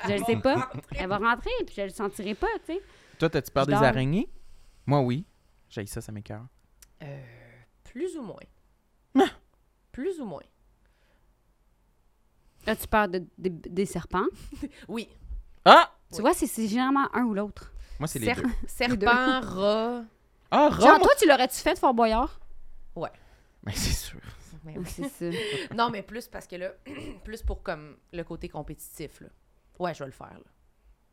Speaker 4: je le sais pas. Elle va rentrer, puis je le sentirai pas, tu sais.
Speaker 1: Toi, t'as-tu peur
Speaker 4: Je
Speaker 1: des
Speaker 4: dors.
Speaker 1: araignées? Moi, oui. J'ai ça, ça m'écœure.
Speaker 2: Euh, plus ou moins. Plus ou moins.
Speaker 4: As-tu peur de, de- des serpents?
Speaker 2: Oui.
Speaker 1: Ah!
Speaker 4: Tu vois, c'est- c'est généralement un ou l'autre.
Speaker 1: Moi, c'est les
Speaker 2: Ser-
Speaker 4: *laughs*
Speaker 1: deux.
Speaker 2: Serpent, rat.
Speaker 1: Ah,
Speaker 4: Oh! Genre,
Speaker 1: Rome!
Speaker 4: toi, tu l'aurais-tu fait, Fort Boyard?
Speaker 1: Mais c'est sûr.
Speaker 2: Mais
Speaker 4: Oui,
Speaker 2: oui.
Speaker 4: c'est ça.
Speaker 2: non, mais plus parce que là, *clears throat* plus pour comme le côté compétitif. Là. Ouais, je vais le faire. Là.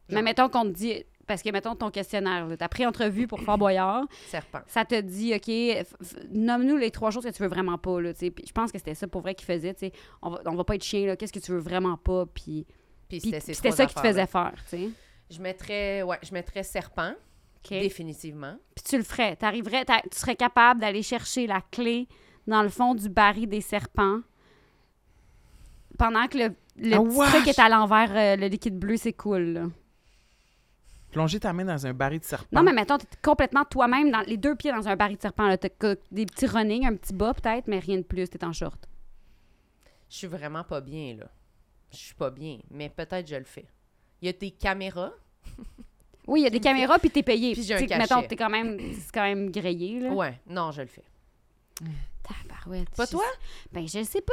Speaker 4: Mais mettons qu'on te dit... Parce que, mettons, ton questionnaire, là, t'as pris entrevue pour Fort Boyard.
Speaker 2: Serpent.
Speaker 4: ça te dit, OK, f- f- nomme-nous les trois choses que tu veux vraiment pas, là, tu sais. Puis je pense que c'était ça pour vrai qu'il faisait, tu sais. On va, on va pas être chien, là, qu'est-ce que tu veux vraiment pas, puis...
Speaker 2: Puis
Speaker 4: puis-
Speaker 2: c'était
Speaker 4: puis
Speaker 2: ces
Speaker 4: c'était
Speaker 2: trois
Speaker 4: ça qui te faisait
Speaker 2: affaires-là.
Speaker 4: faire, tu sais.
Speaker 2: Je mettrais, ouais, je mettrais serpent,
Speaker 4: OK.
Speaker 2: définitivement.
Speaker 4: Puis tu le ferais, t'arriverais, t'a- tu serais capable d'aller chercher la clé dans le fond du baril des serpents pendant que le, le
Speaker 1: Ah,
Speaker 4: petit
Speaker 1: wesh!
Speaker 4: truc est à l'envers, euh, le liquide bleu, c'est cool, là.
Speaker 1: Plonger ta main dans un baril de serpent.
Speaker 4: Non, mais mettons, t'es complètement toi-même, dans les deux pieds dans un baril de serpent, là. T'as co- des petits runnings, un petit bas peut-être, mais rien de plus, t'es en short.
Speaker 2: Je suis vraiment pas bien, là. Je suis pas bien, mais peut-être je le fais. Il y a tes caméras.
Speaker 4: Oui, il y a des caméras, puis t'es payé.
Speaker 2: Puis j'ai un
Speaker 4: T'sais que,
Speaker 2: cachet.
Speaker 4: Mettons, t'es quand même, c'est quand même grillé, là.
Speaker 2: Ouais, non, je le fais.
Speaker 4: Tabarouette,
Speaker 2: Pas
Speaker 4: je
Speaker 2: toi?
Speaker 4: sais- Ben, je sais pas.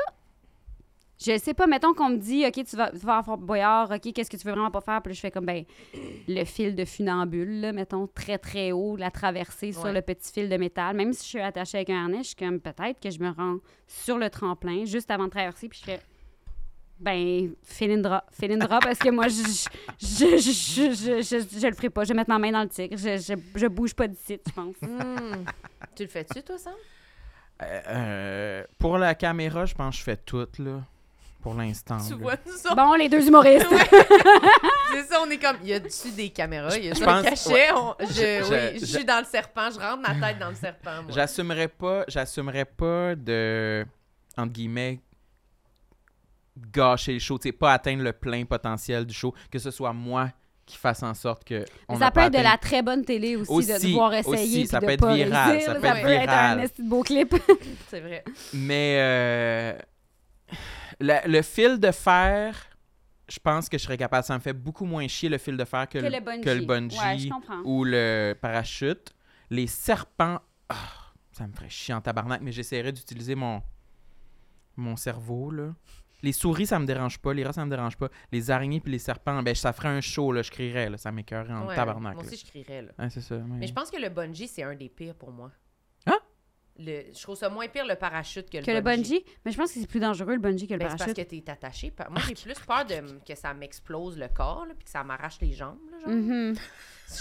Speaker 4: Je sais pas. Mettons qu'on me dit, OK, tu vas, tu vas à Fort Boyard, OK, qu'est-ce que tu veux vraiment pas faire? Puis là, je fais comme, ben, le fil de funambule, là, mettons, très, très haut, la traversée sur
Speaker 2: Ouais.
Speaker 4: le petit fil de métal. Même si je suis attachée avec un harnais, je suis comme, peut-être que je me rends sur le tremplin juste avant de traverser, puis je fais... Ben, Félindra. Félindra, parce que moi, je, je, je, je, je, je- je le ferai pas. Je vais mettre ma main dans le tigre. Je, je, je bouge pas d'ici, je pense.
Speaker 2: *laughs* Hmm. tu le fais-tu, toi, Sam?
Speaker 1: Euh, euh, pour la caméra, je pense que je fais tout, là. Pour l'instant.
Speaker 2: Tu
Speaker 1: là.
Speaker 2: vois, nous autres,
Speaker 4: Bon, les deux humoristes.
Speaker 2: C'est ça, on est comme. Y a-tu des caméras? Y
Speaker 1: Je
Speaker 2: a-tu un
Speaker 1: pense-
Speaker 2: cachet?
Speaker 1: ouais.
Speaker 2: On- je,
Speaker 1: Je-
Speaker 2: oui,
Speaker 1: je-
Speaker 2: je suis dans le serpent, je rentre ma tête dans le serpent. Moi.
Speaker 1: J'assumerais pas, j'assumerais pas de, entre guillemets, gâcher le show, tu sais, pas atteindre le plein potentiel du show, que ce soit moi qui fasse en sorte que on
Speaker 4: ça
Speaker 1: n'a
Speaker 4: peut
Speaker 1: pas
Speaker 4: être de
Speaker 1: atteint-
Speaker 4: la très bonne télé aussi, de
Speaker 1: Aussi,
Speaker 4: devoir essayer.
Speaker 1: aussi,
Speaker 4: puis
Speaker 1: ça
Speaker 4: de
Speaker 1: peut être
Speaker 4: pas
Speaker 1: viral,
Speaker 4: réussir,
Speaker 1: ça
Speaker 4: là,
Speaker 1: peut
Speaker 2: être
Speaker 4: être
Speaker 1: viral.
Speaker 4: un esti de beau clip.
Speaker 2: C'est vrai.
Speaker 1: Mais euh, la- le fil de fer, je pense que je serais capable. Ça me fait beaucoup moins chier le fil de fer que,
Speaker 4: Que le bungee.
Speaker 1: que le bungee
Speaker 4: Ouais, je
Speaker 2: Hein?
Speaker 4: comprends.
Speaker 1: ou le parachute. Les serpents, ah, ça me ferait chier en tabarnak, mais j'essaierais d'utiliser mon, mon cerveau. Là. Les souris, ça me dérange pas. Les rats, ça me dérange pas. Les araignées puis les serpents, ben, ça ferait un show. Là, je crierais. Là, ça m'écœurerait en
Speaker 2: Ouais,
Speaker 1: tabarnak.
Speaker 2: Moi
Speaker 1: là.
Speaker 2: aussi, je crierais. Là.
Speaker 1: Ouais, c'est ça. ouais.
Speaker 2: Mais je pense que le bungee, c'est un des pires pour moi.
Speaker 1: Hein?
Speaker 2: Le- je trouve ça moins pire le parachute que le
Speaker 4: Que le
Speaker 2: bungee.
Speaker 4: bungee, mais je pense que c'est plus dangereux le bungee que le
Speaker 2: Ben, c'est parce
Speaker 4: parachute.
Speaker 2: que t'es attaché. Par- Moi, j'ai
Speaker 1: Ah,
Speaker 2: plus peur de m- que ça m'explose le corps, là, puis que ça m'arrache les jambes. Là, genre.
Speaker 4: Mhm.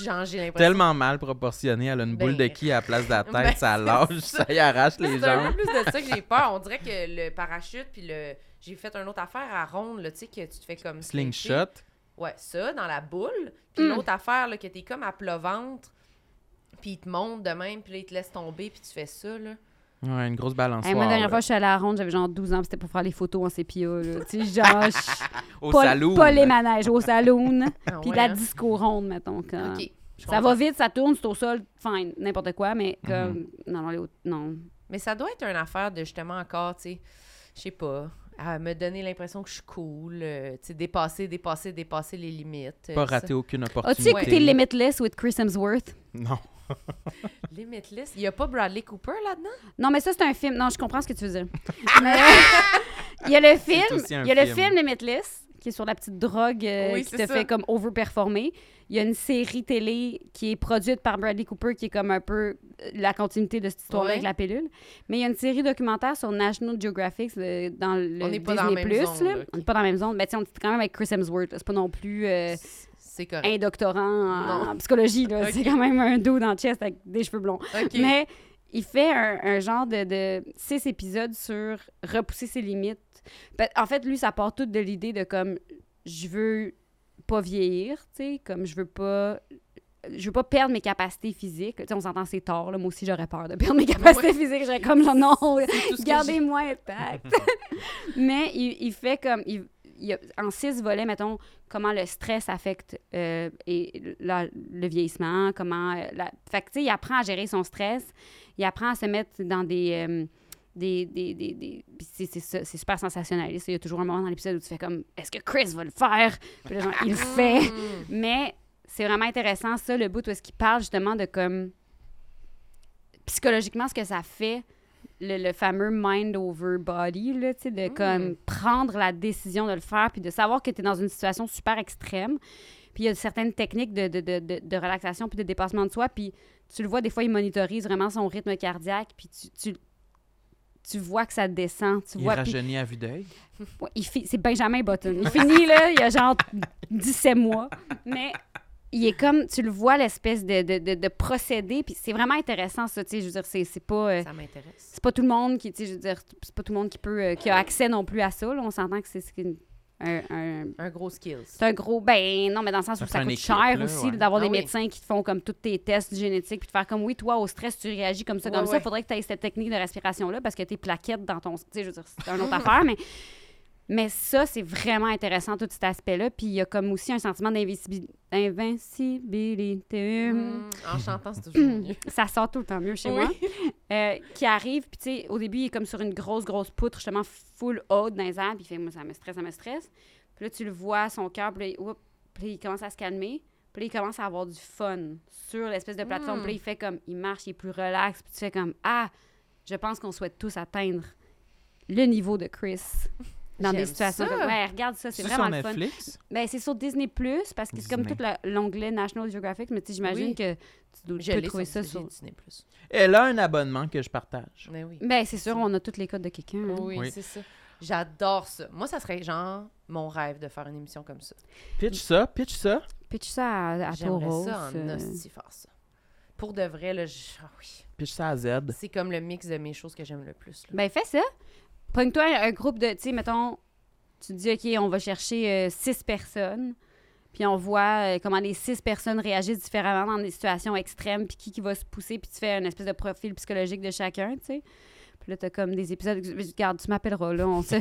Speaker 2: Genre, j'ai l'impression.
Speaker 1: Tellement mal proportionné. Elle a une boule de
Speaker 2: Ben,
Speaker 1: qui à la place de
Speaker 2: *laughs*
Speaker 1: la tête.
Speaker 2: ben,
Speaker 1: ça
Speaker 2: c'est
Speaker 1: lâche, ça y arrache les
Speaker 2: *laughs* C'est un
Speaker 1: jambes.
Speaker 2: peu plus de ça que j'ai peur. On dirait que le parachute, puis le. J'ai fait une autre affaire à ronde, là, tu sais, que tu te fais comme.
Speaker 1: Slingshot.
Speaker 2: Ouais, ça, dans la boule. Puis
Speaker 4: Mm.
Speaker 2: l'autre affaire, là, que t'es comme à plat ventre, puis ils te montent de même, puis là, ils te laissent tomber, puis tu fais ça, là.
Speaker 1: Ouais, une grosse balance.
Speaker 4: Hey, moi, la dernière fois, je suis allée à la ronde, j'avais genre 12 ans, puis c'était pour faire les photos en sépia. là. Tu sais, genre,
Speaker 1: *laughs*
Speaker 4: je-
Speaker 1: au
Speaker 4: pas,
Speaker 1: salon.
Speaker 4: pas les manèges,
Speaker 1: *laughs*
Speaker 4: au saloon,
Speaker 2: Ah
Speaker 4: puis
Speaker 2: ouais,
Speaker 4: la
Speaker 2: hein?
Speaker 4: disco ronde, mettons. Quand...
Speaker 2: OK. je
Speaker 4: Ah. Ça
Speaker 2: comprends.
Speaker 4: va vite, ça tourne, c'est au sol, fine, n'importe quoi, mais
Speaker 1: Mm-hmm.
Speaker 4: comme. Non, non, les autres- non.
Speaker 2: Mais ça doit être une affaire de justement encore, tu sais, je sais pas, à me donner l'impression que je suis cool, euh, tu sais, dépasser, dépasser, dépasser les limites. euh,
Speaker 1: Pas
Speaker 2: ça.
Speaker 1: raté aucune opportunité.
Speaker 4: As-tu écouté Limitless with Chris Hemsworth?
Speaker 1: Non.
Speaker 2: Limitless. Il y a pas Bradley Cooper là-dedans?
Speaker 1: *laughs*
Speaker 4: Non, mais ça, c'est un film. Non, je comprends ce que tu veux dire. Mais- Il y a le film,
Speaker 1: aussi un
Speaker 4: il y a le
Speaker 1: film.
Speaker 4: film Limitless qui est sur la petite drogue euh,
Speaker 2: Oui,
Speaker 4: qui
Speaker 2: c'est
Speaker 4: te
Speaker 2: ça.
Speaker 4: fait comme overperformer. Il y a une série télé qui est produite par Bradley Cooper qui est comme un peu euh, la continuité de cette histoire
Speaker 2: Ouais.
Speaker 4: avec la pilule. Mais il y a une série documentaire sur National Geographic le- dans le
Speaker 2: On n'est
Speaker 4: Disney
Speaker 2: pas dans la même
Speaker 4: Plus.
Speaker 2: zone,
Speaker 4: là.
Speaker 2: là, ok.
Speaker 4: On n'est pas dans la même zone. Mais tiens, on est quand même avec Chris Hemsworth. là. C'est pas non plus euh,
Speaker 2: C'est correct.
Speaker 4: un doctorant en,
Speaker 2: Non.
Speaker 4: en psychologie.
Speaker 2: *laughs*
Speaker 4: là.
Speaker 2: Ok.
Speaker 4: C'est quand même un dos dans le chest avec des cheveux blonds.
Speaker 2: OK.
Speaker 4: Mais il fait un, un genre de, de six épisodes sur repousser ses limites. Pe- En fait, lui, ça part tout de l'idée de comme je veux pas vieillir, tu sais, comme je veux pas je veux pas perdre mes capacités physiques. Tu sais, on s'entend, c'est tort. Là. Moi aussi, j'aurais peur de *laughs* perdre mes capacités physiques. J'aurais comme, genre, non,
Speaker 2: C'est tout ce que j'ai-
Speaker 4: Gardez-moi intact. *laughs* Mais il, il fait comme. Il, il y a- en six volets, mettons, comment le stress affecte euh, et la- le vieillissement, comment. euh, la... Fait que, tu sais, il apprend à gérer son stress, il apprend à se mettre dans des. euh, des, des, des, des- puis c'est- c'est ça, c'est super sensationnaliste. Il y a toujours un moment dans l'épisode où tu fais comme Est-ce que Chris va le faire Puis là, genre, il le fait.
Speaker 2: Mm.
Speaker 4: Mais c'est vraiment intéressant, ça, le bout où est-ce qu'il parle justement de comme psychologiquement ce que ça fait, le, le fameux mind over body, là, tu sais, de comme prendre la décision de le faire, puis de savoir que tu es dans une situation super extrême. Puis il y a certaines techniques de, de, de, de, de relaxation, puis de dépassement de soi, puis tu le vois, des fois, il monitorise vraiment son rythme cardiaque, puis tu, tu, tu vois que ça descend, tu
Speaker 1: Il
Speaker 4: vois... puis-
Speaker 1: rajeunit à vue d'œil.
Speaker 4: Ouais, il fi- c'est Benjamin Button. Il finit, là, il y a genre 17 mois. Mais il est comme, tu le vois, l'espèce de, de, de- de procédé. Puis c'est vraiment intéressant, ça. Tu sais, je veux dire, c'est, c'est pas. euh,
Speaker 2: Ça m'intéresse.
Speaker 4: c'est pas tout le monde qui, tu sais, je veux dire, c'est pas tout le monde qui peut, euh, qui a accès non plus à ça. là. On s'entend que c'est, c'est une- un- un-
Speaker 2: Un gros skills.
Speaker 4: c'est un gros, ben non, mais dans le sens
Speaker 1: Ça
Speaker 4: où ça
Speaker 1: prend
Speaker 4: coûte
Speaker 1: une équipe,
Speaker 4: cher
Speaker 1: là,
Speaker 4: aussi
Speaker 1: ouais.
Speaker 4: là, d'avoir
Speaker 2: Ah
Speaker 4: des
Speaker 2: oui.
Speaker 4: médecins qui te font comme tous tes tests génétiques, puis de faire comme, oui, toi, au stress, tu réagis comme ça,
Speaker 2: Ouais,
Speaker 4: comme ça.
Speaker 2: ouais.
Speaker 4: Il faudrait que tu aies cette technique de respiration-là parce que tes plaquettes dans ton... Tu sais, je veux dire, c'est une autre affaire, mais... Mais ça, c'est vraiment intéressant, tout cet aspect-là. Puis il y a comme aussi un sentiment d'invincibi- d'invincibilité. hum,
Speaker 2: Mm. En chantant, c'est
Speaker 4: *clears throat*
Speaker 2: toujours mieux.
Speaker 4: Ça sort tout le temps mieux chez moi. Euh, qui arrive, puis tu sais, au début, il est comme sur une grosse, grosse poutre, justement, full haute dans les airs, puis il fait, moi, ça me stresse, ça me stresse. Puis là, tu le vois, son cœur, puis là, il- oups, puis là, il commence à se calmer, puis là, il commence à avoir du fun sur l'espèce de plateforme,
Speaker 2: Mm.
Speaker 4: puis là, il fait comme, il marche, il est plus relax, puis tu fais comme, ah, je pense qu'on souhaite tous atteindre le niveau de Chris dans des
Speaker 2: J'aime
Speaker 4: situations
Speaker 2: ça.
Speaker 4: comme, ouais, regarde ça, c'est
Speaker 1: C'est
Speaker 4: vraiment
Speaker 1: sur
Speaker 4: le fun.
Speaker 1: Netflix.
Speaker 4: Ben, c'est sur Disney+, parce que c'est comme
Speaker 1: Disney.
Speaker 4: tout la- l'onglet National Geographic, mais tu sais, j'imagine
Speaker 2: Oui.
Speaker 4: que tu dois-
Speaker 2: Je
Speaker 4: tu peux
Speaker 2: l'ai
Speaker 4: trouver
Speaker 2: sur
Speaker 4: ça
Speaker 2: ça
Speaker 4: sur...
Speaker 2: Disney+. Plus.
Speaker 1: Elle a un abonnement que je partage.
Speaker 2: Mais oui.
Speaker 4: Ben, c'est sûr, on a toutes les codes de quelqu'un. hein.
Speaker 2: Oui,
Speaker 1: Oui.
Speaker 2: c'est ça. J'adore ça. Moi, ça serait genre mon rêve de faire une émission comme ça.
Speaker 1: Pitch ça, pitch ça.
Speaker 4: Pitch ça à, à
Speaker 2: J'aimerais
Speaker 4: Tauros.
Speaker 2: ça en
Speaker 4: euh,
Speaker 2: hostie faire ça. Pour de vrai, là, je- ah oui.
Speaker 1: Pitch ça à Z.
Speaker 2: c'est comme le mix de mes choses que j'aime le plus. là.
Speaker 4: Ben, fais ça. Pogne-toi un, un groupe de, tu sais, mettons, tu te dis, OK, on va chercher euh, six personnes, puis on voit euh, comment les six personnes réagissent différemment dans des situations extrêmes, puis qui, qui va se pousser, puis tu fais une espèce de profil psychologique de chacun, tu sais. Puis là, t'as comme des épisodes. Regarde, tu m'appelleras,
Speaker 2: *laughs*
Speaker 4: là. On se...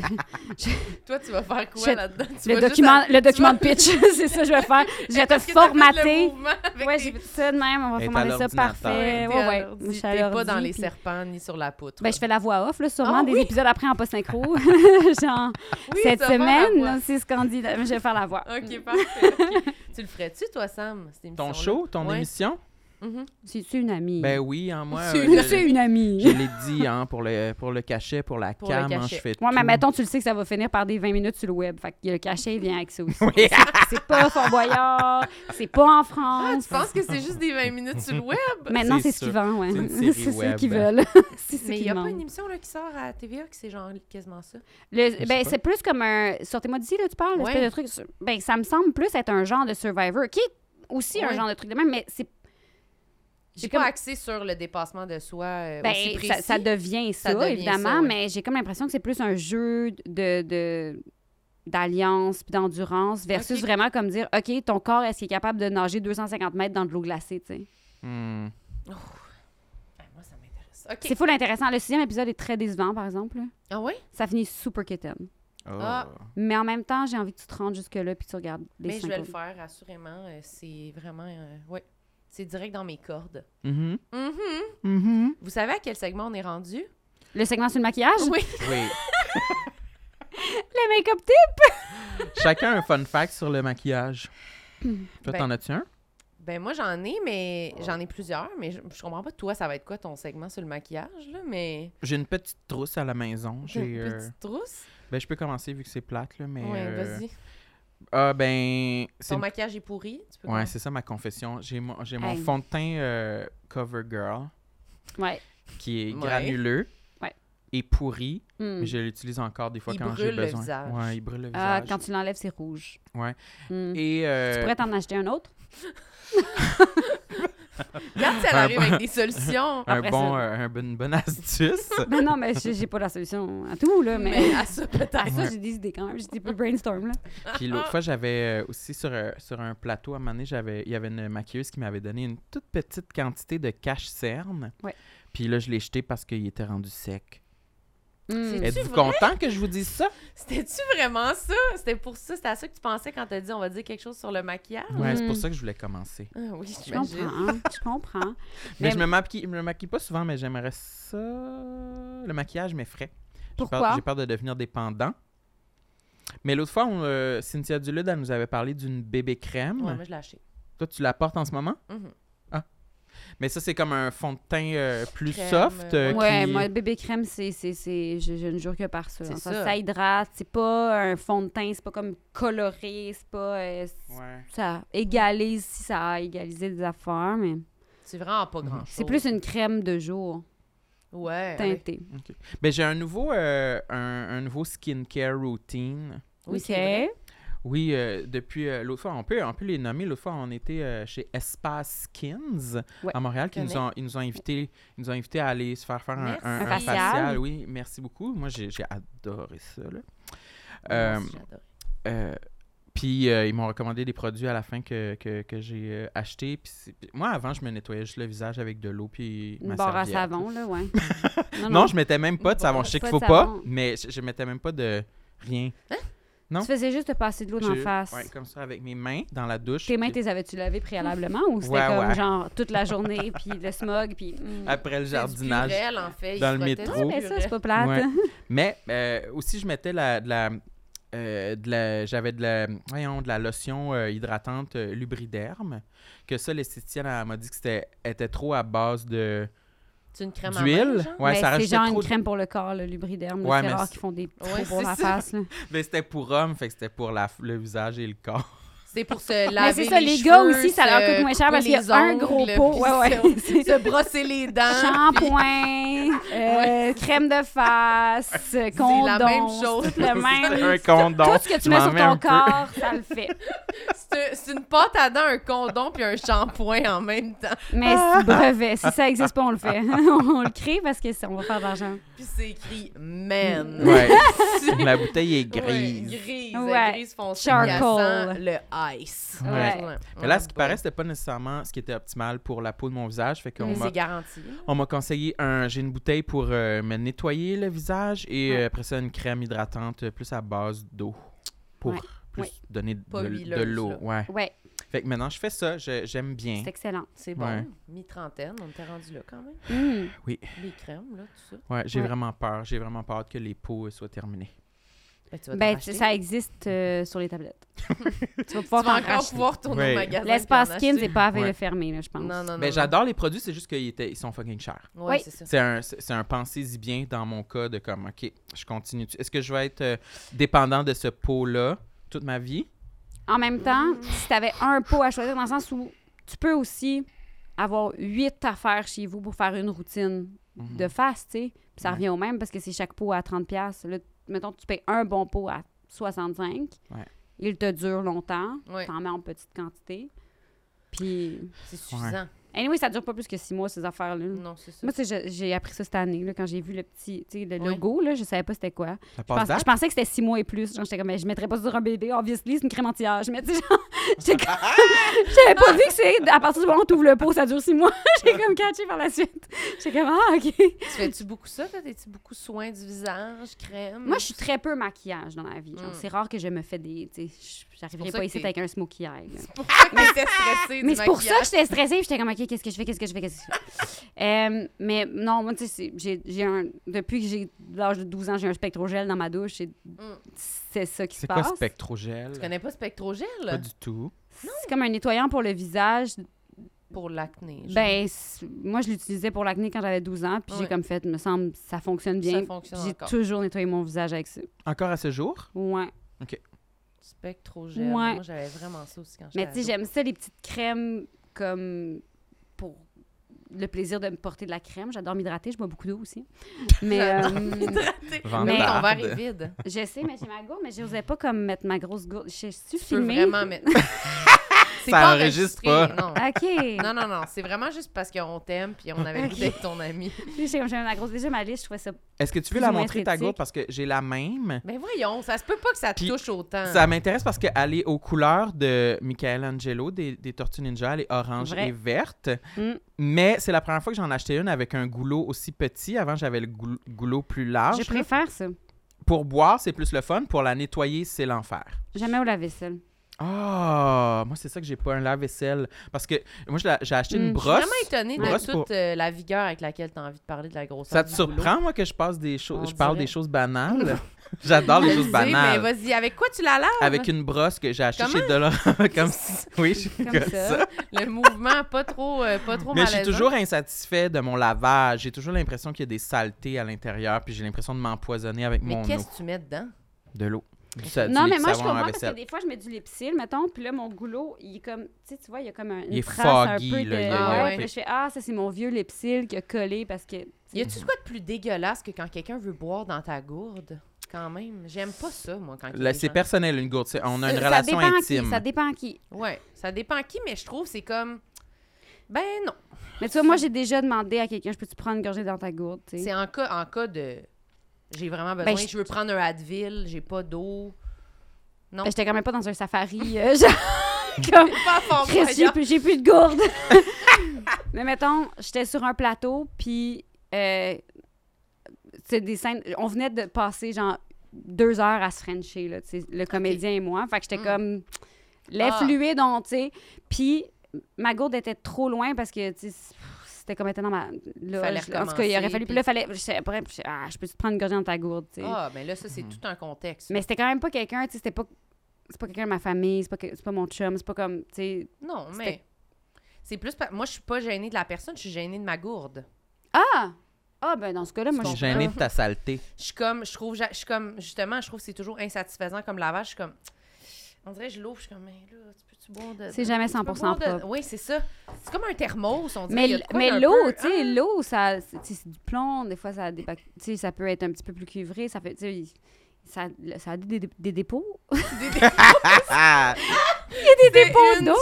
Speaker 2: Toi, tu vas faire quoi
Speaker 4: Je-
Speaker 2: là-dedans? Tu
Speaker 4: le,
Speaker 2: vas juste
Speaker 4: document, le document
Speaker 2: vas- *laughs*
Speaker 4: de pitch, *laughs* c'est ça que je vais faire. Je vais te
Speaker 2: Est-ce que t'as fait le
Speaker 4: formater.
Speaker 2: mouvement avec
Speaker 4: Ouais,
Speaker 2: tes-
Speaker 4: j'ai fait ça de même. On va
Speaker 1: Elle est à
Speaker 4: formater ça
Speaker 1: l'ordinateur.
Speaker 4: parfait.
Speaker 2: T'es
Speaker 4: Ouais,
Speaker 2: à
Speaker 4: ouais.
Speaker 2: l'ordi,
Speaker 4: Moi, je suis à
Speaker 2: T'es pas
Speaker 4: l'ordi,
Speaker 2: dans les
Speaker 4: puis-
Speaker 2: serpents ni sur la poutre.
Speaker 4: Ben, je fais la voix off, là, sûrement
Speaker 2: Ah
Speaker 4: des
Speaker 2: oui?
Speaker 4: épisodes après
Speaker 2: *laughs*
Speaker 4: en post-synchro. *laughs* Genre,
Speaker 2: Oui,
Speaker 4: cette
Speaker 2: ça va, la voix.
Speaker 4: semaine, c'est ce qu'on dit. Je vais faire la voix.
Speaker 2: Ok, parfait. ok. tu le ferais-tu, toi, Sam? cette
Speaker 1: Ton
Speaker 2: émission-là?
Speaker 1: show, ton
Speaker 2: Ouais.
Speaker 1: émission?
Speaker 2: Mhm.
Speaker 4: C'est c'est une amie.
Speaker 1: Ben oui, hein, moi.
Speaker 2: C'est
Speaker 1: euh,
Speaker 2: une-
Speaker 1: je-
Speaker 4: c'est une
Speaker 1: Je
Speaker 4: *laughs* amie.
Speaker 1: l'ai dit, hein, pour le, pour le cachet, pour la
Speaker 2: Pour le
Speaker 1: cam, hein,
Speaker 2: cachet.
Speaker 1: je fais
Speaker 4: Moi, mais
Speaker 1: tout.
Speaker 4: mettons, tu le sais que ça va finir par des 20 minutes sur le web. Fait que le cachet, il vient avec ça aussi. C'est- C'est pas Fort Boyard, c'est pas en
Speaker 2: Ah,
Speaker 4: France.
Speaker 2: tu penses que c'est juste des 20 minutes sur le web?
Speaker 4: Maintenant,
Speaker 1: C'est
Speaker 4: c'est ce qu'ils
Speaker 1: sûr.
Speaker 4: vendent, ouais.
Speaker 1: C'est une série
Speaker 4: *laughs* C'est ce
Speaker 1: web.
Speaker 4: qu'ils veulent. *laughs* c'est ce
Speaker 2: Mais il n'y
Speaker 4: qu'ils
Speaker 2: a pas une
Speaker 4: demandent.
Speaker 2: émission là, qui sort à TVA que c'est genre quasiment ça.
Speaker 4: Le-
Speaker 1: sais
Speaker 4: ben,
Speaker 1: pas.
Speaker 4: c'est plus comme un. Sortez-moi d'ici, là, tu parles, l'espèce
Speaker 2: Ouais.
Speaker 4: de truc. sur- Ben, ça me semble plus être un genre de Survivor, qui est aussi un
Speaker 2: Ouais.
Speaker 4: genre de truc de même, mais c'est.
Speaker 2: J'ai
Speaker 4: J'ai
Speaker 2: pas
Speaker 4: comme-
Speaker 2: axé sur le dépassement de soi euh,
Speaker 4: Ben,
Speaker 2: aussi précis.
Speaker 4: ça, ça devient ça,
Speaker 2: Ça devient
Speaker 4: évidemment,
Speaker 2: ça, ouais.
Speaker 4: mais j'ai comme l'impression que c'est plus un jeu de, de- d'alliance puis d'endurance versus
Speaker 2: Ok.
Speaker 4: vraiment comme dire, OK, ton corps, est-ce qu'il est capable de nager 250 mètres dans de l'eau glacée, tu sais?
Speaker 1: Hmm.
Speaker 2: Ah, moi, ça m'intéresse. OK.
Speaker 4: C'est full intéressant. Le sixième épisode est très décevant, par exemple. là.
Speaker 2: Ah ouais?
Speaker 4: Ça finit super kitten.
Speaker 1: Oh.
Speaker 2: Ah.
Speaker 4: Mais en même temps, j'ai envie que tu te rendes jusque-là puis tu regardes
Speaker 2: Mais
Speaker 4: les
Speaker 2: Ben, je
Speaker 4: cinq
Speaker 2: vais le
Speaker 4: autres.
Speaker 2: faire, assurément. Euh, C'est vraiment... euh, ouais. C'est direct dans mes cordes.
Speaker 1: Mhm.
Speaker 2: Mhm.
Speaker 4: Mm-hmm.
Speaker 1: Mhm.
Speaker 2: Vous savez à quel segment on est rendu?
Speaker 4: Le segment sur le maquillage?
Speaker 2: Oui.
Speaker 1: Oui.
Speaker 4: Le make-up tip?
Speaker 2: *clears throat*
Speaker 1: Chacun un fun fact sur le maquillage. Toi,
Speaker 2: Ben-
Speaker 1: t'en as-tu un?
Speaker 2: Ben moi j'en ai, mais j'en ai plusieurs, mais je, je comprends pas toi, ça va être quoi ton segment sur le maquillage, là, mais
Speaker 1: J'ai une petite trousse à la maison.
Speaker 2: j'ai
Speaker 1: J'ai,
Speaker 2: une
Speaker 1: euh,
Speaker 2: petite trousse.
Speaker 1: Ben, je peux commencer vu que c'est plate, là, mais...
Speaker 2: ouais,
Speaker 1: euh,
Speaker 2: vas-y.
Speaker 1: Ah, ben... c'est
Speaker 2: Ton
Speaker 1: une-
Speaker 2: maquillage est pourri, tu peux
Speaker 1: Ouais,
Speaker 2: commencer.
Speaker 1: c'est ça ma confession. J'ai mon, j'ai mon
Speaker 4: Hey.
Speaker 1: fond de teint euh, CoverGirl
Speaker 4: Ouais.
Speaker 1: qui est
Speaker 2: Ouais.
Speaker 1: granuleux
Speaker 4: Ouais.
Speaker 1: et pourri,
Speaker 4: Hmm.
Speaker 1: mais je l'utilise encore des fois
Speaker 2: Il
Speaker 1: quand j'ai
Speaker 2: brûle le
Speaker 1: besoin.
Speaker 2: visage.
Speaker 1: Ouais, il brûle le
Speaker 4: Ah,
Speaker 1: visage.
Speaker 4: quand tu l'enlèves, c'est rouge.
Speaker 1: Ouais.
Speaker 4: Hmm.
Speaker 1: Et euh,
Speaker 4: Tu pourrais t'en acheter un autre?
Speaker 2: Regarde si elle
Speaker 1: Un
Speaker 2: arrive avec des
Speaker 4: *laughs*
Speaker 2: solutions.
Speaker 1: un
Speaker 4: après
Speaker 1: bon,
Speaker 4: ça.
Speaker 1: euh, un bon- une bonne *laughs*
Speaker 4: *laughs*
Speaker 1: astuce.
Speaker 4: Ben non, mais j'ai j'ai pas la solution à tout, là, mais...
Speaker 2: Mais à ça peut-être.
Speaker 4: *laughs* À ça,
Speaker 1: Ouais.
Speaker 4: j'ai des idées quand même. J'ai des peu brainstorm, là.
Speaker 1: Puis l'autre fois, j'avais euh, aussi sur, euh, sur un plateau, à un moment donné, j'avais- il y avait une maquilleuse qui m'avait donné une toute petite quantité de cache-cerne.
Speaker 4: Ouais.
Speaker 1: Puis là, je l'ai jeté parce qu'il était rendu sec.
Speaker 4: Hmm.
Speaker 2: C'est-
Speaker 1: Êtes-vous
Speaker 2: vrai?
Speaker 1: content que je vous dise ça?
Speaker 2: C'était-tu vraiment ça? C'était pour ça, c'était à ça que tu pensais quand t'as dit on va dire quelque chose sur le maquillage?
Speaker 1: Ouais, c'est
Speaker 4: Mm.
Speaker 1: pour ça que je voulais commencer.
Speaker 2: Ah oui,
Speaker 4: Je
Speaker 1: ben,
Speaker 2: j'imagine.
Speaker 4: comprends, je comprends.
Speaker 1: Mais,
Speaker 4: Mais-
Speaker 1: je me maquille, je me maquille pas souvent, mais j'aimerais ça. Le maquillage m'effraie. J'ai peur-
Speaker 4: Pourquoi?
Speaker 1: J'ai peur de devenir dépendant. Mais l'autre fois, on, euh, Cynthia Dulude, elle nous avait parlé d'une bébé crème.
Speaker 2: Ouais, moi je l'ai acheté.
Speaker 1: Toi, tu la portes en ce moment?
Speaker 2: Mhm.
Speaker 1: Mais ça, c'est comme un fond de teint euh, plus
Speaker 2: Crème,
Speaker 1: soft. euh,
Speaker 4: ouais,
Speaker 1: qui-
Speaker 4: moi, bébé crème, c'est, c'est, c'est, je, je ne jure que par ça.
Speaker 2: C'est
Speaker 4: Ça,
Speaker 2: ça.
Speaker 4: ça hydrate, c'est pas un fond de teint, c'est pas comme coloré, c'est pas... euh, c'est-
Speaker 1: Ouais.
Speaker 4: Ça égalise, si ça a égalisé des affaires, mais...
Speaker 2: C'est vraiment pas grand-chose.
Speaker 4: Mhm. C'est plus une crème de jour,
Speaker 1: Eh,
Speaker 2: Ouais. avec-
Speaker 4: teintée.
Speaker 1: Ben, j'ai un nouveau, euh, un, un nouveau skincare routine.
Speaker 2: Oui,
Speaker 4: OK.
Speaker 2: c'est vrai.
Speaker 1: Oui, euh, depuis euh, l'autre fois, on peut, on peut les nommer. L'autre fois, on était euh, chez Espace Skins
Speaker 4: Ouais.
Speaker 1: à Montréal, qui nous
Speaker 2: Connais.
Speaker 1: ont, ils nous ont invités, ils nous ont invités à aller se faire faire un, un-
Speaker 2: Merci.
Speaker 1: un
Speaker 4: Un
Speaker 1: facial.
Speaker 4: facial.
Speaker 1: Oui, merci beaucoup. Moi, j'ai j'ai adoré ça. là.
Speaker 2: Moi
Speaker 1: Euh,
Speaker 2: aussi, j'adore.
Speaker 1: euh, puis euh, ils m'ont recommandé des produits à la fin que, que, que j'ai euh, acheté. Puis c'est- puis moi, avant, je me nettoyais juste le visage avec de l'eau puis
Speaker 4: Une
Speaker 1: ma
Speaker 4: barre à
Speaker 1: serviette.
Speaker 4: savon, là,
Speaker 1: *laughs*
Speaker 4: ouais.
Speaker 1: Non, je mettais même pas de savon. Je sais
Speaker 4: Pas
Speaker 1: qu'il
Speaker 4: de
Speaker 1: faut pas,
Speaker 4: savon.
Speaker 1: mais je, je mettais même pas de rien. non.
Speaker 4: Tu faisais juste te passer de l'eau d'en
Speaker 1: Je-
Speaker 4: face.
Speaker 1: ouais, comme ça, avec mes mains dans la douche.
Speaker 4: Tes mains,
Speaker 1: puis
Speaker 4: t'es avais-tu lavées préalablement ou c'était
Speaker 1: Ouais,
Speaker 4: comme
Speaker 1: ouais.
Speaker 4: genre toute la journée, puis le smog, puis... hmm.
Speaker 1: Après le
Speaker 2: C'est du
Speaker 1: jardinage.
Speaker 2: Purel, en fait. il
Speaker 1: dans le
Speaker 2: frottait du
Speaker 1: métro.
Speaker 4: Ouais, mais ça, c'est
Speaker 2: Purel.
Speaker 4: pas plate.
Speaker 1: Ouais. Mais euh, aussi, je mettais la, de la, euh, de la- j'avais de la, voyons, de la lotion euh, hydratante euh, lubriderme. Que ça, l'esthéticienne elle m'a dit que c'était était trop à base de
Speaker 2: C'est une crème à main,
Speaker 1: d'huile.
Speaker 2: genre?
Speaker 1: Ouais,
Speaker 4: Ben,
Speaker 1: ça
Speaker 4: c'est
Speaker 1: rajoutait
Speaker 4: genre une
Speaker 1: trop. de-
Speaker 4: crème pour le corps, le lubriderme. là,
Speaker 1: Ouais, mais
Speaker 4: c'est rare
Speaker 1: c'est-
Speaker 4: qu'ils font des petits
Speaker 2: Ouais,
Speaker 4: trous pour
Speaker 2: c'est
Speaker 4: la
Speaker 2: ça.
Speaker 4: face. là.
Speaker 1: Mais ben, c'était pour hommes, fait que c'était pour la, le visage et le corps. *laughs*
Speaker 2: C'est pour se laver
Speaker 4: Mais c'est ça, les gars aussi, ça leur coûte moins cher parce qu'il y a un gros pot. Ouais, ouais.
Speaker 2: *laughs*
Speaker 4: C'est-
Speaker 2: Se brosser les dents.
Speaker 4: *laughs* Shampoing,
Speaker 2: *laughs*
Speaker 4: euh, crème de face, euh,
Speaker 2: *laughs*
Speaker 4: condom.
Speaker 2: la même
Speaker 1: *laughs*
Speaker 2: chose.
Speaker 4: tout le
Speaker 1: C'était
Speaker 4: même.
Speaker 1: un condom.
Speaker 4: Tout ce que
Speaker 1: Je
Speaker 4: tu mets
Speaker 1: m'en
Speaker 4: sur
Speaker 1: mets un
Speaker 4: ton
Speaker 1: peu.
Speaker 4: corps, ça le fait.
Speaker 2: C'est un- c'est une pâte à dents, un condom puis un shampoing en même temps.
Speaker 4: Mais c'est brevet. Si ça existe pas, on le *laughs* fait. on le crée parce que ça, on va faire de l'argent.
Speaker 2: Puis c'est écrit man.
Speaker 1: *laughs*
Speaker 2: *laughs*
Speaker 1: Ouais.
Speaker 2: C'est-
Speaker 1: la bouteille est
Speaker 2: Ouais,
Speaker 1: grise.
Speaker 2: grise,
Speaker 4: Ouais.
Speaker 2: grise foncée.
Speaker 4: Charcoal.
Speaker 2: Il y a sans le ice.
Speaker 1: Ouais. Mais là, ce qui paraît, c'était pas nécessairement ce qui était optimal pour la peau de mon visage. Fait qu'on
Speaker 2: Mais
Speaker 1: m'a
Speaker 2: c'est garanti.
Speaker 1: On m'a conseillé un. J'ai une bouteille pour euh, me nettoyer le visage et euh, après ça, une crème hydratante euh, plus à base d'eau pour
Speaker 4: Ouais.
Speaker 1: plus
Speaker 4: Ouais.
Speaker 1: donner de,
Speaker 2: Pas
Speaker 1: de-
Speaker 2: huileuse,
Speaker 1: de l'eau.
Speaker 2: là.
Speaker 1: Ouais.
Speaker 4: Ouais,
Speaker 1: Fait que maintenant, je fais ça. je- J'aime bien.
Speaker 4: c'est excellent.
Speaker 2: C'est bon.
Speaker 1: Ouais.
Speaker 2: Mi-trentaine, on était rendu là quand même.
Speaker 4: Hmm.
Speaker 2: Les crèmes, là, tout ça.
Speaker 1: Ouais, j'ai
Speaker 4: Ouais.
Speaker 1: vraiment peur. J'ai vraiment peur que les peaux euh, soient terminées.
Speaker 2: Ben, tu vas t'en
Speaker 4: Ben,
Speaker 2: racheter.
Speaker 4: tu- ça existe euh, sur les tablettes. *laughs* tu vas
Speaker 2: Tu
Speaker 4: pouvoir
Speaker 2: vas
Speaker 4: t'en
Speaker 2: encore
Speaker 4: racheter.
Speaker 2: pouvoir tourner
Speaker 1: Ouais.
Speaker 2: au magasin.
Speaker 4: L'espace
Speaker 2: puis en
Speaker 4: skin,
Speaker 2: acheter.
Speaker 4: c'est pas à veille
Speaker 1: Ouais.
Speaker 4: de fermer, là, je pense.
Speaker 2: Non, non, non.
Speaker 1: Mais
Speaker 2: non.
Speaker 1: j'adore les produits, c'est juste qu'ils étaient- ils sont fucking chers.
Speaker 2: Ouais,
Speaker 4: Oui.
Speaker 2: c'est ça.
Speaker 1: C'est un, c'est c'est un penser-y bien dans mon cas de comme, OK, je continue. Est-ce que je vais être euh, dépendant de ce pot-là toute ma vie?
Speaker 4: En même temps, si tu avais un pot à choisir, dans le sens où tu peux aussi avoir huit affaires chez vous pour faire une routine
Speaker 1: Mhm.
Speaker 4: de face, tu sais. Puis ça
Speaker 1: Ouais.
Speaker 4: revient au même parce que c'est chaque pot à 30$. Là, mettons, tu payes un bon pot à 65$.
Speaker 1: Ouais.
Speaker 4: Il te dure longtemps.
Speaker 2: Ouais.
Speaker 4: T'en mets en petite quantité. Puis.
Speaker 2: C'est suffisant.
Speaker 4: Anyway, ça dure pas plus que six mois, ces affaires-là.
Speaker 2: Non, c'est ça.
Speaker 4: Moi, tu sais, je- j'ai appris ça cette année, là, quand j'ai vu le petit, tu sais, le
Speaker 2: Ouais.
Speaker 4: logo, là, je savais pas c'était quoi.
Speaker 1: La
Speaker 4: Je,
Speaker 1: passe
Speaker 4: pense- je pensais que c'était six mois et plus. Genre, j'étais comme, mais je mettrais pas sur un bébé, obviously, c'est une crème anti-âge. Mais tu sais, genre, *laughs* j'étais comme- j'avais pas vu que c'est, à partir du moment où t'ouvres le pot, ça dure six mois. *laughs* J'ai comme catché par la suite. J'étais comme, ah, OK.
Speaker 2: Tu fais-tu beaucoup ça? toi? T'es-tu beaucoup soin du visage, crème?
Speaker 4: Moi, je suis très peu maquillage dans la vie. Genre,
Speaker 2: Mm.
Speaker 4: C'est rare que je me fais des, tu sais, je-
Speaker 2: C'est
Speaker 4: j'arriverai
Speaker 2: pour ça
Speaker 4: pas
Speaker 2: que
Speaker 4: ici
Speaker 2: t'es-
Speaker 4: avec un smokey eye. là.
Speaker 2: C'est *laughs* pour ça que t'étais stressée
Speaker 4: Mais
Speaker 2: du
Speaker 4: c'est pour ça que
Speaker 2: maquillage.
Speaker 4: j'étais stressée. puis J'étais comme, OK, qu'est-ce que je fais, qu'est-ce que je fais, qu'est-ce que
Speaker 2: *laughs*
Speaker 4: je fais. Euh, mais non, moi, tu sais, c'est- j'ai- j'ai un... Depuis que j'ai l'âge de 12 ans, j'ai un spectrogel dans ma douche. et
Speaker 2: Mm.
Speaker 4: C'est ça qui se
Speaker 1: C'est quoi
Speaker 4: passe.
Speaker 1: Spectrogel?
Speaker 2: Tu connais pas Spectrogel?
Speaker 1: Pas du tout.
Speaker 4: C'est comme un nettoyant pour le visage
Speaker 2: pour l'acné. genre.
Speaker 4: Ben, c'est- moi, je l'utilisais pour l'acné quand j'avais 12 ans, puis j'ai
Speaker 2: Ouais.
Speaker 4: comme fait, me semble, ça fonctionne bien.
Speaker 2: Ça fonctionne
Speaker 4: J'ai
Speaker 2: encore.
Speaker 4: toujours nettoyé mon visage avec ça.
Speaker 1: Encore à ce jour?
Speaker 4: Ouais.
Speaker 2: Spectrogel.
Speaker 4: Ouais.
Speaker 2: Moi, j'avais vraiment ça aussi quand j'étais
Speaker 4: Mais tu sais,
Speaker 2: ado.
Speaker 4: j'aime ça, les petites crèmes, comme pour le plaisir de me porter de la crème. J'adore m'hydrater, je bois beaucoup d'eau aussi.
Speaker 1: *laughs*
Speaker 4: Mais
Speaker 2: *laughs*
Speaker 4: euh,
Speaker 2: Mais ton verre
Speaker 1: Vantarde.
Speaker 2: est vide.
Speaker 4: je sais, mais j'ai ma gourde, mais j'osais pas comme mettre ma grosse gourde. Je suis
Speaker 2: Tu peux
Speaker 4: filmée.
Speaker 2: vraiment *laughs* mettre. C'est
Speaker 1: Ça
Speaker 2: pas
Speaker 1: enregistre
Speaker 2: enregistré,
Speaker 1: pas.
Speaker 2: Non.
Speaker 4: *laughs* OK.
Speaker 2: Non, non, non. C'est vraiment juste parce qu'on t'aime puis on avait le goût
Speaker 4: Ok.
Speaker 2: d'être ton ami.
Speaker 4: J'ai comme j'avais ma grosse déjà ma liste, je trouvais ça.
Speaker 1: Est-ce que tu veux
Speaker 4: Plus
Speaker 1: la
Speaker 4: ou moins
Speaker 1: montrer, ta
Speaker 4: esthétique.
Speaker 1: gourde? Parce que j'ai la même.
Speaker 2: Ben voyons, ça se peut pas que ça te
Speaker 1: Puis,
Speaker 2: touche autant.
Speaker 4: Ah.
Speaker 1: Ça m'intéresse parce qu'elle est aux couleurs de Michelangelo des, des Tortues Ninja. Elle est orange
Speaker 4: Vrai.
Speaker 1: et verte.
Speaker 4: Mm.
Speaker 1: Mais c'est la première fois que j'en ai acheté une avec un goulot aussi petit. Avant, j'avais le goul- goulot plus large.
Speaker 4: Je préfère ça.
Speaker 1: Pour boire, c'est plus le fun. Pour la nettoyer, c'est l'enfer.
Speaker 4: Jamais
Speaker 1: *laughs*
Speaker 4: au lave-vaisselle.
Speaker 1: Ah, moi, c'est ça que j'ai pas un lave-vaisselle. Parce que moi, je la- j'ai acheté
Speaker 4: Mm.
Speaker 1: une
Speaker 4: Je
Speaker 2: Je suis
Speaker 1: brosse.
Speaker 2: vraiment étonnée de
Speaker 1: brosse
Speaker 2: toute euh, la vigueur avec laquelle tu as envie de parler de la grosseur.
Speaker 1: Ça te
Speaker 2: du
Speaker 1: surprend, moi, que je passe des
Speaker 2: On
Speaker 1: choses. Je parle
Speaker 2: dirait.
Speaker 1: des choses
Speaker 4: *laughs*
Speaker 1: banales. J'adore les
Speaker 2: boulot.
Speaker 1: choses
Speaker 2: Je sais, Mais
Speaker 1: banales.
Speaker 2: vas-y, avec quoi tu la laves
Speaker 4: Ah,
Speaker 1: Avec
Speaker 4: ben.
Speaker 1: une brosse que j'ai achetée
Speaker 2: Comment?
Speaker 1: chez Dolorama. *laughs* comme si- Oui, je suis
Speaker 4: Comme
Speaker 1: comme
Speaker 4: ça.
Speaker 1: ça.
Speaker 2: Le mouvement pas trop, euh, pas trop
Speaker 1: Mais je
Speaker 2: malaisant.
Speaker 1: suis toujours insatisfait de mon lavage. J'ai toujours l'impression qu'il y a des saletés à l'intérieur, puis j'ai l'impression de m'empoisonner avec
Speaker 2: Mais
Speaker 1: mon eau.
Speaker 2: qu'est-ce que tu mets dedans
Speaker 1: De l'eau. Du sa- du
Speaker 4: non,
Speaker 1: lait
Speaker 4: mais
Speaker 1: de
Speaker 4: moi, je
Speaker 1: savon à
Speaker 4: comprends parce que
Speaker 1: vaisselle.
Speaker 4: des fois, je mets du lipsil, mettons, puis là, mon goulot, il est comme. Tu sais, tu vois, il y a comme un, une
Speaker 1: Il est
Speaker 4: trace
Speaker 1: foggy,
Speaker 4: un peu de.
Speaker 1: là, il y
Speaker 2: a-
Speaker 4: ouais,
Speaker 2: ouais.
Speaker 4: puis là, je fais Ah, ça, c'est mon vieux lipsil qui a collé parce que.
Speaker 2: Y a-tu de quoi de plus dégueulasse que quand quelqu'un veut boire dans ta gourde Quand même, j'aime pas ça moi quand. il y a
Speaker 1: Là,
Speaker 2: des
Speaker 1: c'est
Speaker 2: gens-
Speaker 1: personnel, une gourde. C'est- On a une
Speaker 4: Euh,
Speaker 1: relation
Speaker 4: dépend
Speaker 1: intime.
Speaker 4: Qui, ça dépend qui.
Speaker 2: Ouais, ça dépend qui, mais je trouve c'est comme. Ben non,
Speaker 4: Mais tu vois, moi, j'ai déjà demandé à quelqu'un, je peux-tu prendre une gorgée dans ta gourde? tu sais?
Speaker 2: c'est en cas, en cas de. J'ai vraiment besoin.
Speaker 4: Ben, je-
Speaker 2: je veux prendre un Advil, j'ai pas
Speaker 4: *laughs*
Speaker 2: d'eau. Non.
Speaker 4: Ben, J'étais quand même pas dans un
Speaker 2: *laughs*
Speaker 4: safari. euh, genre, comme,
Speaker 2: Pas fort.
Speaker 4: Chris, j'ai
Speaker 2: voyons.
Speaker 4: *laughs* plus, j'ai plus
Speaker 2: *laughs*
Speaker 4: de gourde. Mais mettons, j'étais sur un plateau, puis euh, c'est des scènes. On venait de passer, genre, deux heures à se Frencher, là, tu sais, le comédien et moi. Fait que j'étais
Speaker 2: Mm.
Speaker 4: comme. Les
Speaker 2: Ah.
Speaker 4: fluides, on, tu sais. Puis ma gourde était trop loin parce que, tu sais, c'était comme était dans ma. loge.
Speaker 2: Fallait
Speaker 4: en tout cas, il aurait
Speaker 2: recommencer,
Speaker 4: fallu. Puis là, fallait. je sais, après, je sais, ah, je peux te prendre une gorgée dans ta gourde, tu sais.
Speaker 2: Ah, ben là, ça, c'est tout un contexte.
Speaker 4: Mais c'était quand même pas quelqu'un, tu sais, c'était pas. C'est pas quelqu'un de ma famille, c'est pas, que- c'est pas mon chum, c'est pas comme, tu sais.
Speaker 2: Non,
Speaker 4: C'était-
Speaker 2: mais. C'est plus. pa- Moi, je suis pas gênée de la personne, je suis gênée de ma gourde.
Speaker 4: Ah! Ah, ben dans ce cas-là, moi,
Speaker 1: Je
Speaker 4: je
Speaker 1: suis gênée de ta
Speaker 4: *laughs*
Speaker 1: saleté.
Speaker 2: Je suis comme. Je trouve. Je suis comme. Justement, je trouve que c'est toujours insatisfaisant comme lavage. Je suis comme. On dirait que je l'ouvre, je suis comme, mais là, tu peux-tu boire de.
Speaker 4: C'est jamais
Speaker 2: tu peux
Speaker 4: 100%
Speaker 2: boire de-
Speaker 4: propre.
Speaker 2: Oui, c'est ça. C'est comme un thermos, on dirait.
Speaker 4: Mais,
Speaker 2: il y a
Speaker 4: l-
Speaker 2: de quoi
Speaker 4: mais
Speaker 2: d'un
Speaker 4: l'eau,
Speaker 2: peu- hein?
Speaker 4: tu sais, l'eau, ça, c'est tu sais, c'est du plomb, des fois, ça, a des bac- tu sais, ça peut être un petit peu plus cuivré, ça fait, tu sais, il- ça, le- ça a des, des-
Speaker 2: *laughs*
Speaker 4: des dépôts.
Speaker 1: Ah,
Speaker 4: Il y a des
Speaker 2: une super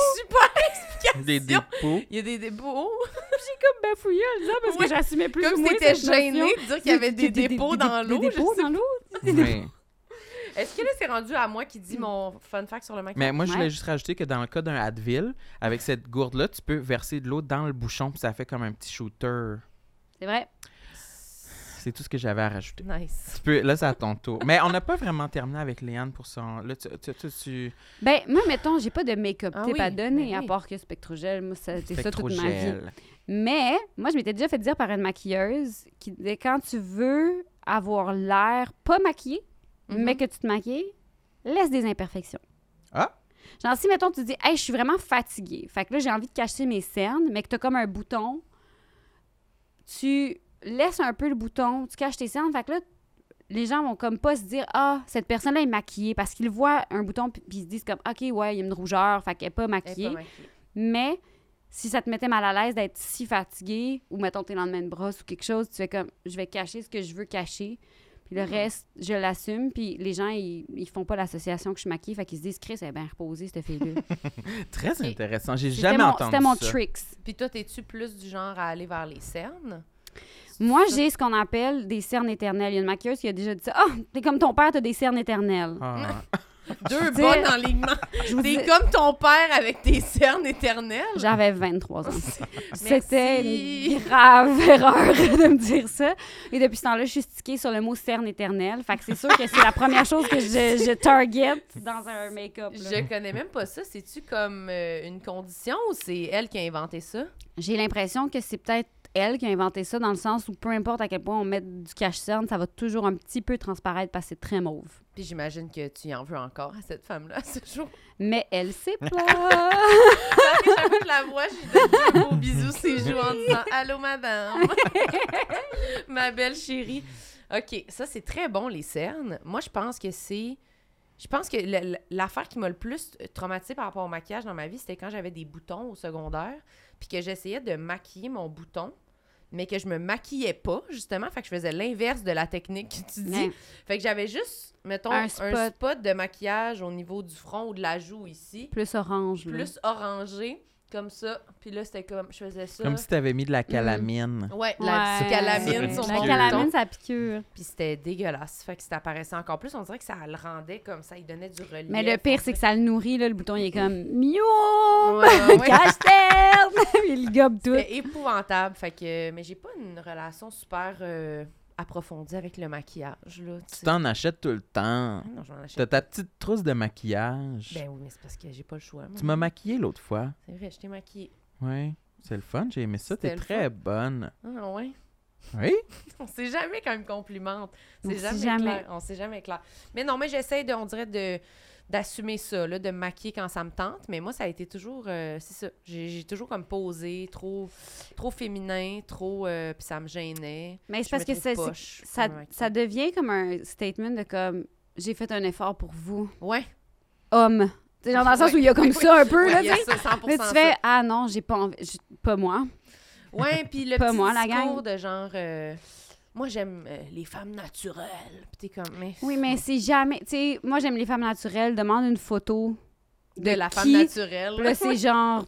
Speaker 2: explication.
Speaker 1: des dépôts.
Speaker 2: Il y a des dépôts.
Speaker 4: comme bafouillé en disant, parce
Speaker 2: Ouais.
Speaker 4: que j'assumais plus ou
Speaker 2: Comme
Speaker 4: moins
Speaker 2: si t'étais
Speaker 4: cette notion.
Speaker 2: gênée de dire qu'il y avait des dépôts dans l'eau.
Speaker 4: *laughs* Des
Speaker 2: je
Speaker 4: dépôts
Speaker 2: sais.
Speaker 4: dans l'eau?
Speaker 1: Oui.
Speaker 2: Est-ce que là, c'est rendu à moi qui
Speaker 4: Hmm.
Speaker 2: dit mon fun fact sur le maquillage?
Speaker 1: Mais moi, je
Speaker 4: Ouais.
Speaker 1: voulais juste rajouter que dans le cas d'un Advil, avec cette gourde-là, tu peux verser de l'eau dans le bouchon, puis ça fait comme un petit shooter.
Speaker 4: C'est vrai.
Speaker 1: C'est tout ce que j'avais à rajouter.
Speaker 2: Nice.
Speaker 1: Tu peux- là, c'est à ton tour. Mais on n'a pas vraiment terminé avec Léane pour son. Là, tu. tu, tu, tu-
Speaker 4: Ben, moi, mettons, j'ai pas de make-up
Speaker 2: Ah
Speaker 4: tip
Speaker 2: oui,
Speaker 4: à donner,
Speaker 2: ben
Speaker 4: à
Speaker 2: oui.
Speaker 4: part que Spectrogel, moi, ça- c'est ça toute ma vie.
Speaker 1: Spectrogel.
Speaker 4: Mais moi, je m'étais déjà fait dire par une maquilleuse qui disait quand tu veux avoir l'air pas maquillé,
Speaker 2: Mhm.
Speaker 4: mais que tu te maquilles, laisse des imperfections.
Speaker 1: Ah!
Speaker 4: Genre, si, mettons, tu dis, hey, je suis vraiment fatiguée. Fait que là, j'ai envie de cacher mes cernes, mais que tu as comme un bouton. Tu laisses un peu le bouton, tu caches tes cernes. Fait que là, les gens vont comme pas se dire, ah, cette personne-là est maquillée parce qu'ils voient un bouton, puis puis ils se disent comme, ok, ouais, il y a une rougeur, fait qu'elle est pas
Speaker 2: Elle est pas
Speaker 4: maquillée.
Speaker 2: maquillée.
Speaker 4: Mais si ça te mettait mal à l'aise d'être si fatigué, ou mettons tes lendemains de brosse ou quelque chose, tu fais comme je vais cacher ce que je veux cacher. Puis le reste, je l'assume. Puis les gens, ils, ils font pas l'association que je suis maquillée. Fait qu'ils se disent, Chris, elle est bien reposée,
Speaker 1: *laughs*
Speaker 4: cette fille-là.
Speaker 1: Très intéressant. J'ai
Speaker 4: C'était
Speaker 1: jamais
Speaker 4: mon,
Speaker 1: entendu
Speaker 4: c'était mon
Speaker 1: ça.
Speaker 4: tricks.
Speaker 2: Puis toi, es-tu plus du genre à aller vers les cernes?
Speaker 4: Moi, j'ai ce qu'on appelle des cernes éternelles. Il y a une maquilleuse qui a déjà dit ça. Ah, t'es comme ton père, t'as des cernes éternelles.
Speaker 1: Ah.
Speaker 2: *laughs*
Speaker 4: *laughs*
Speaker 2: Deux
Speaker 4: T'sais-
Speaker 2: bonnes
Speaker 4: *laughs*
Speaker 2: enlignements.
Speaker 4: Je vous
Speaker 2: T'es
Speaker 4: dis-
Speaker 2: comme ton père avec tes *laughs* cernes éternelles.
Speaker 4: J'avais 23 ans. C'était
Speaker 2: Merci.
Speaker 4: une grave *laughs* erreur de me dire ça. Et depuis ce temps-là, je suis stickée sur le mot cerne éternel. Fait que c'est sûr que c'est la première chose que je, je target dans un make-up. là.
Speaker 2: Je connais même pas ça. C'est-tu comme euh, une condition ou c'est elle qui a inventé ça?
Speaker 4: J'ai l'impression que c'est peut-être elle qui a inventé ça dans le sens où peu importe à quel point on met du cache cerne, ça va toujours un petit peu transparaître parce que c'est très mauve.
Speaker 2: Puis j'imagine que tu en veux encore à cette femme-là, ce jour.
Speaker 4: Mais elle sait
Speaker 2: *laughs*
Speaker 4: pas.
Speaker 2: Chaque fois que je *laughs* la vois, je lui donne un beau bisou ses joues en disant « Allô, madame! » *laughs* Ma belle chérie. OK, ça, c'est très bon, les cernes. Moi, je pense que c'est... Je pense que le- le- l'affaire qui m'a le plus traumatisée par rapport au maquillage dans ma vie, c'était quand j'avais des boutons au secondaire, puis que j'essayais de maquiller mon bouton, mais que je me maquillais pas, justement. Fait que je faisais l'inverse de la technique que tu dis.
Speaker 4: Ouais.
Speaker 2: Fait que j'avais juste, mettons,
Speaker 4: Un
Speaker 2: un spot.
Speaker 4: spot.
Speaker 2: de maquillage au niveau du front ou de la joue ici,
Speaker 4: Plus orange. là.
Speaker 2: plus orangé, comme ça. Puis là, c'était comme, je faisais ça.
Speaker 1: Comme si t'avais mis de
Speaker 4: Mm.
Speaker 1: la calamine.
Speaker 2: Ouais, la petite
Speaker 4: Ouais.
Speaker 2: calamine sur
Speaker 4: La
Speaker 2: mon
Speaker 4: calamine,
Speaker 2: bouton.
Speaker 4: ça piqûre.
Speaker 2: Puis c'était dégueulasse. Fait que ça apparaissait encore plus. On dirait que ça le rendait comme ça. Il donnait du relief.
Speaker 4: Mais le pire, c'est que ça le nourrit, là, le bouton, il est comme
Speaker 2: Ouais,
Speaker 4: Miou! *laughs*
Speaker 2: ouais, ouais.
Speaker 4: Cache-tête! *laughs* il le gobe tout.
Speaker 2: C'était épouvantable. Fait que, mais j'ai pas une relation super euh, approfondie avec le maquillage. Là, tu
Speaker 1: Tu
Speaker 2: sais.
Speaker 1: t'en achètes tout le temps.
Speaker 4: Mm.
Speaker 2: Ah Non, j'en
Speaker 1: T'as
Speaker 2: achète.
Speaker 1: ta petite trousse de maquillage.
Speaker 2: Ben oui, mais c'est parce que j'ai pas le choix. moi.
Speaker 1: Tu m'as maquillée l'autre fois.
Speaker 2: C'est vrai, je t'ai maquillée.
Speaker 1: Ouais. C'est le fun, j'ai aimé ça. T'es
Speaker 2: C'était le
Speaker 1: très bonne.
Speaker 2: Ah ouais.
Speaker 1: Oui?
Speaker 4: Euh,
Speaker 2: On sait jamais quand il me complimente.
Speaker 4: On
Speaker 2: C'est
Speaker 4: sait
Speaker 2: jamais,
Speaker 4: jamais.
Speaker 2: clair. On sait jamais clair. Mais non, mais j'essaie de, on dirait de d'assumer ça, là, de me maquiller quand ça me tente. Mais moi, ça a été toujours, euh, c'est ça. J'ai j'ai toujours comme posé, trop, trop féminin, trop, euh, puis ça me gênait.
Speaker 4: Mais c'est
Speaker 2: Je
Speaker 4: parce
Speaker 2: me
Speaker 4: que
Speaker 2: trouve
Speaker 4: ça, c'est-
Speaker 2: poche pour
Speaker 4: ça,
Speaker 2: me maquiller.
Speaker 4: ça devient comme un statement de comme j'ai fait un effort pour vous,
Speaker 2: Ouais.
Speaker 4: homme. Tu sais, genre dans le sens
Speaker 2: Oui.
Speaker 4: où il y a comme
Speaker 2: Oui.
Speaker 4: ça un peu,
Speaker 2: ouais,
Speaker 4: là,
Speaker 2: il
Speaker 4: tu
Speaker 2: y a ça,
Speaker 4: sais.
Speaker 2: 100%
Speaker 4: Là, tu fais Ah non, j'ai pas envie. j'ai- Pas moi.
Speaker 2: ça.
Speaker 4: *laughs*
Speaker 2: Ouais, puis le
Speaker 4: Pas
Speaker 2: petit
Speaker 4: moi, la
Speaker 2: discours
Speaker 4: gang.
Speaker 2: de genre, euh, moi j'aime euh, les femmes naturelles. Puis t'es comme, mais
Speaker 4: Oui, mais c'est jamais. Tu sais, moi, j'aime les femmes naturelles. Demande une photo de,
Speaker 2: de la
Speaker 4: qui.
Speaker 2: femme naturelle.
Speaker 4: Puis là, c'est genre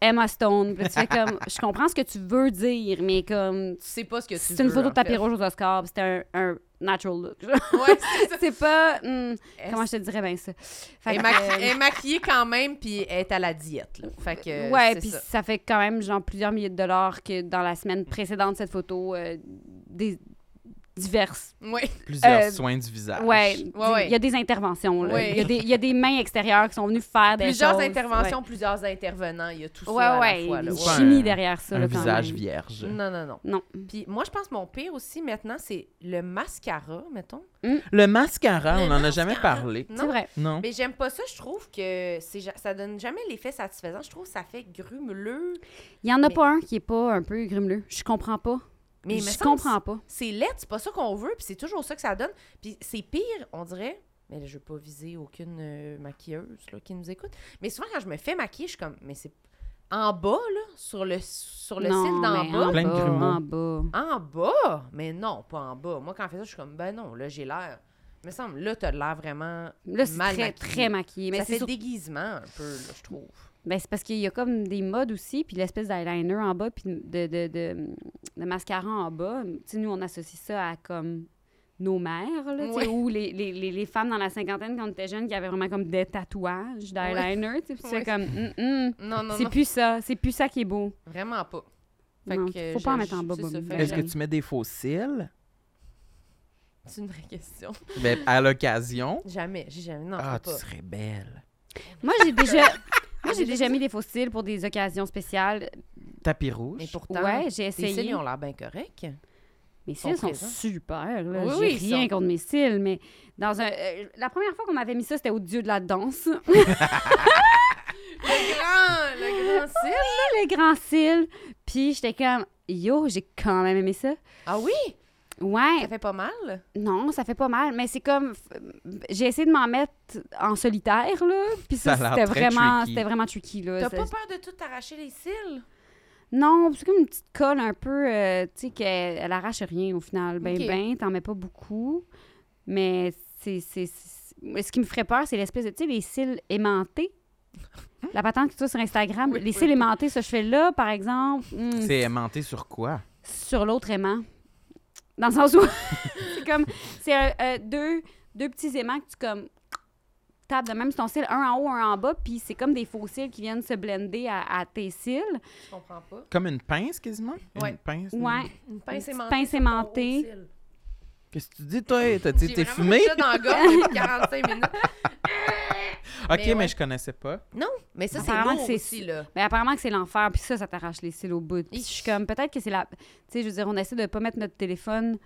Speaker 4: Emma Stone. Puis là, tu
Speaker 2: *laughs*
Speaker 4: fais comme Je comprends ce que tu veux dire, mais comme.
Speaker 2: tu sais pas ce que tu
Speaker 4: C'est une
Speaker 2: veux,
Speaker 4: photo
Speaker 2: en
Speaker 4: de tapis
Speaker 2: fait.
Speaker 4: rouge aux Oscars. puis C'était un, un natural
Speaker 2: *laughs*
Speaker 4: look. genre.
Speaker 2: Ouais, c'est ça.
Speaker 4: c'est pas. hum,
Speaker 2: Est-ce
Speaker 4: *laughs* comment je te dirais bien ça? Fait
Speaker 2: Elle, est
Speaker 4: que,
Speaker 2: maqui-
Speaker 4: euh,
Speaker 2: elle est maquillée quand même, puis elle est à la diète. Là. Fait que, euh,
Speaker 4: ouais,
Speaker 2: c'est
Speaker 4: puis ça.
Speaker 2: ça.
Speaker 4: fait quand même genre plusieurs milliers de dollars que dans la semaine précédente cette photo euh, des diverses.
Speaker 2: Ouais.
Speaker 1: Plusieurs
Speaker 4: Euh,
Speaker 1: soins du visage.
Speaker 4: Ouais, du- il
Speaker 2: Ah, ouais.
Speaker 4: y a des interventions là. Il
Speaker 2: Ouais.
Speaker 4: y a des il y a des mains extérieures qui sont venues faire des
Speaker 2: Plusieurs
Speaker 4: choses,
Speaker 2: interventions, plusieurs intervenants, il y a tout
Speaker 4: Ouais,
Speaker 2: ça à
Speaker 4: ouais, ouais,
Speaker 2: la fois. là.
Speaker 4: il y a une
Speaker 1: C'est pas
Speaker 2: Ouais.
Speaker 4: chimie
Speaker 1: un-
Speaker 4: derrière ça Mm.
Speaker 1: Un
Speaker 4: là, quand
Speaker 1: visage
Speaker 4: même.
Speaker 1: vierge.
Speaker 2: Non, non, non.
Speaker 4: Non.
Speaker 2: Puis moi, je pense que mon pire aussi, maintenant, c'est le mascara, mettons.
Speaker 1: Le mascara,
Speaker 2: Le
Speaker 1: on n'en a jamais parlé.
Speaker 4: C'est
Speaker 2: Non,
Speaker 4: vrai.
Speaker 1: Non.
Speaker 2: mais j'aime pas ça. Je trouve que c'est ja- ça donne jamais l'effet satisfaisant. Je trouve que ça fait grumeleux.
Speaker 4: Il y en a
Speaker 2: Mais-
Speaker 4: pas un qui est pas un peu grumeleux. Je comprends pas.
Speaker 2: Mais il me
Speaker 4: je
Speaker 2: semble
Speaker 4: comprends pas.
Speaker 2: c'est laid, c'est pas ça qu'on veut, puis c'est toujours ça que ça donne. Puis c'est pire, on dirait. Mais là, je veux pas viser aucune euh, maquilleuse là, qui nous écoute. Mais souvent, quand je me fais maquiller, je suis comme, mais c'est en bas, là, sur le, sur le
Speaker 4: non,
Speaker 2: cil
Speaker 4: mais
Speaker 2: d'en
Speaker 4: en
Speaker 2: bas.
Speaker 1: Plein de grumeaux.
Speaker 4: en bas.
Speaker 2: En bas? Mais non, pas en bas. Moi, quand je fais ça, je suis comme, ben non, là, j'ai l'air. Me semble, là, t'as l'air vraiment.
Speaker 4: Là, c'est
Speaker 2: Mal
Speaker 4: très,
Speaker 2: maquillé.
Speaker 4: très maquillé. Mais
Speaker 2: ça
Speaker 4: c'est
Speaker 2: fait
Speaker 4: surtout-
Speaker 2: déguisement un peu, là, je trouve.
Speaker 4: Ben, c'est parce qu'il y a comme des modes aussi, puis l'espèce d'eyeliner en bas, puis de, de, de, de mascara en bas. Tu sais, nous, on associe ça à comme nos mères, là, tu sais,
Speaker 2: Ouais.
Speaker 4: ou les, les, les, les femmes dans la cinquantaine, quand on était jeunes, qui avaient vraiment comme des tatouages d'eyeliner, tu sais, puis c'est
Speaker 2: Ouais.
Speaker 4: comme, hum, hum,
Speaker 2: Non, non,
Speaker 4: c'est
Speaker 2: non.
Speaker 4: plus ça, c'est plus ça qui est beau.
Speaker 2: Vraiment pas.
Speaker 4: Non,
Speaker 2: que
Speaker 4: faut pas en
Speaker 2: je-
Speaker 4: mettre en bas,
Speaker 2: c'est ça,
Speaker 4: Bobby.
Speaker 2: fait
Speaker 1: Est-ce que
Speaker 2: j'aime.
Speaker 1: tu mets des faux cils?
Speaker 2: C'est une vraie question.
Speaker 1: Ben, à l'occasion.
Speaker 2: *laughs* Jamais, j'ai jamais. Non,
Speaker 1: Ah, tu
Speaker 2: faut pas.
Speaker 1: serais belle.
Speaker 4: Moi,
Speaker 2: *laughs*
Speaker 4: j'ai déjà... Moi, j'ai déjà mis des faux cils pour des occasions spéciales.
Speaker 1: Tapis rouge.
Speaker 2: Mais pourtant,
Speaker 4: Ouais, j'ai
Speaker 2: Tes cils,
Speaker 4: essayé.
Speaker 2: ils ont l'air bien corrects.
Speaker 4: Mes
Speaker 2: sont
Speaker 4: cils sont
Speaker 2: présents.
Speaker 4: super. Là.
Speaker 2: Oui,
Speaker 4: J'ai
Speaker 2: oui, ils
Speaker 4: rien
Speaker 2: sont-
Speaker 4: contre mes cils, mais dans un... euh, la première fois qu'on m'avait mis ça, c'était au dieu de la danse. *laughs*
Speaker 2: Le grand, le grand cil.
Speaker 4: les grands cils. Puis j'étais comme, yo, j'ai quand même aimé ça.
Speaker 2: Ah oui, ça
Speaker 4: Ouais,
Speaker 2: fait pas mal.
Speaker 4: non, ça fait pas mal, mais c'est comme, f- j'ai essayé de m'en mettre en solitaire, là. Puis ça,
Speaker 1: Ça a l'air
Speaker 4: c'était
Speaker 1: très
Speaker 4: vraiment,
Speaker 1: tricky.
Speaker 4: c'était vraiment tricky, là.
Speaker 2: T'as
Speaker 4: C'est-
Speaker 2: pas peur de tout t'arracher les cils?
Speaker 4: Non, c'est comme une petite colle un peu, euh, tu sais, qu'elle elle arrache rien au final. Ben,
Speaker 2: Ok.
Speaker 4: ben, t'en mets pas beaucoup. Mais c'est. c'est- c'est- moi, Ce qui me ferait peur, c'est l'espèce de, tu sais, les cils aimantés. La patente que tu vois sur Instagram,
Speaker 2: Hein? Oui,
Speaker 4: les
Speaker 2: oui,
Speaker 4: cils
Speaker 2: oui.
Speaker 4: aimantés, ça, je fais là, par exemple. Hmm,
Speaker 1: C'est aimanté sur quoi?
Speaker 4: sur l'autre aimant. Dans le sens où *laughs* c'est comme c'est euh, euh, deux, deux petits aimants que tu comme tapes de même sur ton cil, un en haut, un en bas, puis c'est comme des faux cils qui viennent se blender à, à tes cils.
Speaker 2: Je comprends pas.
Speaker 1: Comme une pince quasiment?
Speaker 2: Ouais.
Speaker 1: Une pince?
Speaker 4: Ouais.
Speaker 2: Une pince
Speaker 4: Une petite
Speaker 2: aimantée.
Speaker 4: pince
Speaker 2: sur ton haut
Speaker 4: aimantée.
Speaker 2: cil.
Speaker 1: Qu'est-ce que tu dis, toi? T'as- T'es
Speaker 2: J'ai
Speaker 1: t'es
Speaker 4: *laughs*
Speaker 2: vraiment
Speaker 1: fumée?
Speaker 2: ça dans la gorge depuis 45 minutes.
Speaker 1: OK,
Speaker 2: Mais
Speaker 1: mais,
Speaker 2: ouais.
Speaker 1: je connaissais pas.
Speaker 2: Non, mais ça, c'est
Speaker 4: Apparemment
Speaker 2: lourd
Speaker 4: que c'est-
Speaker 2: aussi, là.
Speaker 4: Mais apparemment que c'est l'enfer, puis ça, ça t'arrache les cils au bout. Puis je suis
Speaker 2: Ich.
Speaker 4: comme, peut-être que c'est la... Tu sais, je veux dire, on essaie de pas mettre notre téléphone,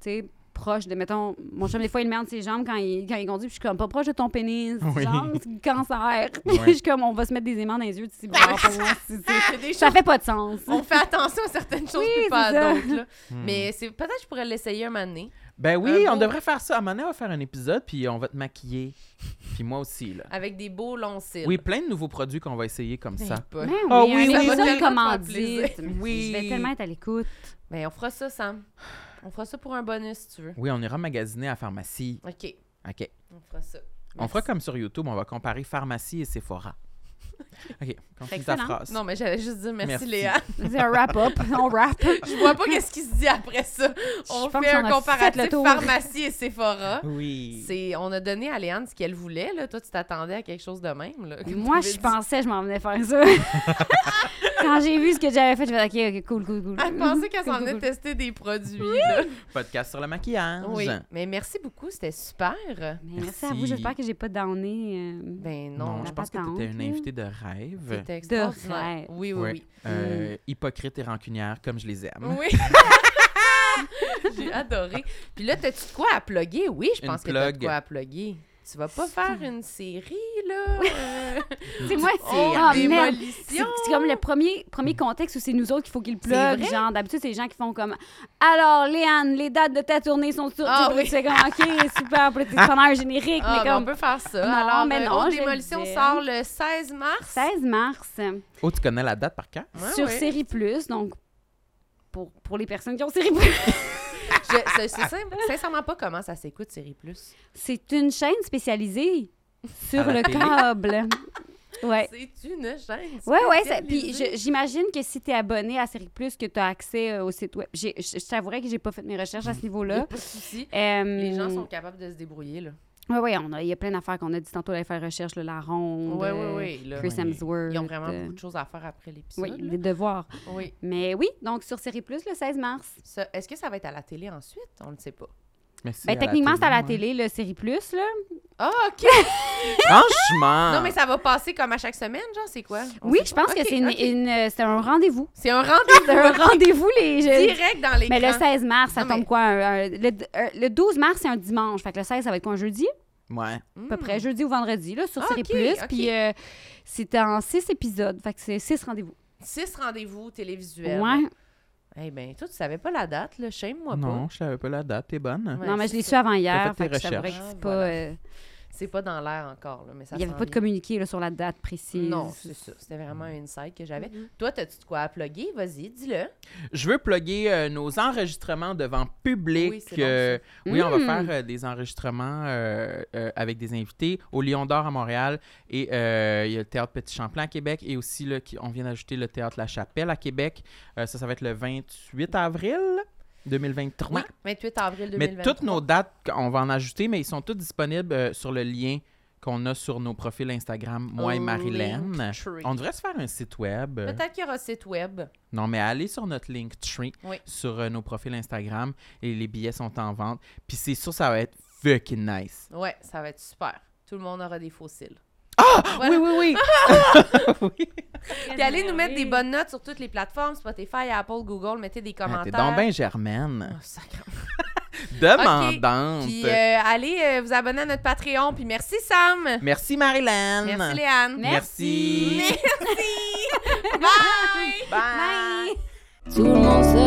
Speaker 4: tu sais, proche de, mettons, mon chum, des fois, il merde ses jambes quand il, quand il conduit, puis je suis comme, pas proche de ton pénis,
Speaker 1: Oui.
Speaker 4: genre, c'est cancer.
Speaker 1: Ouais.
Speaker 4: *laughs* Puis je suis comme, on va se mettre des aimants dans les yeux, tu sais, bizarre pour moi, c'est- c'est-
Speaker 2: Des
Speaker 4: ça
Speaker 2: choses-
Speaker 4: fait pas de sens.
Speaker 2: Ah! On fait attention à certaines choses,
Speaker 4: Oui,
Speaker 2: puis pas à
Speaker 4: c'est ça.
Speaker 2: d'autres, là.
Speaker 1: Hmm.
Speaker 2: Mais c'est... peut-être que je pourrais l'essayer un moment donné,
Speaker 1: Ben oui,
Speaker 2: Un
Speaker 1: on
Speaker 2: beau-
Speaker 1: devrait faire ça. À un moment donné, on va faire un épisode, puis on va te maquiller. puis moi aussi, là.
Speaker 2: avec des beaux longs cils.
Speaker 1: Oui, plein de nouveaux produits qu'on va essayer comme
Speaker 2: Ben,
Speaker 1: ça.
Speaker 2: pas.
Speaker 4: Mais
Speaker 1: Ah
Speaker 4: oui,
Speaker 1: oui, oui,
Speaker 4: un
Speaker 1: ça va
Speaker 4: épisode
Speaker 2: tellement
Speaker 4: comment
Speaker 2: faire plaisir.
Speaker 4: dire.
Speaker 1: Oui.
Speaker 4: Je vais tellement être à l'écoute.
Speaker 2: Mais Ben, on fera ça, Sam. On fera ça pour un bonus, si tu veux.
Speaker 1: Oui, on ira magasiner à la pharmacie.
Speaker 2: OK,
Speaker 1: OK.
Speaker 2: on fera ça.
Speaker 1: On
Speaker 2: Merci.
Speaker 1: fera comme sur YouTube, on va comparer pharmacie et
Speaker 2: *laughs*
Speaker 1: Sephora. OK, continue ta
Speaker 4: Excellent.
Speaker 1: phrase.
Speaker 2: Non, mais j'allais juste dire merci,
Speaker 1: Merci.
Speaker 2: Léa.
Speaker 4: C'est un wrap-up, *laughs* on wrap.
Speaker 2: Je vois pas qu'est-ce qui se dit après ça. On
Speaker 4: Je pense
Speaker 2: fait
Speaker 4: qu'on
Speaker 2: un
Speaker 4: a fait
Speaker 2: comparatif
Speaker 4: le tour.
Speaker 2: pharmacie et Sephora.
Speaker 1: Oui.
Speaker 2: C'est, on a donné à Léane ce qu'elle voulait. Là. Toi, tu t'attendais à quelque chose de même. Là, que
Speaker 4: Moi,
Speaker 2: t'avais
Speaker 4: je
Speaker 2: dit.
Speaker 4: pensais que je m'en venais faire ça. *laughs* Quand j'ai vu ce que j'avais fait, je me suis dit, OK, OK, cool, cool, cool.
Speaker 2: Elle pensait qu'elle
Speaker 4: *laughs* Cool,
Speaker 2: s'en
Speaker 4: cool,
Speaker 2: venait
Speaker 4: cool.
Speaker 2: tester des produits. là.
Speaker 1: Podcast sur le maquillage.
Speaker 2: Oui. Mais merci beaucoup, c'était super.
Speaker 4: Mais merci à vous,
Speaker 1: Merci.
Speaker 4: j'espère que j'ai pas downé. euh,
Speaker 2: Ben
Speaker 1: Non,
Speaker 2: non,
Speaker 1: je
Speaker 4: la
Speaker 1: pense que tu étais
Speaker 4: patente,
Speaker 1: une
Speaker 4: là.
Speaker 1: invitée de rêve.
Speaker 2: c'était extraordinaire.
Speaker 4: rêve.
Speaker 2: Oui, oui,
Speaker 1: Ouais.
Speaker 2: oui.
Speaker 1: Euh, Hypocrite et rancunière, comme je les aime.
Speaker 4: *laughs*
Speaker 2: Oui. J'ai adoré. Puis là, t'as-tu de quoi à plugger? Oui, je
Speaker 1: Une
Speaker 2: pense que t'as de
Speaker 1: plug.
Speaker 2: quoi à plugger. Tu vas pas faire une série,
Speaker 4: *laughs*
Speaker 2: là? euh,
Speaker 4: C'est moi, c'est.
Speaker 2: oh,
Speaker 4: Ah, merde! C'est
Speaker 2: démolition!
Speaker 4: c'est comme le premier, premier contexte où c'est nous autres qu'il faut qu'ils le
Speaker 2: C'est
Speaker 4: plug.
Speaker 2: vrai?
Speaker 4: Genre, d'habitude, c'est les gens qui font comme Alors, Léane, les dates de ta tournée sont sur.
Speaker 2: Ah
Speaker 4: tu sais,
Speaker 2: oui.
Speaker 4: c'est comme
Speaker 2: *laughs*
Speaker 4: OK, super. Puis là, tu sais, pendant un générique,
Speaker 2: Ah,
Speaker 4: mais
Speaker 2: ben, on
Speaker 4: comme.
Speaker 2: peut faire ça.
Speaker 4: Non,
Speaker 2: Alors,
Speaker 4: mais
Speaker 2: euh,
Speaker 4: non,
Speaker 2: Haute
Speaker 4: je vais
Speaker 2: Démolition
Speaker 4: le dire.
Speaker 2: sort le 16 mars.
Speaker 4: 16 mars
Speaker 1: Oh, tu connais la date par cœur?
Speaker 2: Ouais,
Speaker 4: sur
Speaker 2: ouais.
Speaker 4: Série Plus. Donc, pour, pour les personnes qui ont Série Plus.
Speaker 2: Je je sais sim-
Speaker 4: *laughs*
Speaker 2: sincèrement pas comment ça s'écoute, Série Plus.
Speaker 4: C'est une chaîne spécialisée sur
Speaker 1: À la
Speaker 4: le
Speaker 1: télé.
Speaker 2: *laughs*
Speaker 4: câble. Ouais.
Speaker 2: C'est une chaîne.
Speaker 4: Ouais, ouais.
Speaker 2: spécialisée.
Speaker 4: ça- Puis je- j'imagine que si tu es abonné à Série Plus, que tu as accès euh, au site web. J'ai- Je je t'avouerais que j'ai pas fait mes recherches à ce
Speaker 2: Y a
Speaker 4: niveau-là.
Speaker 2: Pas de souci.
Speaker 4: Euh,
Speaker 2: Les gens sont capables de se débrouiller, là.
Speaker 4: Oui, oui, on a- il y a plein d'affaires qu'on a dit tantôt d'aller faire recherche, là, la ronde,
Speaker 2: Ouais,
Speaker 4: euh,
Speaker 2: ouais, ouais, là.
Speaker 4: Chris
Speaker 1: Oui.
Speaker 4: Hemsworth.
Speaker 2: Ils ont vraiment
Speaker 4: euh,
Speaker 2: beaucoup de choses à faire après l'épisode.
Speaker 4: Oui,
Speaker 2: là.
Speaker 4: des devoirs.
Speaker 2: Oui.
Speaker 4: Mais oui, donc sur Série Plus le 16 mars.
Speaker 2: Ça- Est-ce que ça va être à la télé ensuite? On ne sait pas.
Speaker 1: Mais c'est à
Speaker 4: Ben,
Speaker 1: la
Speaker 4: techniquement, c'est à la
Speaker 1: ouais.
Speaker 4: télé, le Série Plus. Là.
Speaker 2: Ah, OK!
Speaker 1: Franchement!
Speaker 2: Non, mais ça va passer comme à chaque semaine, genre, c'est quoi? On
Speaker 4: Oui,
Speaker 2: sait
Speaker 4: je
Speaker 2: pas.
Speaker 4: pense
Speaker 2: Ok,
Speaker 4: que c'est une-
Speaker 2: ok.
Speaker 4: une, euh, c'est un rendez-vous.
Speaker 2: C'est un rendez-vous
Speaker 4: *laughs* C'est un rendez-vous, les jeunes.
Speaker 2: direct dans les
Speaker 4: Mais le 16 mars, ça
Speaker 2: Non, Ah, mais-
Speaker 4: tombe quoi? un- un- le, euh, le 12 mars, c'est un dimanche. Fait que le 16, ça va être quoi, un jeudi?
Speaker 1: Ouais.
Speaker 4: À
Speaker 2: Hmm.
Speaker 4: peu près, jeudi ou vendredi, là, sur
Speaker 2: Ah,
Speaker 4: Série
Speaker 2: ok,
Speaker 4: Plus.
Speaker 2: ok.
Speaker 4: Puis euh, c'est en six épisodes. Fait que c'est six rendez-vous.
Speaker 2: Six rendez-vous télévisuels.
Speaker 4: Ouais.
Speaker 2: Eh bien, toi, tu savais pas la date, là. Shame-moi pas.
Speaker 1: Non, je savais pas la date, t'es bonne.
Speaker 2: Ouais,
Speaker 4: non, mais je
Speaker 2: c'est
Speaker 4: l'ai
Speaker 2: ça.
Speaker 4: su avant
Speaker 1: T'as
Speaker 4: hier.
Speaker 1: fait
Speaker 4: Fait
Speaker 1: tes
Speaker 4: que je t'avouerais que
Speaker 2: recherches.
Speaker 4: c'est
Speaker 2: Ah,
Speaker 4: pas.
Speaker 2: voilà.
Speaker 4: euh,
Speaker 2: C'est pas dans l'air encore, là, mais ça
Speaker 4: Il n'y
Speaker 2: s'en
Speaker 4: avait pas de
Speaker 2: vient.
Speaker 4: communiqué là, sur la date précise.
Speaker 2: Non, c'est ça. C'était vraiment
Speaker 1: Mm.
Speaker 2: un insight que j'avais. Toi, t'as-tu de quoi à plugger? Vas-y, dis-le.
Speaker 1: Je veux plugger euh, nos enregistrements devant
Speaker 2: Oui,
Speaker 1: public.
Speaker 2: c'est bon,
Speaker 1: euh,
Speaker 4: ça.
Speaker 1: oui, on va
Speaker 4: Mm.
Speaker 1: faire euh, des enregistrements euh, euh, avec des invités au Lion d'Or à Montréal et euh, il y a le Théâtre Petit Champlain à Québec et aussi, là, qui- on vient d'ajouter le Théâtre La Chapelle à Québec. Euh, ça, ça va être le 28 avril 2023.
Speaker 2: Oui, 28 avril 2023.
Speaker 1: Mais toutes nos dates, on va en ajouter, mais ils sont toutes disponibles euh, sur le lien qu'on a sur nos profils Instagram, moi et
Speaker 2: Oh,
Speaker 1: Marilyn.
Speaker 2: Linktree.
Speaker 1: On devrait se faire un site web.
Speaker 2: Peut-être qu'il y aura un site web.
Speaker 1: Non, mais allez sur notre Linktree,
Speaker 2: Oui.
Speaker 1: sur euh, nos profils Instagram, et les billets sont en vente. Puis c'est sûr, ça va être fucking nice.
Speaker 2: Ouais, ça va être super. Tout le monde aura des fossiles. Ah,
Speaker 1: Oui, oui, oui.
Speaker 2: *laughs*
Speaker 1: *laughs* oui.
Speaker 2: Puis allez nous mettre des bonnes notes sur toutes les plateformes, Spotify, Apple, Google, mettez des
Speaker 1: Ah,
Speaker 2: commentaires.
Speaker 1: T'es donc bien germaine.
Speaker 2: Oh, sacre.
Speaker 1: Demandante.
Speaker 2: Puis euh, allez euh, vous abonner à notre Patreon. Puis merci Sam.
Speaker 1: Merci, Marilyn.
Speaker 2: Merci Léane.
Speaker 1: Merci.
Speaker 2: Merci. *laughs* Bye.
Speaker 3: Tout le monde se